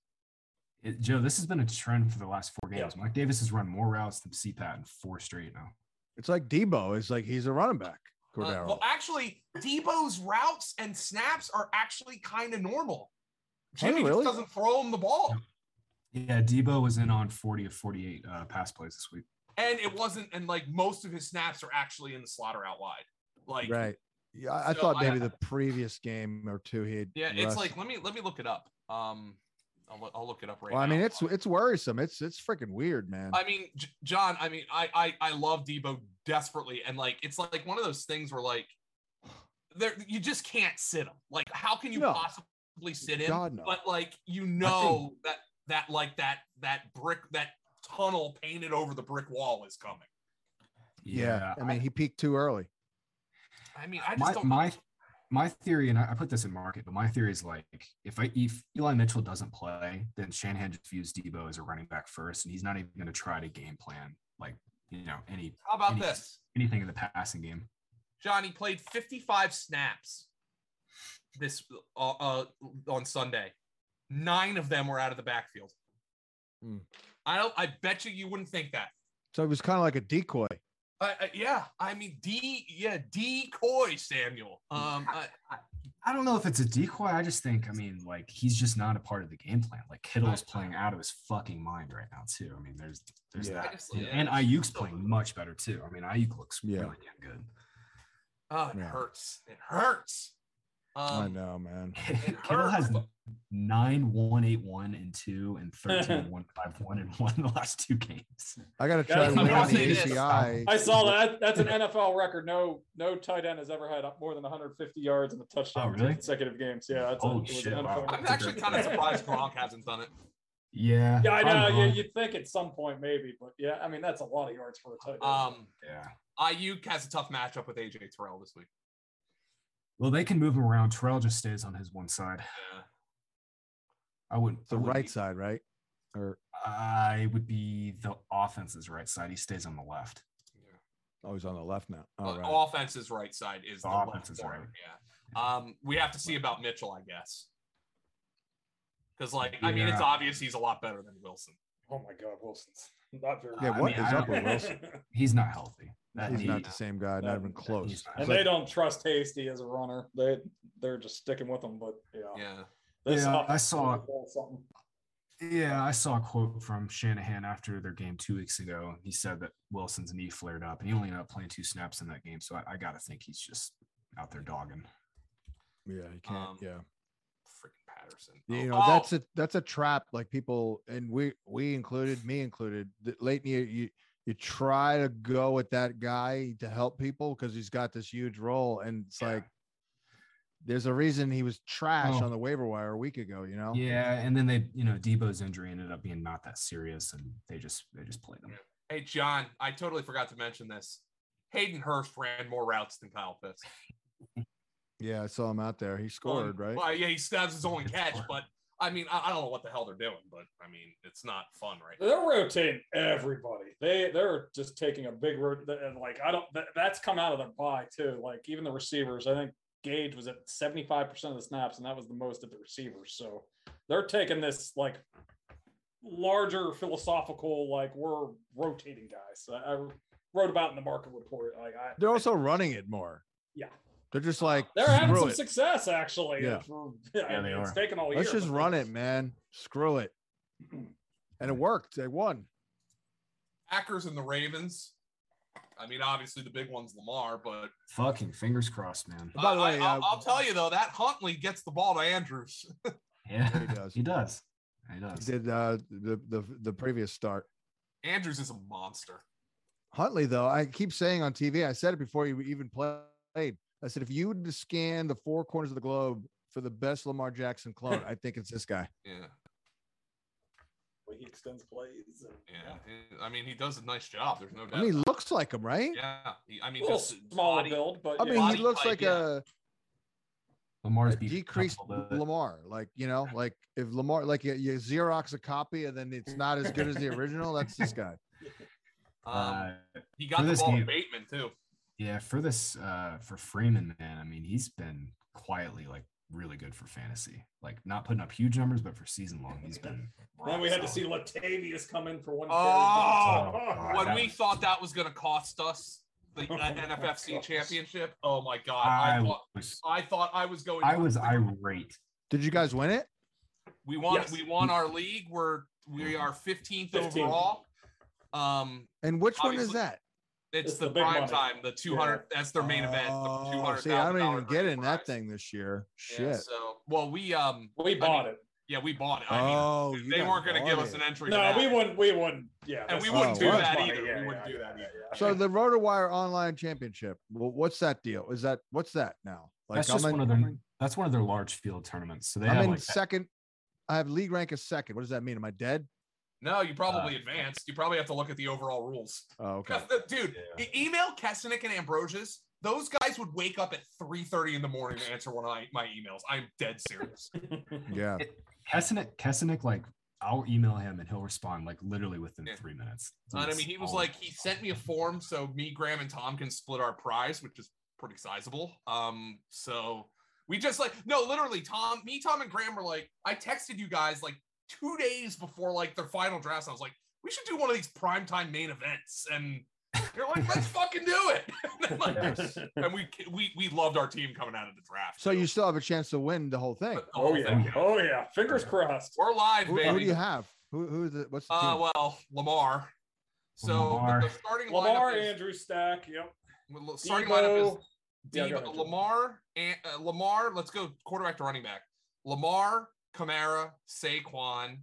[SPEAKER 2] it, Joe, this has been a trend for the last four games. Mike Davis has run more routes than CPAT in four straight now.
[SPEAKER 3] It's like Debo. It's like he's a running back.
[SPEAKER 1] Uh,
[SPEAKER 3] Cordero.
[SPEAKER 1] well, actually, Debo's routes and snaps are actually kind of normal. Jimmy
[SPEAKER 3] really?
[SPEAKER 1] just doesn't throw him the ball,
[SPEAKER 2] Yeah, Debo was in on 40 of 48 uh, pass plays this week.
[SPEAKER 1] and it wasn't. And like most of his snaps are actually in the slot or out wide. Like,
[SPEAKER 3] right. Yeah, I I
[SPEAKER 1] So
[SPEAKER 3] thought
[SPEAKER 1] I-
[SPEAKER 3] maybe the previous game or two he had.
[SPEAKER 1] yeah, it's
[SPEAKER 3] rest-
[SPEAKER 1] like let me let me look it up. Um, I'll, loo- I'll look it up right
[SPEAKER 3] Well, I
[SPEAKER 1] now.
[SPEAKER 3] mean, it's it's worrisome. It's it's freaking weird, man.
[SPEAKER 1] I mean, J- John, I mean, I, I I love Debo desperately, and like it's like one of those things where like there you just can't sit him. Like, how can you
[SPEAKER 3] No.
[SPEAKER 1] possibly sit him?
[SPEAKER 3] God, no.
[SPEAKER 1] But like you know that that like that that brick that tunnel painted over the brick wall is coming.
[SPEAKER 3] yeah, I mean, he peaked too early.
[SPEAKER 1] I mean, I just
[SPEAKER 2] my
[SPEAKER 1] don't.
[SPEAKER 2] my my theory, and I, I put this in market, but my theory is like if I if Eli Mitchell doesn't play, then Shanahan just views Debo as a running back first, and he's not even going to try to game plan like you know any
[SPEAKER 1] how about
[SPEAKER 2] any-
[SPEAKER 1] this,
[SPEAKER 2] anything in the passing game.
[SPEAKER 1] Johnny played 55 snaps this uh, uh on Sunday. Nine of them were out of the backfield.
[SPEAKER 3] Hmm.
[SPEAKER 1] I don't. I bet you you wouldn't think that.
[SPEAKER 3] So it was kind of like a decoy.
[SPEAKER 1] I, I, yeah, I mean, D, yeah, decoy Samuel. Um, I,
[SPEAKER 2] I don't know if it's a decoy. I just think I mean like he's just not a part of the game plan. Like Kittle is
[SPEAKER 1] I-
[SPEAKER 2] playing out of his fucking mind right now too. I mean, there's there's
[SPEAKER 3] Yeah.
[SPEAKER 1] I
[SPEAKER 2] that,
[SPEAKER 1] just-
[SPEAKER 2] and,
[SPEAKER 1] yeah,
[SPEAKER 2] and
[SPEAKER 1] it's
[SPEAKER 2] Ayuk's
[SPEAKER 1] so-
[SPEAKER 2] playing much better too. I mean, Ayuk looks
[SPEAKER 3] Yeah.
[SPEAKER 2] really damn good.
[SPEAKER 1] oh, it
[SPEAKER 3] Yeah.
[SPEAKER 1] hurts. It hurts.
[SPEAKER 3] I
[SPEAKER 1] Um,
[SPEAKER 3] know, man.
[SPEAKER 2] Kittle has
[SPEAKER 1] hurts.
[SPEAKER 2] nine one eight one and two and thirteen one five one and one in the last two games.
[SPEAKER 3] I got to
[SPEAKER 4] Guys,
[SPEAKER 3] try to
[SPEAKER 4] I
[SPEAKER 3] win
[SPEAKER 4] will
[SPEAKER 3] on the
[SPEAKER 1] say this.
[SPEAKER 3] ACI.
[SPEAKER 4] I saw that. That's an NFL record. No, no tight end has ever had more than 150 yards and a touchdown
[SPEAKER 2] Oh, really?
[SPEAKER 4] in consecutive games. Yeah, that's
[SPEAKER 2] Oh,
[SPEAKER 4] it was an
[SPEAKER 2] shit,
[SPEAKER 4] NFL
[SPEAKER 2] wow.
[SPEAKER 4] record.
[SPEAKER 1] I'm actually kind of surprised Gronk hasn't done it.
[SPEAKER 2] Yeah.
[SPEAKER 4] Yeah, I know.
[SPEAKER 2] probably.
[SPEAKER 4] You, you'd think at some point maybe, but yeah, I mean that's a lot of yards for a tight end.
[SPEAKER 1] Um,
[SPEAKER 2] yeah.
[SPEAKER 1] Ayuk has a tough matchup with AJ Terrell this week.
[SPEAKER 2] Well, they can move him around. Terrell just stays on his one side.
[SPEAKER 1] Yeah.
[SPEAKER 2] I wouldn't.
[SPEAKER 3] The
[SPEAKER 2] I wouldn't
[SPEAKER 3] right
[SPEAKER 2] be-
[SPEAKER 3] side, right? Or
[SPEAKER 2] I would be the offense's right side. He stays on the left.
[SPEAKER 3] oh, he's on the left now. All
[SPEAKER 1] Uh,
[SPEAKER 3] right.
[SPEAKER 1] Offense's right side is the,
[SPEAKER 2] The
[SPEAKER 1] left
[SPEAKER 2] offense is
[SPEAKER 1] corner,
[SPEAKER 2] right.
[SPEAKER 1] Yeah. Um, we have to see about Mitchell, I guess. Because, like, I mean, it's
[SPEAKER 2] Yeah.
[SPEAKER 1] obvious he's a lot better than Wilson.
[SPEAKER 4] oh my God, Wilson's not very.
[SPEAKER 3] Yeah,
[SPEAKER 2] I
[SPEAKER 3] what
[SPEAKER 2] mean,
[SPEAKER 3] is
[SPEAKER 2] I
[SPEAKER 3] up
[SPEAKER 2] don't-
[SPEAKER 3] with Wilson?
[SPEAKER 2] He's not healthy. That
[SPEAKER 3] He's
[SPEAKER 2] he-
[SPEAKER 3] not the same guy. Not even close.
[SPEAKER 2] he's not.
[SPEAKER 4] and they don't trust Hasty as a runner. They they're just sticking with him, but yeah,
[SPEAKER 1] Yeah.
[SPEAKER 4] This
[SPEAKER 2] Yeah, I
[SPEAKER 4] offense is
[SPEAKER 2] saw-
[SPEAKER 4] really something.
[SPEAKER 2] Yeah, I saw a quote from Shanahan after their game two weeks ago. He said that Wilson's knee flared up, and he only ended up playing two snaps in that game. So I, I got to think he's just out there dogging.
[SPEAKER 3] Yeah, you can't.
[SPEAKER 1] Um,
[SPEAKER 3] yeah.
[SPEAKER 1] Freaking Patterson.
[SPEAKER 3] you know
[SPEAKER 1] Oh,
[SPEAKER 3] that's a that's a trap like people and we we included me included that late in the year you you try to go with that guy to help people because he's got this huge role and it's
[SPEAKER 2] Yeah.
[SPEAKER 3] like there's a reason he was trash
[SPEAKER 2] Oh.
[SPEAKER 3] on the waiver wire a week ago you know
[SPEAKER 2] Yeah, and then they, you know, Debo's injury ended up being not that serious, and they just they just played him.
[SPEAKER 1] Hey, John, I totally forgot to mention this. Hayden Hurst ran more routes than Kyle Pitts.
[SPEAKER 3] yeah i saw him out there he scored
[SPEAKER 1] Um,
[SPEAKER 3] right
[SPEAKER 1] Well, yeah, he stabs his only
[SPEAKER 2] He
[SPEAKER 1] catch,
[SPEAKER 2] scored.
[SPEAKER 1] but I mean, I, I don't know what the hell they're doing, but I mean, it's not fun right now.
[SPEAKER 4] They're rotating everybody. They they're just taking a big road and like I don't that, that's come out of their bye too. Like even the receivers, I think Gage was at seventy five percent of the snaps, and that was the most at the receivers. So they're taking this like larger philosophical like we're rotating guys. I, I wrote about in the market report. Like I
[SPEAKER 3] they're also running it more
[SPEAKER 4] yeah
[SPEAKER 3] they're just like
[SPEAKER 4] they're having
[SPEAKER 3] screw
[SPEAKER 4] some
[SPEAKER 3] it.
[SPEAKER 4] success actually.
[SPEAKER 3] Yeah.
[SPEAKER 4] For,
[SPEAKER 2] Yeah, they
[SPEAKER 4] it's
[SPEAKER 2] are.
[SPEAKER 4] taken all year.
[SPEAKER 3] let's just
[SPEAKER 4] but
[SPEAKER 3] run
[SPEAKER 4] they-
[SPEAKER 3] it man screw it and it worked they won
[SPEAKER 1] Packers and the Ravens. I mean, obviously the big one's Lamar, but
[SPEAKER 2] Fucking fingers crossed, man.
[SPEAKER 3] By the
[SPEAKER 1] I-
[SPEAKER 3] way,
[SPEAKER 1] I,
[SPEAKER 3] uh,
[SPEAKER 1] will I'll tell you though, that Huntley gets the ball to Andrews.
[SPEAKER 2] Yeah,
[SPEAKER 3] he does.
[SPEAKER 2] he does. He does.
[SPEAKER 3] did uh the the, the previous start
[SPEAKER 1] Andrews is a monster.
[SPEAKER 3] Huntley, though, I keep saying on TV, I said it before you even played. I said, if you were to scan the four corners of the globe for the best Lamar Jackson clone, I think it's this guy.
[SPEAKER 1] Yeah,
[SPEAKER 4] He extends plays. and-
[SPEAKER 1] yeah. I mean, he does a nice job. There's no doubt.
[SPEAKER 3] I mean, he looks like him, right?
[SPEAKER 1] yeah, He- I
[SPEAKER 4] A
[SPEAKER 1] mean,
[SPEAKER 4] little
[SPEAKER 1] just
[SPEAKER 4] smaller
[SPEAKER 1] body-
[SPEAKER 4] build, but
[SPEAKER 3] I
[SPEAKER 4] yeah.
[SPEAKER 3] mean, he
[SPEAKER 1] Body
[SPEAKER 3] looks
[SPEAKER 1] type,
[SPEAKER 3] like
[SPEAKER 1] yeah.
[SPEAKER 3] a,
[SPEAKER 2] Lamar's
[SPEAKER 3] a decreased Lamar. Like, you know, like if Lamar, like you, you Xerox a copy and then it's not as good as the original, that's this guy.
[SPEAKER 1] Um,
[SPEAKER 2] Uh,
[SPEAKER 1] he
[SPEAKER 2] for
[SPEAKER 1] got the
[SPEAKER 2] this
[SPEAKER 1] ball to
[SPEAKER 2] game-
[SPEAKER 1] Bateman too.
[SPEAKER 2] yeah, for this, uh, for Freeman, man. I mean, he's been quietly like really good for fantasy. Like not putting up huge numbers, but for season long, he's been.
[SPEAKER 4] Then we had to
[SPEAKER 2] solid.
[SPEAKER 4] see Latavius come in for one.
[SPEAKER 1] Oh!
[SPEAKER 4] carry.
[SPEAKER 2] Oh,
[SPEAKER 1] When
[SPEAKER 2] that
[SPEAKER 1] we
[SPEAKER 2] was-
[SPEAKER 1] thought that was going to cost us the
[SPEAKER 4] Oh my
[SPEAKER 1] NFFC
[SPEAKER 4] gosh.
[SPEAKER 1] championship, oh my god! I,
[SPEAKER 2] I
[SPEAKER 1] thought
[SPEAKER 2] was
[SPEAKER 1] I thought I was going.
[SPEAKER 2] I was irate.
[SPEAKER 3] Did you guys win it?
[SPEAKER 1] We won.
[SPEAKER 4] Yes.
[SPEAKER 1] We won our league. We're
[SPEAKER 3] Mm-hmm.
[SPEAKER 1] we are 15th
[SPEAKER 4] 15th.
[SPEAKER 1] overall. Um,
[SPEAKER 3] And which one is
[SPEAKER 1] Obviously,
[SPEAKER 3] that?
[SPEAKER 1] it's,
[SPEAKER 4] It's
[SPEAKER 1] the,
[SPEAKER 4] the big
[SPEAKER 1] prime
[SPEAKER 4] money.
[SPEAKER 1] time. The 200. That's their main event.
[SPEAKER 3] Oh,
[SPEAKER 1] The 200.
[SPEAKER 3] see, I don't even get in that thing this year. Shit.
[SPEAKER 1] so well, we um
[SPEAKER 4] We bought it.
[SPEAKER 1] yeah we bought it. I mean,
[SPEAKER 3] oh, you
[SPEAKER 1] they
[SPEAKER 3] guys
[SPEAKER 1] weren't going to
[SPEAKER 3] bought
[SPEAKER 1] give us
[SPEAKER 3] it.
[SPEAKER 1] an entry. to
[SPEAKER 4] No,
[SPEAKER 1] that.
[SPEAKER 4] we wouldn't. We wouldn't. Yeah,
[SPEAKER 1] And we
[SPEAKER 4] that's-
[SPEAKER 1] wouldn't
[SPEAKER 3] Oh,
[SPEAKER 1] do
[SPEAKER 3] well,
[SPEAKER 1] that
[SPEAKER 4] that's
[SPEAKER 1] either.
[SPEAKER 4] money. Yeah,
[SPEAKER 1] we wouldn't
[SPEAKER 4] yeah,
[SPEAKER 1] do that
[SPEAKER 4] yeah,
[SPEAKER 1] either.
[SPEAKER 4] yeah.
[SPEAKER 3] So the RotoWire Online Championship. Well, what's that deal? Is that what's that now? Like
[SPEAKER 2] That's just
[SPEAKER 3] I'm in,
[SPEAKER 2] one of their. That's one of their large field tournaments. So they
[SPEAKER 3] I'm
[SPEAKER 2] have
[SPEAKER 3] in
[SPEAKER 2] like that-
[SPEAKER 3] second. I have league rank as second. What does that mean? Am I dead?
[SPEAKER 1] No, you probably
[SPEAKER 2] Uh,
[SPEAKER 1] advanced. You probably have to look at the overall rules.
[SPEAKER 3] Oh, okay.
[SPEAKER 1] Dude, e- email Kesnick and Ambrosius. Those guys would wake up at 3:30 in the morning to answer one of my, my emails. I'm dead serious.
[SPEAKER 3] Yeah.
[SPEAKER 2] Kesnick. Kesnick like. I'll email him and he'll respond like literally within
[SPEAKER 1] Yeah.
[SPEAKER 2] three minutes.
[SPEAKER 1] And I mean, he was like, he sent me a form so me, Graham, and Tom can split our prize, which is pretty sizable. Um, so we just like no, literally, Tom, me, Tom, and Graham were like, I texted you guys like two days before like their final drafts. I was like, we should do one of these primetime main events, and you're like, let's fucking do it. and, then, like, and we we we loved our team coming out of the draft.
[SPEAKER 3] So
[SPEAKER 1] too.
[SPEAKER 3] you still have a chance to win the whole thing.
[SPEAKER 1] But the whole
[SPEAKER 4] oh yeah.
[SPEAKER 1] thing,
[SPEAKER 4] Oh yeah. Fingers crossed.
[SPEAKER 1] We're live,
[SPEAKER 3] Who, who do
[SPEAKER 1] baby.
[SPEAKER 3] you have? Who who's the what's the
[SPEAKER 1] Uh,
[SPEAKER 3] team?
[SPEAKER 1] well, Lamar. So the-
[SPEAKER 2] Lamar.
[SPEAKER 1] the starting
[SPEAKER 4] Lamar,
[SPEAKER 1] lineup is,
[SPEAKER 4] Andrew Stack. Yep.
[SPEAKER 1] well, starting lineup is
[SPEAKER 4] Debo. Yeah,
[SPEAKER 1] Debo,
[SPEAKER 4] go ahead, Joe.
[SPEAKER 1] Lamar, and, uh, Lamar. Let's go quarterback to running back. Lamar, Kamara, Saquon.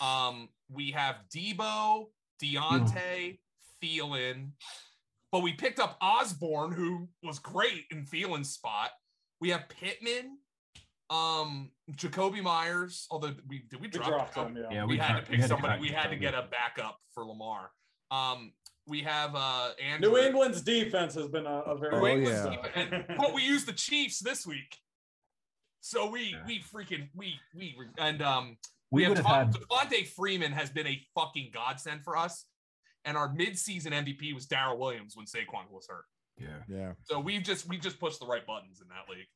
[SPEAKER 1] Um, we have Debo, Deontay, Thielen. But we picked up Osborne, who was great in Thielen's spot. We have Pittman, um, Jacoby Myers. Although we did we
[SPEAKER 4] We
[SPEAKER 1] drop
[SPEAKER 4] dropped
[SPEAKER 1] Jacoby?
[SPEAKER 4] him. Yeah.
[SPEAKER 2] Yeah,
[SPEAKER 1] we, had
[SPEAKER 2] cut-
[SPEAKER 1] to pick
[SPEAKER 2] cut
[SPEAKER 1] somebody. We
[SPEAKER 2] him.
[SPEAKER 1] had to get a backup for Lamar. Um, we have uh Andrew.
[SPEAKER 4] New England's defense has been a, a very.
[SPEAKER 3] Oh,
[SPEAKER 1] New England's
[SPEAKER 3] yeah.
[SPEAKER 1] defense- but we used the Chiefs this week, so we we freaking we we and um we,
[SPEAKER 2] We,
[SPEAKER 1] have
[SPEAKER 2] would have
[SPEAKER 1] Devon-
[SPEAKER 2] had.
[SPEAKER 1] Devontae Freeman has been a fucking godsend for us, and our midseason MVP was Darrell Williams when Saquon was hurt.
[SPEAKER 2] Yeah.
[SPEAKER 3] yeah.
[SPEAKER 1] So we've just we just pushed the right buttons in that league.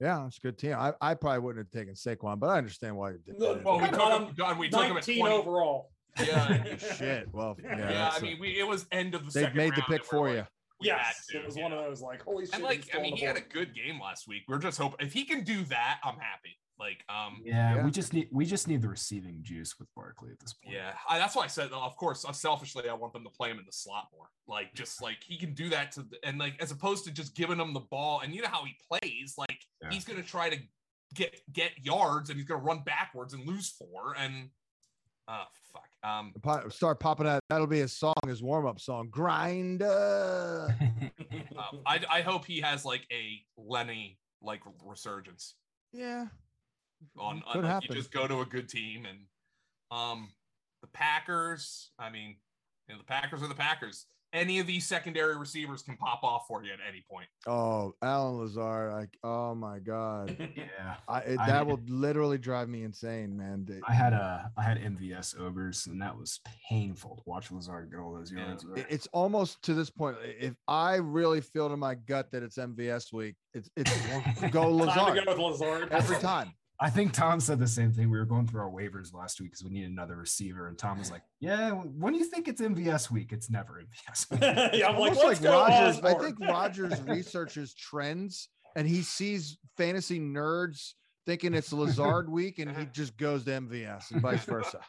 [SPEAKER 3] Yeah, it's a good team. I, I probably wouldn't have taken Saquon, but I understand why you did.
[SPEAKER 4] No,
[SPEAKER 3] that.
[SPEAKER 1] Well, we
[SPEAKER 4] Um,
[SPEAKER 1] took him, John, we took him at
[SPEAKER 4] 19
[SPEAKER 1] twenty.
[SPEAKER 4] overall.
[SPEAKER 1] Yeah,
[SPEAKER 3] Shit. Well, yeah.
[SPEAKER 1] yeah.
[SPEAKER 3] that's
[SPEAKER 1] I
[SPEAKER 3] a-
[SPEAKER 1] mean, we it was end of the
[SPEAKER 3] they've
[SPEAKER 1] second.
[SPEAKER 3] made the
[SPEAKER 1] round,
[SPEAKER 3] pick
[SPEAKER 1] and we're
[SPEAKER 3] for
[SPEAKER 1] like,
[SPEAKER 3] you.
[SPEAKER 1] we had
[SPEAKER 4] Yes,
[SPEAKER 1] to,
[SPEAKER 4] it was
[SPEAKER 1] yeah.
[SPEAKER 4] one of those like holy shit.
[SPEAKER 1] And
[SPEAKER 4] he's
[SPEAKER 1] like, I
[SPEAKER 4] still on
[SPEAKER 1] mean,
[SPEAKER 4] the
[SPEAKER 1] he had a
[SPEAKER 4] board.
[SPEAKER 1] good game last week. We're just hoping if he can do that, I'm happy. Like, um,
[SPEAKER 2] Yeah,
[SPEAKER 3] Yeah.
[SPEAKER 2] we just need we just need the receiving juice with Barkley at this point.
[SPEAKER 1] Yeah, I, that's why I said. Of course, uh, selfishly, I want them to play him in the slot more. Like, just like he can do that to, the, and like as opposed to just giving him the ball. And you know how he plays. Like,
[SPEAKER 2] Yeah.
[SPEAKER 1] he's going to try to get get yards, and he's going to run backwards and lose four. And oh fuck, um,
[SPEAKER 3] Po- Start popping out. That'll be his song, his warm up song. Grinder.
[SPEAKER 1] um, I I hope he has like a Lenny like resurgence
[SPEAKER 3] Yeah.
[SPEAKER 1] on, on
[SPEAKER 3] Could
[SPEAKER 1] like,
[SPEAKER 3] happen.
[SPEAKER 1] you just go to a good team and um the Packers. I mean, you know, the Packers are the Packers. Any of these secondary receivers can pop off for you at any point.
[SPEAKER 3] Oh, Alan Lazard. Like, oh my God.
[SPEAKER 2] yeah.
[SPEAKER 3] I, it,
[SPEAKER 2] I-
[SPEAKER 3] that will literally drive me insane, man. They-
[SPEAKER 2] I had a I had MVS ogres and that was painful to watch Lazard get all those
[SPEAKER 1] Yeah.
[SPEAKER 2] yards.
[SPEAKER 3] it- It's almost to this point. i- If I really feel to my gut that it's MVS week, it's it's go
[SPEAKER 4] Time to
[SPEAKER 3] Lazard
[SPEAKER 4] go with Lazard
[SPEAKER 3] every time.
[SPEAKER 2] I think Tom said the same thing. We were going through our waivers last week because we needed another receiver, and Tom was like, "Yeah, when do you think it's MVS week? It's never MVS week."
[SPEAKER 4] yeah, I'm like,
[SPEAKER 3] Almost like
[SPEAKER 4] let's go
[SPEAKER 3] Rogers. I
[SPEAKER 4] Osborne.
[SPEAKER 3] think Rogers researches trends and he sees fantasy nerds thinking it's Lazard week, and he just goes to MVS and vice versa.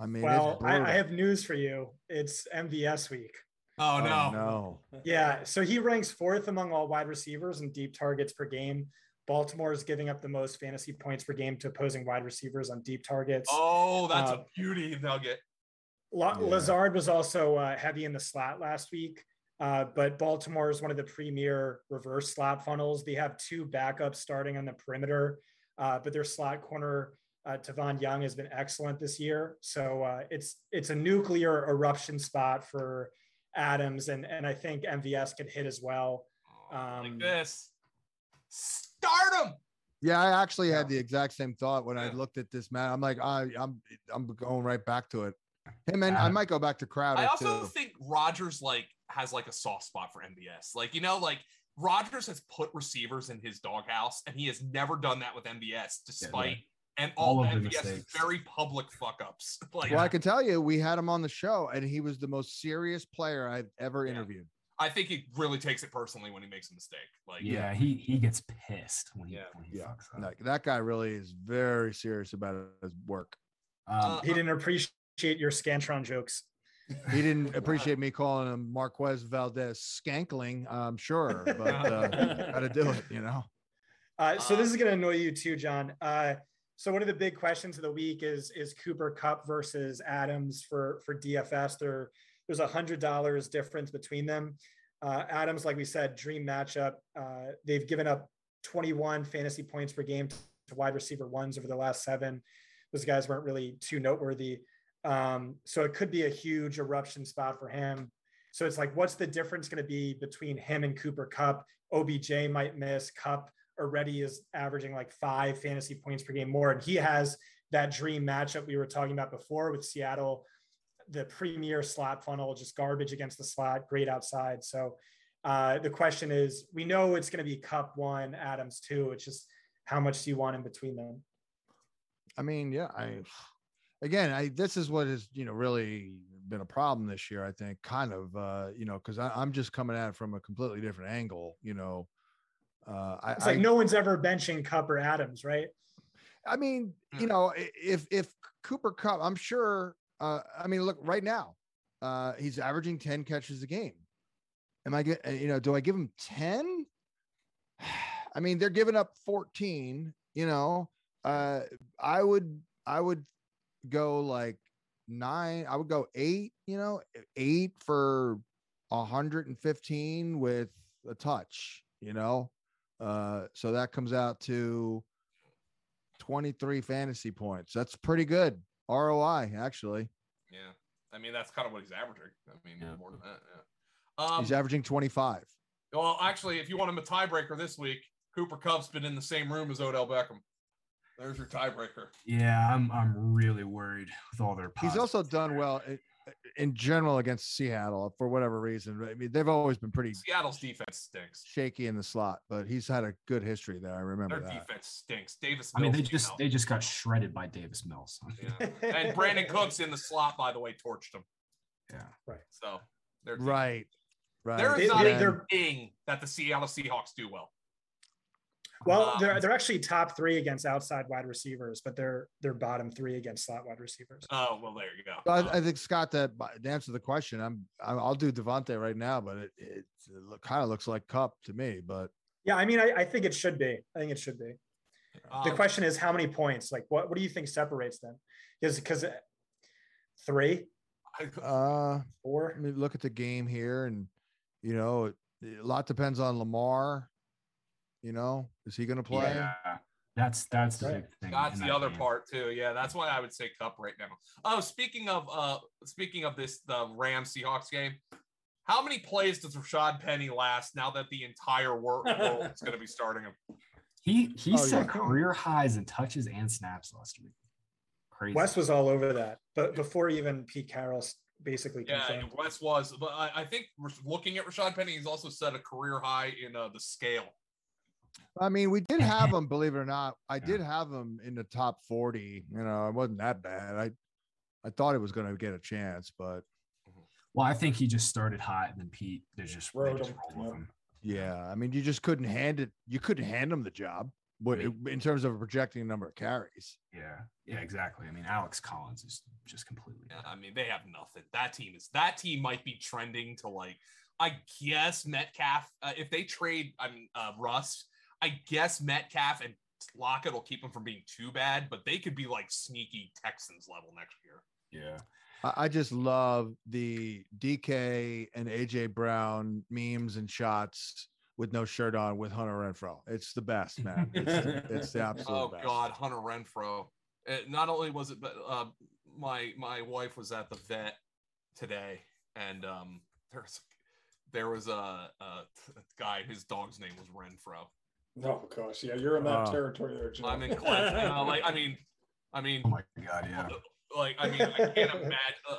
[SPEAKER 3] I mean,
[SPEAKER 5] well,
[SPEAKER 3] it's
[SPEAKER 5] I,
[SPEAKER 3] brutal.
[SPEAKER 5] I have news for you. It's MVS week.
[SPEAKER 1] Oh, no.
[SPEAKER 3] no.
[SPEAKER 5] Yeah, so he ranks fourth among all wide receivers in deep targets per game. Baltimore is giving up the most fantasy points per game to opposing wide receivers on deep targets.
[SPEAKER 1] Oh, that's a
[SPEAKER 5] Uh,
[SPEAKER 1] beauty nugget.
[SPEAKER 5] La-
[SPEAKER 2] Yeah.
[SPEAKER 5] Lazard was also uh, heavy in the slot last week, uh, but Baltimore is one of the premier reverse slot funnels. They have two backups starting on the perimeter, uh, but their slot corner uh, Tavon Young has been excellent this year. So uh, it's it's a nuclear eruption spot for Adams, and and I think MVS could hit as well.
[SPEAKER 1] Oh, like
[SPEAKER 5] um,
[SPEAKER 1] this. Stardom.
[SPEAKER 3] Yeah, I actually had
[SPEAKER 5] Yeah.
[SPEAKER 3] the exact same thought when I
[SPEAKER 1] Yeah.
[SPEAKER 3] looked at this man. I'm like, I, I'm, I'm going right back to it. Him and I
[SPEAKER 2] Uh,
[SPEAKER 3] might go back to Crowder
[SPEAKER 1] Uh-huh. I also
[SPEAKER 3] too.
[SPEAKER 1] think Rogers like has like a soft spot for MBS. Like you know, like Rodgers has put receivers in his doghouse, and he has never done that with MBS, despite and all,
[SPEAKER 2] All
[SPEAKER 1] of
[SPEAKER 2] of the
[SPEAKER 1] MBS's
[SPEAKER 2] mistakes.
[SPEAKER 1] very public fuck ups. like
[SPEAKER 3] Well, I can tell you, we had him on the show, and he was the most serious player I've ever
[SPEAKER 1] Yeah.
[SPEAKER 3] interviewed.
[SPEAKER 1] I think he really takes it personally when he makes a mistake. Like
[SPEAKER 2] yeah, he he gets pissed when he,
[SPEAKER 1] Yeah.
[SPEAKER 2] when he
[SPEAKER 3] Yeah.
[SPEAKER 2] fucks
[SPEAKER 1] Uh-huh.
[SPEAKER 2] up.
[SPEAKER 3] Like that guy really is very serious about his work.
[SPEAKER 1] uh,
[SPEAKER 2] Um,
[SPEAKER 5] He didn't appreciate your Scantron jokes.
[SPEAKER 3] He didn't appreciate me calling him Marquez Valdez Skankling. I'm sure, but uh, how to do it, you know?
[SPEAKER 5] Uh, so this
[SPEAKER 1] Um,
[SPEAKER 5] is going to annoy you too, John. Uh, so one of the big questions of the week is is Cooper Cup versus Adams for for DFS. There, there's a hundred dollars difference between them. Uh, Adams, like we said, dream matchup. Uh, they've given up 21 fantasy points per game to wide receiver ones over the last seven. Those guys weren't really too noteworthy. Um, so it could be a huge eruption spot for him. So it's like, what's the difference going to be between him and Cooper Cup? OBJ might miss. Cup already is averaging like five fantasy points per game more. And he has that dream matchup we were talking about before with Seattle, the premier slot funnel, just garbage against the slot, great outside. So uh, the question is we know it's going to be Cup one, Adams two. It's just how much do you want in between them?
[SPEAKER 3] I mean, yeah, I again, I this is what has you know really been a problem this year. I think kind of uh, you know because I'm just coming at it from a completely different angle. You know, uh, I,
[SPEAKER 5] It's like
[SPEAKER 3] I-
[SPEAKER 5] no one's ever benching Cup or Adams, right?
[SPEAKER 3] I mean,
[SPEAKER 1] Yeah.
[SPEAKER 3] you know, i- if if Cooper Cup, I'm sure. Uh, I mean, look right now, uh, he's averaging ten catches a game. Am I get? uh, You know, do I give him ten? I mean, they're giving up fourteen. You know, uh, I would I would go like nine. I would go eight. You know, eight for hundred and fifteen with a touch. You know, uh, so that comes out to 23 fantasy points. That's pretty good ROI, actually.
[SPEAKER 1] yeah. I mean, that's kind of what he's averaging. I mean,
[SPEAKER 2] Yeah.
[SPEAKER 1] more than that. Yeah. Um,
[SPEAKER 3] He's averaging 25.
[SPEAKER 1] Well, actually, if you want him a tiebreaker this week, Cooper Cup's been in the same room as Odell Beckham. There's your tiebreaker.
[SPEAKER 2] yeah, I'm I'm really worried with all their.
[SPEAKER 3] He's
[SPEAKER 2] positive
[SPEAKER 3] also done
[SPEAKER 2] threat.
[SPEAKER 3] well i- in general against Seattle for whatever reason. I mean, they've always been pretty
[SPEAKER 1] Seattle's defense stinks.
[SPEAKER 3] shaky in the slot, but he's had a good history there. I remember
[SPEAKER 1] Their
[SPEAKER 3] that.
[SPEAKER 1] defense stinks. Davis.
[SPEAKER 2] I mean, they
[SPEAKER 1] Mills came
[SPEAKER 2] just
[SPEAKER 1] out.
[SPEAKER 2] they just got shredded by Davis Mills.
[SPEAKER 1] Yeah. and Brandon Cooks in the slot, by the way, torched him.
[SPEAKER 2] Yeah.
[SPEAKER 5] Right.
[SPEAKER 1] So they're
[SPEAKER 3] Right. Right.
[SPEAKER 1] There
[SPEAKER 5] They-
[SPEAKER 1] is not
[SPEAKER 5] they-
[SPEAKER 1] a
[SPEAKER 5] they're-
[SPEAKER 1] thing that the Seattle Seahawks do well.
[SPEAKER 5] Well,
[SPEAKER 1] Um,
[SPEAKER 5] they're they're actually top three against outside wide receivers, but they're they're bottom three against slot wide receivers.
[SPEAKER 1] Oh well, there you go.
[SPEAKER 3] So I, I think Scott, that b- to answer the question, I'm I- I'll do Devontae right now, but it, it, look, kind of looks like Cup to me. But
[SPEAKER 5] Yeah, I mean, I, I think it should be. I think it should be.
[SPEAKER 1] Um,
[SPEAKER 5] The question is how many points? Like, what what do you think separates them? Because because three,
[SPEAKER 3] uh, I
[SPEAKER 5] four.
[SPEAKER 3] mean, look at the game here, and you know, it- a lot depends on Lamar. You know, is he going to play?
[SPEAKER 2] Yeah. That's that's the
[SPEAKER 5] Right.
[SPEAKER 2] big thing.
[SPEAKER 1] That's
[SPEAKER 2] in
[SPEAKER 1] the
[SPEAKER 2] that
[SPEAKER 1] other
[SPEAKER 2] game.
[SPEAKER 1] part too. Yeah, that's why I would say Cup right now. Oh, speaking of uh speaking of this the Rams Seahawks game, how many plays does Rashad Penny last now that the entire wor- world is going to be starting him?
[SPEAKER 2] He he
[SPEAKER 3] Oh,
[SPEAKER 2] set
[SPEAKER 3] yeah.
[SPEAKER 2] career highs in touches and snaps last week. Crazy.
[SPEAKER 5] Wes was all over that, but before even Pete Carroll s- basically
[SPEAKER 1] Yeah,
[SPEAKER 5] confirmed.
[SPEAKER 1] and Wes was, but I, I think we're looking at Rashad Penny, he's also set a career high in uh, the scale.
[SPEAKER 3] I mean, we did have him, believe it or not. I did have him in the top forty. You know, it wasn't that bad. I I thought it was going to get a chance, but
[SPEAKER 2] Well, I think he just started hot, and then Pete they just, they
[SPEAKER 4] Rode
[SPEAKER 2] just
[SPEAKER 4] him,
[SPEAKER 2] rolled with
[SPEAKER 4] yeah.
[SPEAKER 2] him.
[SPEAKER 3] yeah, I mean, you just couldn't hand it. You couldn't hand him the job, but
[SPEAKER 2] Right.
[SPEAKER 3] in terms of projecting the number of carries.
[SPEAKER 2] Yeah, yeah, exactly. I mean, Alex Collins is just completely.
[SPEAKER 1] Yeah, I mean, they have nothing. That team is that team might be trending to like, I guess Metcalf. Uh, if they trade, I mean, uh, Russ, I guess Metcalf and Lockett will keep them from being too bad, but they could be like sneaky Texans level next year.
[SPEAKER 2] Yeah,
[SPEAKER 3] I, I just love the DK and AJ Brown memes and shots with no shirt on with Hunter Renfro. It's the best, man. It's, it's the absolute
[SPEAKER 1] Oh
[SPEAKER 3] best.
[SPEAKER 1] God, Hunter Renfro. It, not only was it, but uh, my my wife was at the vet today, and um, there's there was a, a guy. His dog's name was Renfro.
[SPEAKER 4] Oh gosh, yeah, you're in that
[SPEAKER 3] Oh.
[SPEAKER 4] territory there, John.
[SPEAKER 1] I'm in class. you know, like I mean, I mean,
[SPEAKER 2] Oh my god, yeah.
[SPEAKER 1] like I mean, I can't uh, imagine.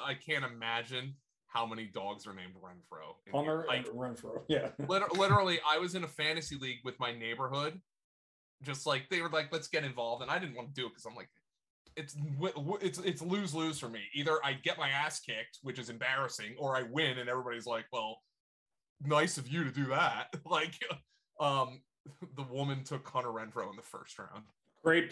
[SPEAKER 1] I can't imagine how many dogs are named Renfro. in
[SPEAKER 4] Plummer
[SPEAKER 1] here. Like,
[SPEAKER 4] and Renfro. Yeah.
[SPEAKER 1] Liter- literally, I was in a fantasy league with my neighborhood. Just like they were like, let's get involved, and I didn't want to do it because I'm like, it's w- w- it's it's lose lose for me. Either I get my ass kicked, which is embarrassing, or I win, and everybody's like, well, nice of you to do that. like, um, the woman took Hunter Renfro in the first round.
[SPEAKER 4] Great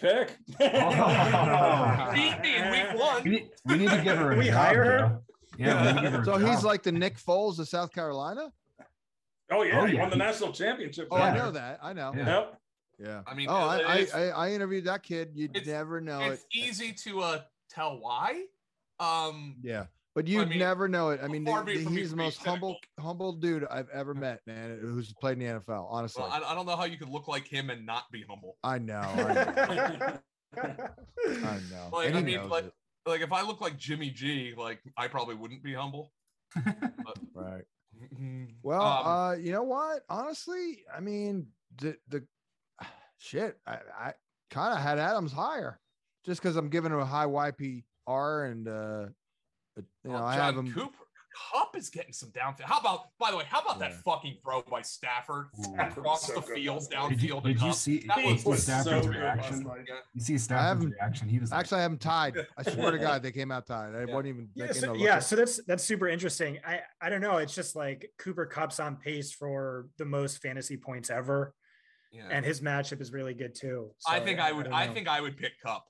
[SPEAKER 4] pick.
[SPEAKER 1] Oh. Beat me in week one.
[SPEAKER 2] We need, we need to give her. A
[SPEAKER 5] We
[SPEAKER 2] job,
[SPEAKER 5] hire her?
[SPEAKER 2] though. Yeah. we need to give her a
[SPEAKER 3] So
[SPEAKER 2] job.
[SPEAKER 3] he's like the Nick Foles of South Carolina.
[SPEAKER 4] Oh yeah,
[SPEAKER 2] Oh,
[SPEAKER 4] he
[SPEAKER 2] yeah.
[SPEAKER 4] won the national championship.
[SPEAKER 3] Oh,
[SPEAKER 2] Yeah.
[SPEAKER 4] that
[SPEAKER 3] I
[SPEAKER 4] year.
[SPEAKER 3] know that. I know.
[SPEAKER 2] Yeah.
[SPEAKER 3] Yeah.
[SPEAKER 4] Yep.
[SPEAKER 1] I mean,
[SPEAKER 3] oh, I, I,
[SPEAKER 1] it's-
[SPEAKER 3] I I interviewed that kid. You
[SPEAKER 1] It's-
[SPEAKER 3] would never know it.
[SPEAKER 1] it's easy to uh tell why. Um,
[SPEAKER 3] Yeah. But you'd
[SPEAKER 1] mean,
[SPEAKER 3] never know it. I mean,
[SPEAKER 1] far
[SPEAKER 3] the-
[SPEAKER 1] be it
[SPEAKER 3] the-
[SPEAKER 1] from me
[SPEAKER 3] he's
[SPEAKER 1] to
[SPEAKER 3] the
[SPEAKER 1] be
[SPEAKER 3] most humble, humble dude I've ever met, man, who's played in the NFL. Honestly,
[SPEAKER 1] well, I, I don't know how you could look like him and not be humble.
[SPEAKER 3] I, know. I know. I know.
[SPEAKER 1] Like,
[SPEAKER 3] And
[SPEAKER 1] I
[SPEAKER 3] he
[SPEAKER 1] mean,
[SPEAKER 3] knows
[SPEAKER 1] like,
[SPEAKER 3] it,
[SPEAKER 1] like if I look like Jimmy G, like I probably wouldn't be humble.
[SPEAKER 3] right.
[SPEAKER 1] Mhm.
[SPEAKER 3] Well,
[SPEAKER 1] Um,
[SPEAKER 3] uh, you know what? Honestly, I mean, the the shit, I, I kind of had Adams higher just because I'm giving him a high YPR and uh, you know,
[SPEAKER 1] well,
[SPEAKER 3] I
[SPEAKER 1] oh, John
[SPEAKER 3] have him.
[SPEAKER 1] Cooper Cup is getting some downfield. How about, by the way, how about
[SPEAKER 3] Yeah.
[SPEAKER 1] that fucking throw by Stafford
[SPEAKER 2] Ooh.
[SPEAKER 1] across
[SPEAKER 4] So
[SPEAKER 1] the
[SPEAKER 4] good.
[SPEAKER 1] field,
[SPEAKER 2] Did you,
[SPEAKER 1] downfield? to
[SPEAKER 2] did you
[SPEAKER 1] Cup?
[SPEAKER 2] see?
[SPEAKER 1] That
[SPEAKER 2] did you
[SPEAKER 1] was-
[SPEAKER 2] see
[SPEAKER 1] was
[SPEAKER 2] Stafford's
[SPEAKER 4] so good last
[SPEAKER 2] reaction?
[SPEAKER 4] night.
[SPEAKER 2] You see Stafford's
[SPEAKER 3] haven't-
[SPEAKER 2] reaction. He was like,
[SPEAKER 3] Actually, I have him tied. I swear to God, they came out tied. I
[SPEAKER 1] Yeah.
[SPEAKER 3] wasn't even.
[SPEAKER 5] Yeah,
[SPEAKER 3] making a
[SPEAKER 5] so,
[SPEAKER 3] look
[SPEAKER 5] yeah,
[SPEAKER 3] at-
[SPEAKER 5] so that's that's super interesting. I I don't know. It's just like Cooper Cup's on pace for the most fantasy points ever,
[SPEAKER 1] Yeah.
[SPEAKER 5] and his matchup is really good too.
[SPEAKER 1] I
[SPEAKER 5] So,
[SPEAKER 1] think
[SPEAKER 5] yeah,
[SPEAKER 1] I would.
[SPEAKER 5] don't
[SPEAKER 1] I
[SPEAKER 5] know.
[SPEAKER 1] think I would pick Cup.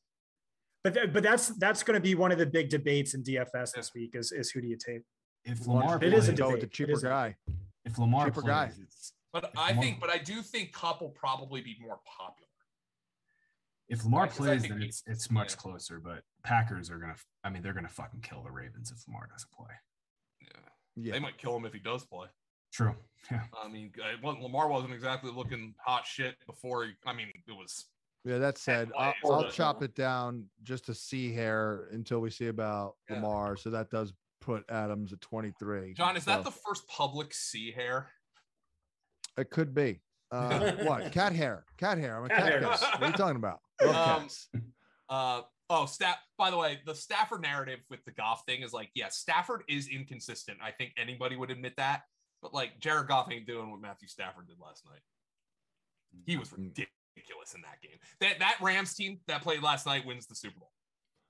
[SPEAKER 5] but th- but that's that's going to be one of the big debates in DFS this week. Is is who do you take?
[SPEAKER 2] if Lamar,
[SPEAKER 5] It is a
[SPEAKER 2] plays-
[SPEAKER 3] go with the
[SPEAKER 5] debate. It
[SPEAKER 3] cheaper
[SPEAKER 5] is a-
[SPEAKER 3] guy.
[SPEAKER 2] if Lamar
[SPEAKER 3] cheaper
[SPEAKER 2] plays,
[SPEAKER 3] guy.
[SPEAKER 2] it's-
[SPEAKER 1] But
[SPEAKER 2] If
[SPEAKER 1] I
[SPEAKER 2] Lamar-
[SPEAKER 1] think, but I do think Cup will probably be more popular.
[SPEAKER 2] if Lamar
[SPEAKER 1] Right, 'cause I
[SPEAKER 2] plays,
[SPEAKER 1] think
[SPEAKER 2] then
[SPEAKER 1] he-
[SPEAKER 2] it's it's much
[SPEAKER 1] yeah.
[SPEAKER 2] closer. But Packers are gonna. f- I mean, they're gonna fucking kill the Ravens if Lamar doesn't play.
[SPEAKER 1] Yeah.
[SPEAKER 3] Yeah.
[SPEAKER 1] They might kill him if he does play.
[SPEAKER 2] True. Yeah.
[SPEAKER 1] I mean, it wasn't, Lamar wasn't exactly looking hot shit before. He, I mean, it was
[SPEAKER 3] Yeah, that said, I'll,
[SPEAKER 1] plays,
[SPEAKER 3] I'll
[SPEAKER 4] but-
[SPEAKER 3] chop it down just to see hair until we see about
[SPEAKER 1] Yeah.
[SPEAKER 3] Lamar. So that does put Adams at 23.
[SPEAKER 1] John. Is that the
[SPEAKER 3] So
[SPEAKER 1] first public sea hair?
[SPEAKER 3] it could be. Uh, what cat hair? Cat hair. I'm a
[SPEAKER 4] Cat
[SPEAKER 3] cat,
[SPEAKER 4] hair.
[SPEAKER 3] guy. What are you talking about? Love
[SPEAKER 1] Um,
[SPEAKER 3] cats.
[SPEAKER 1] Uh, oh, Staff. By the way, the Stafford narrative with the Goff thing is like, yes, Stafford is inconsistent. I think anybody would admit that. But like, Jared Goff ain't doing what Matthew Stafford did last night. He was ridiculous in that game. That that Rams team that played last night wins the Super Bowl.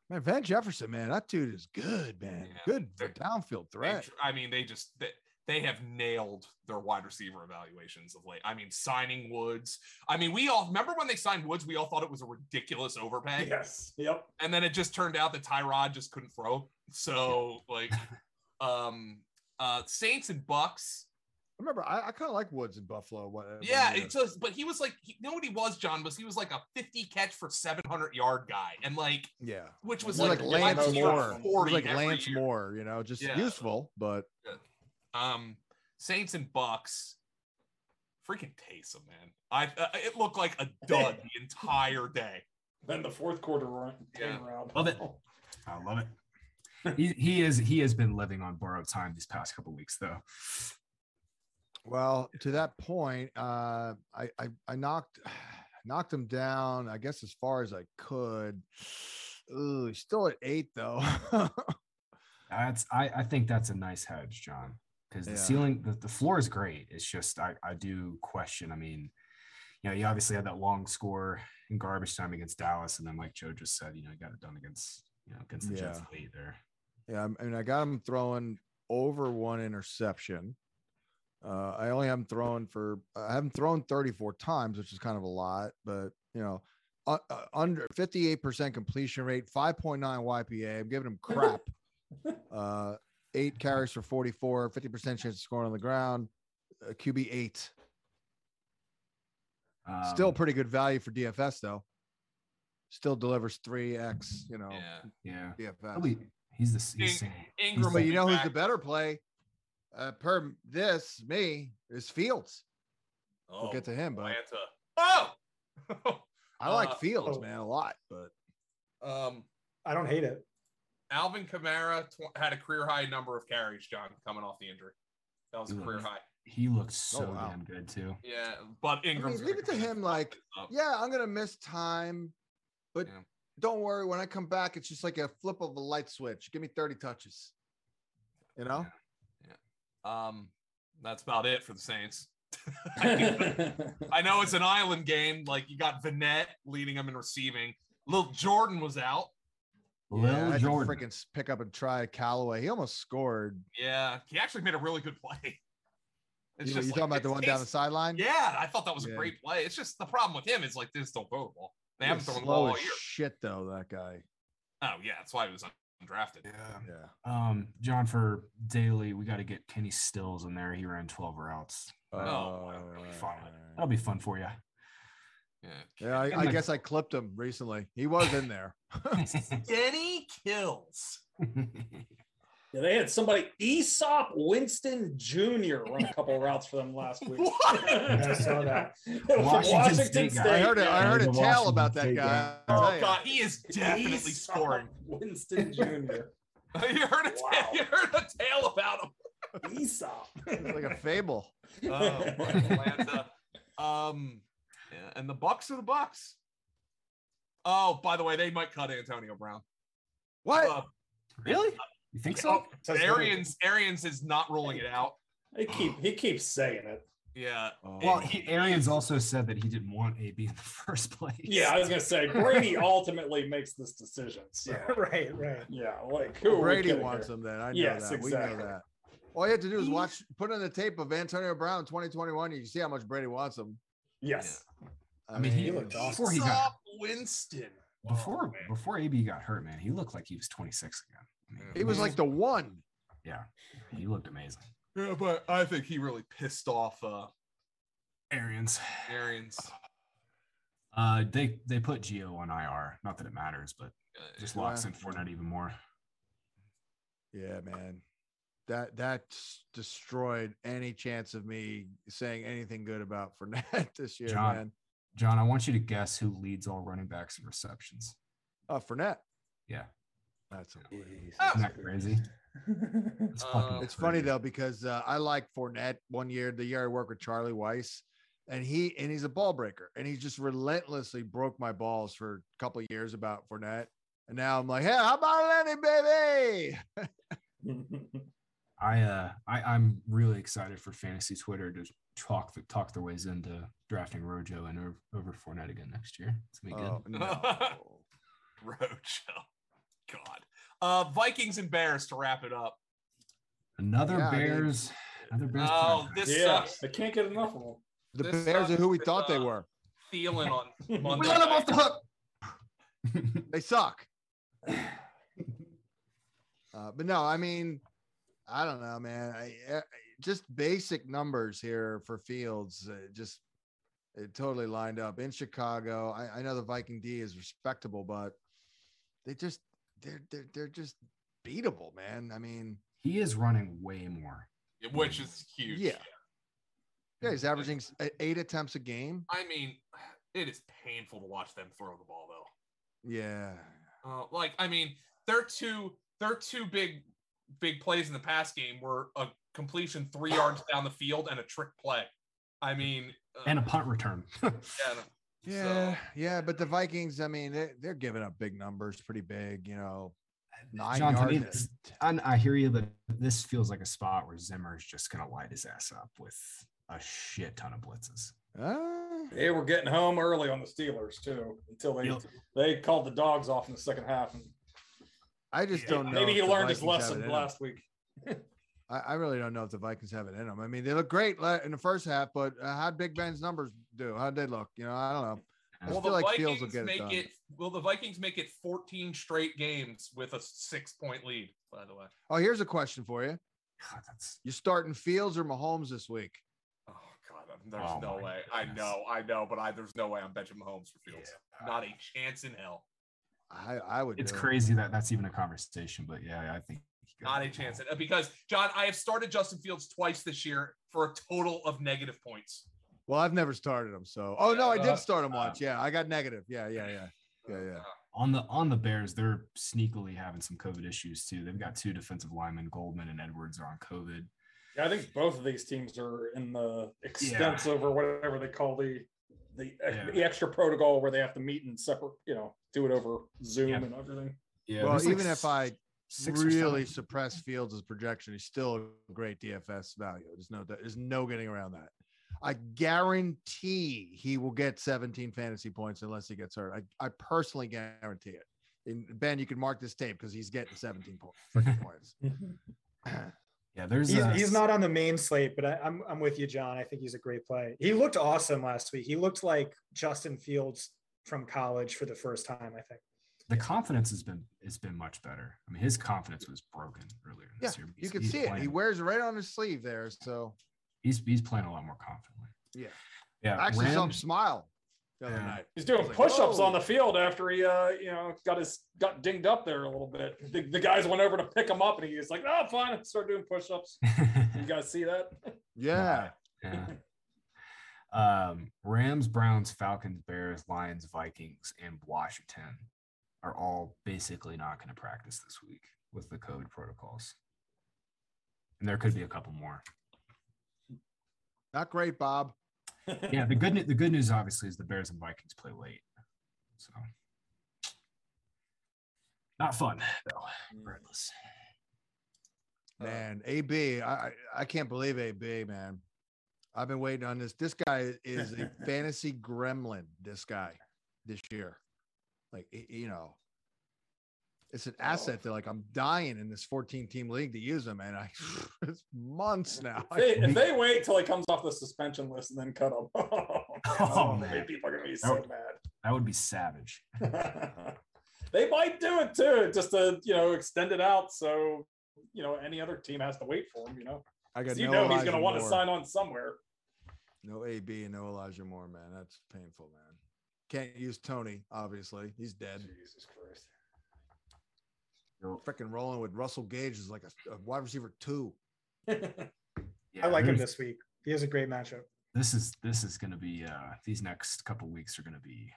[SPEAKER 3] Man, Van Jefferson, man, that dude is good, man.
[SPEAKER 1] Yeah.
[SPEAKER 3] Good
[SPEAKER 1] They're-
[SPEAKER 3] downfield
[SPEAKER 1] They-
[SPEAKER 3] threat.
[SPEAKER 1] I mean, they just they, they have nailed their wide receiver evaluations of late. I mean, signing Woods. I mean, we all remember when they signed Woods, we all thought it was a ridiculous overpay.
[SPEAKER 4] Yes. Yep.
[SPEAKER 1] And then it just turned out that Tyrod just couldn't throw. So like um uh Saints and Bucks.
[SPEAKER 3] Remember, I, I kind of like Woods in Buffalo. What,
[SPEAKER 1] Yeah, it's just but he was like he, you know what he was, John, was he was like a 50 catch for 700 yard guy. And like
[SPEAKER 3] yeah.
[SPEAKER 1] which was
[SPEAKER 3] He's
[SPEAKER 1] like,
[SPEAKER 3] like, Lance
[SPEAKER 1] wide receiver
[SPEAKER 3] Moore. He's
[SPEAKER 1] 40
[SPEAKER 3] like
[SPEAKER 1] every
[SPEAKER 3] Lance
[SPEAKER 1] year.
[SPEAKER 3] Moore, you know, just
[SPEAKER 1] Yeah.
[SPEAKER 3] useful, but
[SPEAKER 1] um Saints and Bucks. Freaking Taysom, man! I uh, it looked like a dud the entire day.
[SPEAKER 4] Then the fourth quarter run came
[SPEAKER 1] Yeah.
[SPEAKER 4] around.
[SPEAKER 2] Love it. I love it. He, he is he has been living on borrowed time these past couple weeks though.
[SPEAKER 3] Well, to that point, uh, I, I I knocked knocked him down, I guess as far as I could. Ooh, he's still at eight though.
[SPEAKER 2] That's I, I think that's a nice hedge, John, because the
[SPEAKER 3] Yeah.
[SPEAKER 2] ceiling the, the floor is great. It's just I, I do question. I mean, you know, you obviously had that long score in garbage time against Dallas, and then like Joe just said, you know, you got it done against you know against the Jets
[SPEAKER 3] Yeah.
[SPEAKER 2] late there.
[SPEAKER 3] yeah, I mean, I got him throwing over one interception. Uh, I only haven't thrown for I haven't thrown 34 times, which is kind of a lot, but you know, uh, uh, under 58% completion rate, 5.9 YPA. I'm giving him crap. uh, eight carries for 44, 50% chance of scoring on the ground, uh, QB eight. Still
[SPEAKER 2] Um,
[SPEAKER 3] pretty good value for DFS though. Still delivers three X, you know,
[SPEAKER 1] Yeah,
[SPEAKER 2] yeah.
[SPEAKER 3] DFS.
[SPEAKER 2] Probably, he's the he's
[SPEAKER 1] Ding.
[SPEAKER 2] singing.
[SPEAKER 1] Ingram.
[SPEAKER 3] But
[SPEAKER 1] will
[SPEAKER 3] you
[SPEAKER 1] be
[SPEAKER 3] know who's
[SPEAKER 1] back.
[SPEAKER 3] the better play? Uh, per this, me is Fields.
[SPEAKER 1] Oh,
[SPEAKER 3] We'll get to him, but
[SPEAKER 1] Atlanta. Oh,
[SPEAKER 3] I like
[SPEAKER 1] Uh,
[SPEAKER 3] Fields,
[SPEAKER 5] oh.
[SPEAKER 3] man, a lot. But
[SPEAKER 1] um,
[SPEAKER 5] I don't hate it.
[SPEAKER 1] Alvin Kamara tw- had a career high number of carries. John coming off the injury, that was a
[SPEAKER 2] Ooh.
[SPEAKER 1] career high.
[SPEAKER 2] He looked so
[SPEAKER 3] Oh, wow.
[SPEAKER 2] damn good too.
[SPEAKER 1] Yeah, but
[SPEAKER 3] I mean,
[SPEAKER 1] Ingram.
[SPEAKER 3] leave it to him. Like,
[SPEAKER 1] up.
[SPEAKER 3] yeah, I'm gonna miss time, but
[SPEAKER 1] Yeah.
[SPEAKER 3] don't worry. When I come back, it's just like a flip of a light switch. Give me 30 touches. You know,
[SPEAKER 1] Um, that's about it for the Saints. I think that- I know it's an island game. Like you got Vinette leading them in receiving. Lil Jordan was out.
[SPEAKER 3] Yeah, I
[SPEAKER 2] Lil
[SPEAKER 3] had to
[SPEAKER 2] Jordan.
[SPEAKER 3] freaking s- pick up and try Callaway. He almost scored.
[SPEAKER 1] Yeah, he actually made a really good play.
[SPEAKER 3] You, you
[SPEAKER 1] like,
[SPEAKER 3] talking about
[SPEAKER 1] it
[SPEAKER 3] the one down the
[SPEAKER 1] takes-
[SPEAKER 3] sideline?
[SPEAKER 1] Yeah, I thought that was
[SPEAKER 3] Yeah.
[SPEAKER 1] a great play. It's just the problem with him is like they just don't throw the ball. They
[SPEAKER 3] He
[SPEAKER 1] haven't
[SPEAKER 3] was
[SPEAKER 1] thrown the
[SPEAKER 3] slow
[SPEAKER 1] ball all
[SPEAKER 3] as
[SPEAKER 1] year.
[SPEAKER 3] Shit, though that guy.
[SPEAKER 1] Oh yeah, that's why he was undrafted.
[SPEAKER 2] Yeah.
[SPEAKER 3] Yeah.
[SPEAKER 2] Um, John for Daly, we got to get Kenny Stills in there. He ran 12 routes.
[SPEAKER 1] Oh,
[SPEAKER 3] Uh,
[SPEAKER 2] fine. That'll be fun for you.
[SPEAKER 1] Yeah.
[SPEAKER 3] yeah, I, I
[SPEAKER 2] Like-
[SPEAKER 3] guess I clipped him recently. He was in there.
[SPEAKER 1] Denny kills.
[SPEAKER 4] Yeah, they had somebody Aesop Winston Jr. run a couple routes for them last week.
[SPEAKER 1] What?
[SPEAKER 5] I saw that.
[SPEAKER 4] From Washington,
[SPEAKER 2] Washington
[SPEAKER 4] State.
[SPEAKER 2] State guy.
[SPEAKER 3] I heard it.
[SPEAKER 4] yeah.
[SPEAKER 3] I heard a
[SPEAKER 2] The
[SPEAKER 3] tale about that
[SPEAKER 2] Washington
[SPEAKER 3] guy.
[SPEAKER 2] State
[SPEAKER 3] I'll tell
[SPEAKER 1] Oh
[SPEAKER 3] ya.
[SPEAKER 1] god, he is definitely
[SPEAKER 4] Aesop
[SPEAKER 1] scoring.
[SPEAKER 4] Winston Jr.
[SPEAKER 1] You heard a ta-
[SPEAKER 4] Wow.
[SPEAKER 1] you heard a tale about him.
[SPEAKER 4] Aesop.
[SPEAKER 3] It's like a fable.
[SPEAKER 1] Oh, Atlanta. um, yeah, and the Bucks are the Bucks. Oh, by the way, they might cut Antonio Brown.
[SPEAKER 3] What?
[SPEAKER 1] Uh,
[SPEAKER 2] really? You think so?
[SPEAKER 5] Says who?
[SPEAKER 1] Arians Arians is not ruling it out.
[SPEAKER 4] He keep he keeps saying it.
[SPEAKER 1] Yeah,
[SPEAKER 3] Oh.
[SPEAKER 2] Well, he, Arians also said that he didn't want AB in the first place.
[SPEAKER 4] Yeah, I was gonna say Brady ultimately makes this decision. So yeah,
[SPEAKER 5] right, right.
[SPEAKER 4] like who are
[SPEAKER 3] Well,
[SPEAKER 4] we
[SPEAKER 3] Brady
[SPEAKER 4] kidding
[SPEAKER 3] wants
[SPEAKER 4] here?
[SPEAKER 3] him then. I know
[SPEAKER 4] Yes,
[SPEAKER 3] that. We
[SPEAKER 4] exactly.
[SPEAKER 3] know that. All you have to do is watch, put on the tape of Antonio Brown 2021. You can see how much Brady wants him.
[SPEAKER 4] Yes.
[SPEAKER 2] I mean, he
[SPEAKER 3] looked
[SPEAKER 2] looked
[SPEAKER 3] awesome.
[SPEAKER 2] before he got
[SPEAKER 1] Stop Winston.
[SPEAKER 2] before before AB got hurt, man, he looked like he was 26 again. I mean,
[SPEAKER 3] He was like the one.
[SPEAKER 2] yeah, he looked amazing.
[SPEAKER 1] Yeah, but I think he really pissed off uh
[SPEAKER 2] Arians.
[SPEAKER 1] Arians.
[SPEAKER 2] Uh, they they put Geo on IR. Not that it matters, but it
[SPEAKER 1] Uh,
[SPEAKER 2] just locks in Fournette even more.
[SPEAKER 3] Yeah, man. That that s- destroyed any chance of me saying anything good about Fournette this year,
[SPEAKER 2] John.
[SPEAKER 3] man.
[SPEAKER 2] John, I want you to guess who leads all running backs in receptions.
[SPEAKER 3] Oh, Fournette.
[SPEAKER 2] Yeah,
[SPEAKER 3] That's a
[SPEAKER 2] isn't that crazy? It's, fucking
[SPEAKER 1] Um,
[SPEAKER 3] It's funny
[SPEAKER 2] crazy.
[SPEAKER 3] though because uh, I like Fournette. One year, the year I worked with Charlie Weiss, and he and he's a ball breaker, and he just relentlessly broke my balls for a couple of years about Fournette, and now I'm like, hey, how about Lenny, baby?
[SPEAKER 2] I uh I, I'm really excited for fantasy Twitter to talk the, talk their ways into drafting Rojo and over, over Fournette again next year. It's gonna be good.
[SPEAKER 3] Oh, no.
[SPEAKER 1] Rojo. God. Uh Vikings and Bears to wrap it up.
[SPEAKER 2] Another
[SPEAKER 3] Yeah, I mean-
[SPEAKER 2] Bears, another Bears.
[SPEAKER 1] Oh,
[SPEAKER 2] prime time.
[SPEAKER 1] this
[SPEAKER 4] yeah,
[SPEAKER 1] sucks.
[SPEAKER 4] I can't get enough of them.
[SPEAKER 3] The
[SPEAKER 1] This
[SPEAKER 3] Bears are who we
[SPEAKER 1] sucks,
[SPEAKER 3] thought they
[SPEAKER 1] uh,
[SPEAKER 3] were.
[SPEAKER 1] Thielen on
[SPEAKER 2] we
[SPEAKER 1] Monday.
[SPEAKER 2] let him
[SPEAKER 1] night.
[SPEAKER 2] off the hook.
[SPEAKER 3] They suck. Uh, but no, I mean, I don't know, man. I, I just basic numbers here for Fields, uh, just it totally lined up in Chicago. I, I know the Viking D is respectable, but they just they're they're they're just beatable, man. I mean,
[SPEAKER 2] he is running way more.
[SPEAKER 1] Which is huge.
[SPEAKER 3] Yeah. yeah, he's averaging s- uh, eight attempts a game.
[SPEAKER 1] I mean, it is painful to watch them throw the ball though.
[SPEAKER 3] Yeah,
[SPEAKER 1] Uh, like I mean, their two their two big big plays in the pass game were a completion three yards down the field and a trick play. I mean, uh,
[SPEAKER 2] And a punt return.
[SPEAKER 1] yeah, no.
[SPEAKER 3] yeah, yeah. But the Vikings, I mean, they, they're giving up big numbers, pretty big, you know.
[SPEAKER 4] Uh,
[SPEAKER 3] Nine
[SPEAKER 2] John, to me,
[SPEAKER 3] yards.
[SPEAKER 2] this- I, I hear you, but this feels like a spot where Zimmer's just gonna light his ass up with a shit ton of blitzes.
[SPEAKER 3] Uh,
[SPEAKER 4] They were getting home early on the Steelers too, until they
[SPEAKER 2] Yep.
[SPEAKER 4] they called the dogs off in the second half. And
[SPEAKER 3] I just don't know.
[SPEAKER 4] maybe
[SPEAKER 3] if
[SPEAKER 4] he
[SPEAKER 3] the
[SPEAKER 4] learned his
[SPEAKER 3] Vikings have it
[SPEAKER 4] lesson
[SPEAKER 3] in 'em.
[SPEAKER 4] last week.
[SPEAKER 3] I, I really don't know if the Vikings have it in them. I mean, they look great la- in the first half, but uh, how'd Big Ben's numbers do? How'd they look? You know, I don't know. I
[SPEAKER 1] Will
[SPEAKER 3] feel
[SPEAKER 1] the
[SPEAKER 3] like
[SPEAKER 1] Vikings
[SPEAKER 3] Fields will get it
[SPEAKER 1] make
[SPEAKER 3] done.
[SPEAKER 1] it, Will the Vikings make it 14 straight games with a six point lead? By the way.
[SPEAKER 3] Oh, here's a question for you.
[SPEAKER 2] God, that's
[SPEAKER 3] You starting Fields or Mahomes this week?
[SPEAKER 1] Oh God, I'm- there's
[SPEAKER 2] Oh,
[SPEAKER 1] no
[SPEAKER 2] my
[SPEAKER 1] way. I
[SPEAKER 2] goodness.
[SPEAKER 1] know, I know, but I there's no way I'm benching Mahomes for Fields. Not a chance in hell.
[SPEAKER 3] I, I would.
[SPEAKER 2] Uh, it's
[SPEAKER 3] do it.
[SPEAKER 2] crazy that that's even a conversation, but yeah, I think he got
[SPEAKER 1] Not a
[SPEAKER 2] it.
[SPEAKER 1] chance in, because John, I have started Justin Fields twice this year for a total of negative points.
[SPEAKER 3] Well, I've never started him, so. Oh no, I did
[SPEAKER 1] Uh,
[SPEAKER 3] start him once. Yeah, I got negative. Yeah, yeah, yeah, yeah, yeah.
[SPEAKER 2] On the on the Bears, they're sneakily having some COVID issues too. They've got two defensive linemen, Goldman and Edwards, are on COVID.
[SPEAKER 4] Yeah, I think both of these teams are in the extensive or whatever they call the the,
[SPEAKER 2] Yeah.
[SPEAKER 4] the extra protocol where they have to meet and separate, you know, do it over Zoom
[SPEAKER 2] Yeah.
[SPEAKER 4] and everything.
[SPEAKER 2] Yeah.
[SPEAKER 3] well, even if I
[SPEAKER 2] six or
[SPEAKER 3] really
[SPEAKER 2] seven.
[SPEAKER 3] suppress Fields' projection, he's still a great DFS value. There's no there's no getting around that. I guarantee he will get 17 fantasy points unless he gets hurt. I, I personally guarantee it. And Ben, you can mark this tape because he's getting 17 po- freaking points.
[SPEAKER 2] Yeah, there's
[SPEAKER 5] He's,
[SPEAKER 2] uh,
[SPEAKER 5] he's not on the main slate, but I, I'm I'm with you, John. I think he's a great play. He looked awesome last week. He looked like Justin Fields from college for the first time. I think.
[SPEAKER 2] the confidence has been has been much better. I mean, his confidence was broken earlier
[SPEAKER 3] Yeah,
[SPEAKER 2] this year.
[SPEAKER 3] you
[SPEAKER 2] He's-
[SPEAKER 3] can
[SPEAKER 2] he's
[SPEAKER 3] see it. He
[SPEAKER 2] playing-
[SPEAKER 3] wears it right on his sleeve there. So
[SPEAKER 2] he's he's playing a lot more confidently.
[SPEAKER 3] Yeah.
[SPEAKER 2] yeah.
[SPEAKER 3] I actually saw him
[SPEAKER 2] Rand-
[SPEAKER 3] smile the other
[SPEAKER 2] Yeah.
[SPEAKER 3] night.
[SPEAKER 4] He's doing
[SPEAKER 3] He's like,
[SPEAKER 4] push-ups on
[SPEAKER 3] "Whoa."
[SPEAKER 4] the field after he, uh, you know, got his got dinged up there a little bit. The, the guys went over to pick him up, and he was like, "Oh, fine, I'll start doing push-ups." You guys see that?
[SPEAKER 3] Yeah.
[SPEAKER 2] Yeah. Um, Rams, Browns, Falcons, Bears, Lions, Vikings, and Washington are all basically not going to practice this week with the COVID protocols. And there could be a couple more.
[SPEAKER 3] Not great, Bob.
[SPEAKER 2] Yeah, the good ne- the good news obviously is the Bears and Vikings play late, so not fun though. Regardless,
[SPEAKER 4] Uh-huh.
[SPEAKER 3] Man, AB, I I- I can't believe AB, man. I've been waiting on this. This guy is a fantasy gremlin. This guy, this year, like y- you know, it's an asset. They're like, I'm dying in this 14 team league to use him, and I it's months now.
[SPEAKER 4] If they, if they wait till he comes off the suspension list and then cut him, oh,
[SPEAKER 2] man.
[SPEAKER 4] people are gonna be so
[SPEAKER 2] that would be savage.
[SPEAKER 4] mad. they might do it too, just to you know extend it out so you know any other team has to wait for him. You know,
[SPEAKER 3] I
[SPEAKER 4] 'Cause
[SPEAKER 3] got
[SPEAKER 4] you
[SPEAKER 3] no
[SPEAKER 4] know he's
[SPEAKER 3] Elijah
[SPEAKER 4] gonna want to
[SPEAKER 3] Moore.
[SPEAKER 4] sign on somewhere.
[SPEAKER 3] No AB and no Elijah Moore, man. That's painful, man. Can't use Tony, obviously. He's dead.
[SPEAKER 4] Jesus Christ.
[SPEAKER 3] Freaking rolling with Russell Gage is like a, a wide receiver two.
[SPEAKER 5] I like him
[SPEAKER 2] there's-
[SPEAKER 5] this week. He has a great matchup.
[SPEAKER 2] This is this is going to be uh, these next couple weeks are going to be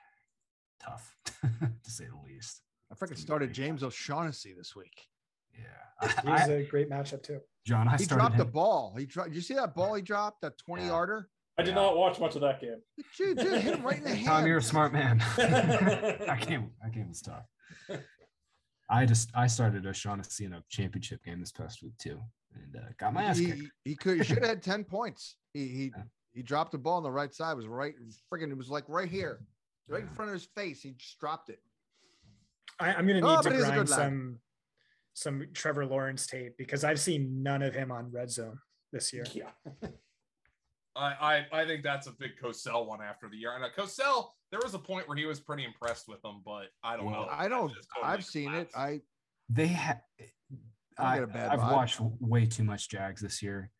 [SPEAKER 2] tough to say the least.
[SPEAKER 3] I freaking started James O'Shaughnessy this week.
[SPEAKER 2] Yeah,
[SPEAKER 5] He has
[SPEAKER 2] I, I,
[SPEAKER 5] a great matchup too.
[SPEAKER 2] John, I
[SPEAKER 3] He
[SPEAKER 2] started
[SPEAKER 3] dropped the
[SPEAKER 2] him-
[SPEAKER 3] ball. He dropped. You see that ball he dropped? That twenty
[SPEAKER 2] Yeah.
[SPEAKER 3] yarder.
[SPEAKER 4] I did
[SPEAKER 2] Yeah.
[SPEAKER 4] not watch much of that game.
[SPEAKER 3] Dude, dude, hit him right in the hand.
[SPEAKER 2] Tom, you're a smart man. I can't. I can't stop. I just I started O'Shaughnessy in a championship game this past week too, and uh, got my ass
[SPEAKER 3] he,
[SPEAKER 2] kicked.
[SPEAKER 3] he could. He should have had ten points. He he
[SPEAKER 2] Yeah.
[SPEAKER 3] he dropped the ball on the right side. It was right freaking. It was like right here, right in
[SPEAKER 2] Yeah.
[SPEAKER 3] front of his face. He just dropped it.
[SPEAKER 5] I, I'm going to
[SPEAKER 3] Oh,
[SPEAKER 5] need to
[SPEAKER 3] but he's a
[SPEAKER 5] grind
[SPEAKER 3] good lad.
[SPEAKER 5] some some Trevor Lawrence tape because I've seen none of him on Red Zone this year.
[SPEAKER 4] Yeah.
[SPEAKER 1] I, I I think that's a big Cosell one after the year. And uh, Cosell, there was a point where he was pretty impressed with them, but I don't know.
[SPEAKER 3] I don't.
[SPEAKER 1] That Oh, just totally
[SPEAKER 3] I've seen it.
[SPEAKER 1] collapsed.
[SPEAKER 3] I
[SPEAKER 2] They had.
[SPEAKER 3] I
[SPEAKER 2] I,
[SPEAKER 3] get a bad
[SPEAKER 2] I've
[SPEAKER 3] vibe.
[SPEAKER 2] watched way too much Jags this year.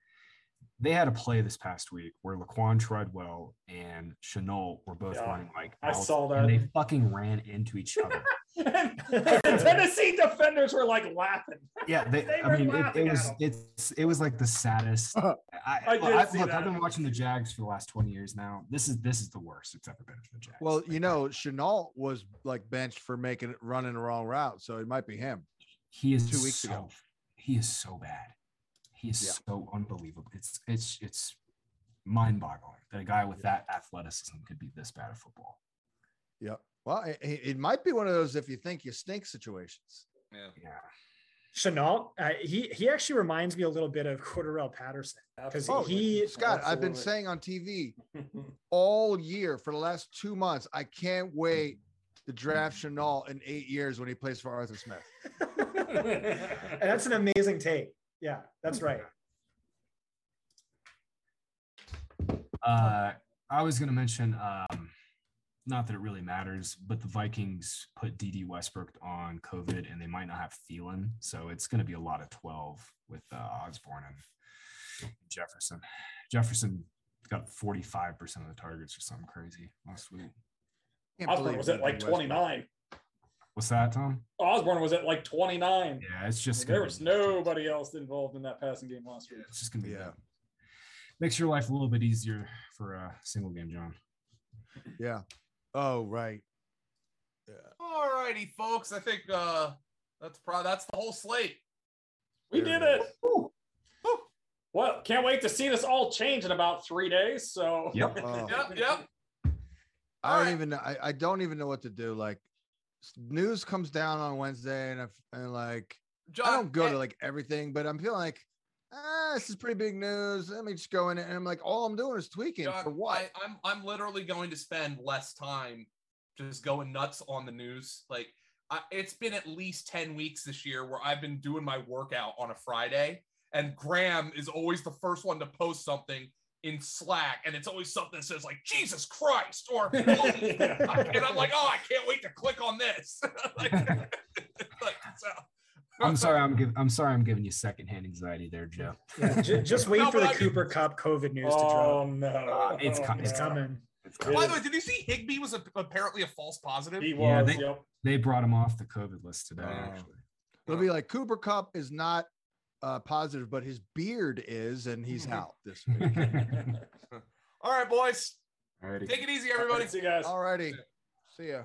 [SPEAKER 2] They had a play this past week where Laquan Treadwell and Chenault were both
[SPEAKER 4] Yeah,
[SPEAKER 2] running like
[SPEAKER 4] I
[SPEAKER 2] belts,
[SPEAKER 4] saw
[SPEAKER 2] And
[SPEAKER 4] that.
[SPEAKER 2] they fucking ran into each other.
[SPEAKER 4] and the Tennessee defenders were like laughing.
[SPEAKER 2] yeah, they,
[SPEAKER 4] They were
[SPEAKER 2] I mean, it,
[SPEAKER 4] laughing
[SPEAKER 2] it
[SPEAKER 4] at
[SPEAKER 2] was
[SPEAKER 4] him.
[SPEAKER 2] it's it was like the saddest.
[SPEAKER 3] Uh-huh.
[SPEAKER 2] I,
[SPEAKER 4] I did
[SPEAKER 2] I've-
[SPEAKER 4] see
[SPEAKER 2] look,
[SPEAKER 4] that.
[SPEAKER 2] I've been watching the Jags for the last twenty years now. This is this is the worst it's ever been for the Jags.
[SPEAKER 3] well,
[SPEAKER 2] Like,
[SPEAKER 3] you know, Chenault was like benched for making it running the wrong route, so it might be him.
[SPEAKER 2] he is
[SPEAKER 3] two weeks
[SPEAKER 2] so,
[SPEAKER 3] ago.
[SPEAKER 2] He is so bad. He is
[SPEAKER 3] Yeah.
[SPEAKER 2] so unbelievable. It's it's it's mind-boggling that a guy with that athleticism could be this bad at football.
[SPEAKER 3] Yep. Well, it, it it might be one of those if you think you stink situations.
[SPEAKER 2] Yeah,
[SPEAKER 5] Chenault, uh, he he actually reminds me a little bit of Cordarrelle Patterson.
[SPEAKER 3] Oh,
[SPEAKER 5] He-
[SPEAKER 3] Scott, I've been
[SPEAKER 4] Absolutely.
[SPEAKER 3] saying on TV all year for the last two months. I can't wait
[SPEAKER 4] Mm-hmm.
[SPEAKER 3] to draft Chenault in eight years when he plays for Arthur Smith.
[SPEAKER 5] And that's an amazing tape. Yeah, that's right.
[SPEAKER 2] Uh, I was going to mention, um, not that it really matters, but the Vikings put DD Westbrook on COVID, and they might not have Thielen, so it's going to be a lot of twelve with uh, Osborne and Jefferson. Jefferson got forty-five percent of the targets or something crazy last week.
[SPEAKER 3] Can't
[SPEAKER 4] Osborne
[SPEAKER 3] believe
[SPEAKER 4] was at
[SPEAKER 3] David
[SPEAKER 4] like
[SPEAKER 3] Westbrook.
[SPEAKER 4] 29.
[SPEAKER 2] What's that, Tom?
[SPEAKER 4] Osborne was at like 29.
[SPEAKER 2] Yeah, it's just
[SPEAKER 4] there
[SPEAKER 2] gonna
[SPEAKER 4] was
[SPEAKER 2] be-
[SPEAKER 4] nobody else involved in that passing game last
[SPEAKER 2] Yeah,
[SPEAKER 4] week.
[SPEAKER 2] it's just gonna be
[SPEAKER 3] Yeah.
[SPEAKER 2] yeah. Makes your life a little bit easier for a single game, John.
[SPEAKER 3] Yeah. Oh right.
[SPEAKER 1] All righty, folks. I think uh, that's probably that's the whole slate.
[SPEAKER 4] We
[SPEAKER 3] There
[SPEAKER 4] did
[SPEAKER 3] it
[SPEAKER 4] it. Well, can't wait to see this all change in about three days. So,
[SPEAKER 2] Yep.
[SPEAKER 3] Oh,
[SPEAKER 1] Yep, yep.
[SPEAKER 3] I don't
[SPEAKER 1] Alright.
[SPEAKER 3] even. know- I, I don't even know what to do. Like s- news comes down on Wednesday, and if, and like
[SPEAKER 1] John,
[SPEAKER 3] I don't go
[SPEAKER 1] eh,
[SPEAKER 3] to like everything, but I'm feeling like ah, this is pretty big news. Let me just go in and I'm like, all I'm doing is tweaking
[SPEAKER 1] John,
[SPEAKER 3] for what?
[SPEAKER 1] I, I'm I'm literally going to spend less time just going nuts on the news. Like I, it's been at least ten weeks this year where I've been doing my workout on a Friday, and Graham is always the first one to post something in Slack, and it's always something that says like Jesus Christ or. and I'm like, oh, I can't wait to click on this. like, like, so.
[SPEAKER 2] I'm sorry. I'm giving. I'm sorry. I'm giving you secondhand anxiety there, Joe.
[SPEAKER 5] Yeah, ju- just wait
[SPEAKER 1] No, but
[SPEAKER 5] for the
[SPEAKER 1] I mean-
[SPEAKER 5] Cooper Cup COVID news to drop.
[SPEAKER 4] oh no,
[SPEAKER 2] it's
[SPEAKER 4] Oh,
[SPEAKER 2] coming.
[SPEAKER 5] It's
[SPEAKER 4] no.
[SPEAKER 5] coming.
[SPEAKER 2] It's
[SPEAKER 4] Yeah.
[SPEAKER 1] By the way, did you see Higby was a, apparently a false positive?
[SPEAKER 4] He was.
[SPEAKER 2] Yeah, they-
[SPEAKER 4] yep.
[SPEAKER 2] They brought him off the COVID list today.
[SPEAKER 3] Oh.
[SPEAKER 2] actually,
[SPEAKER 3] It'll be like Cooper Cup is not uh, positive, but his beard is, and he's
[SPEAKER 1] Mhm.
[SPEAKER 3] out this week.
[SPEAKER 1] All right, boys,
[SPEAKER 2] Alrighty.
[SPEAKER 1] take it easy, everybody.
[SPEAKER 4] See you guys.
[SPEAKER 3] Alrighty, see ya.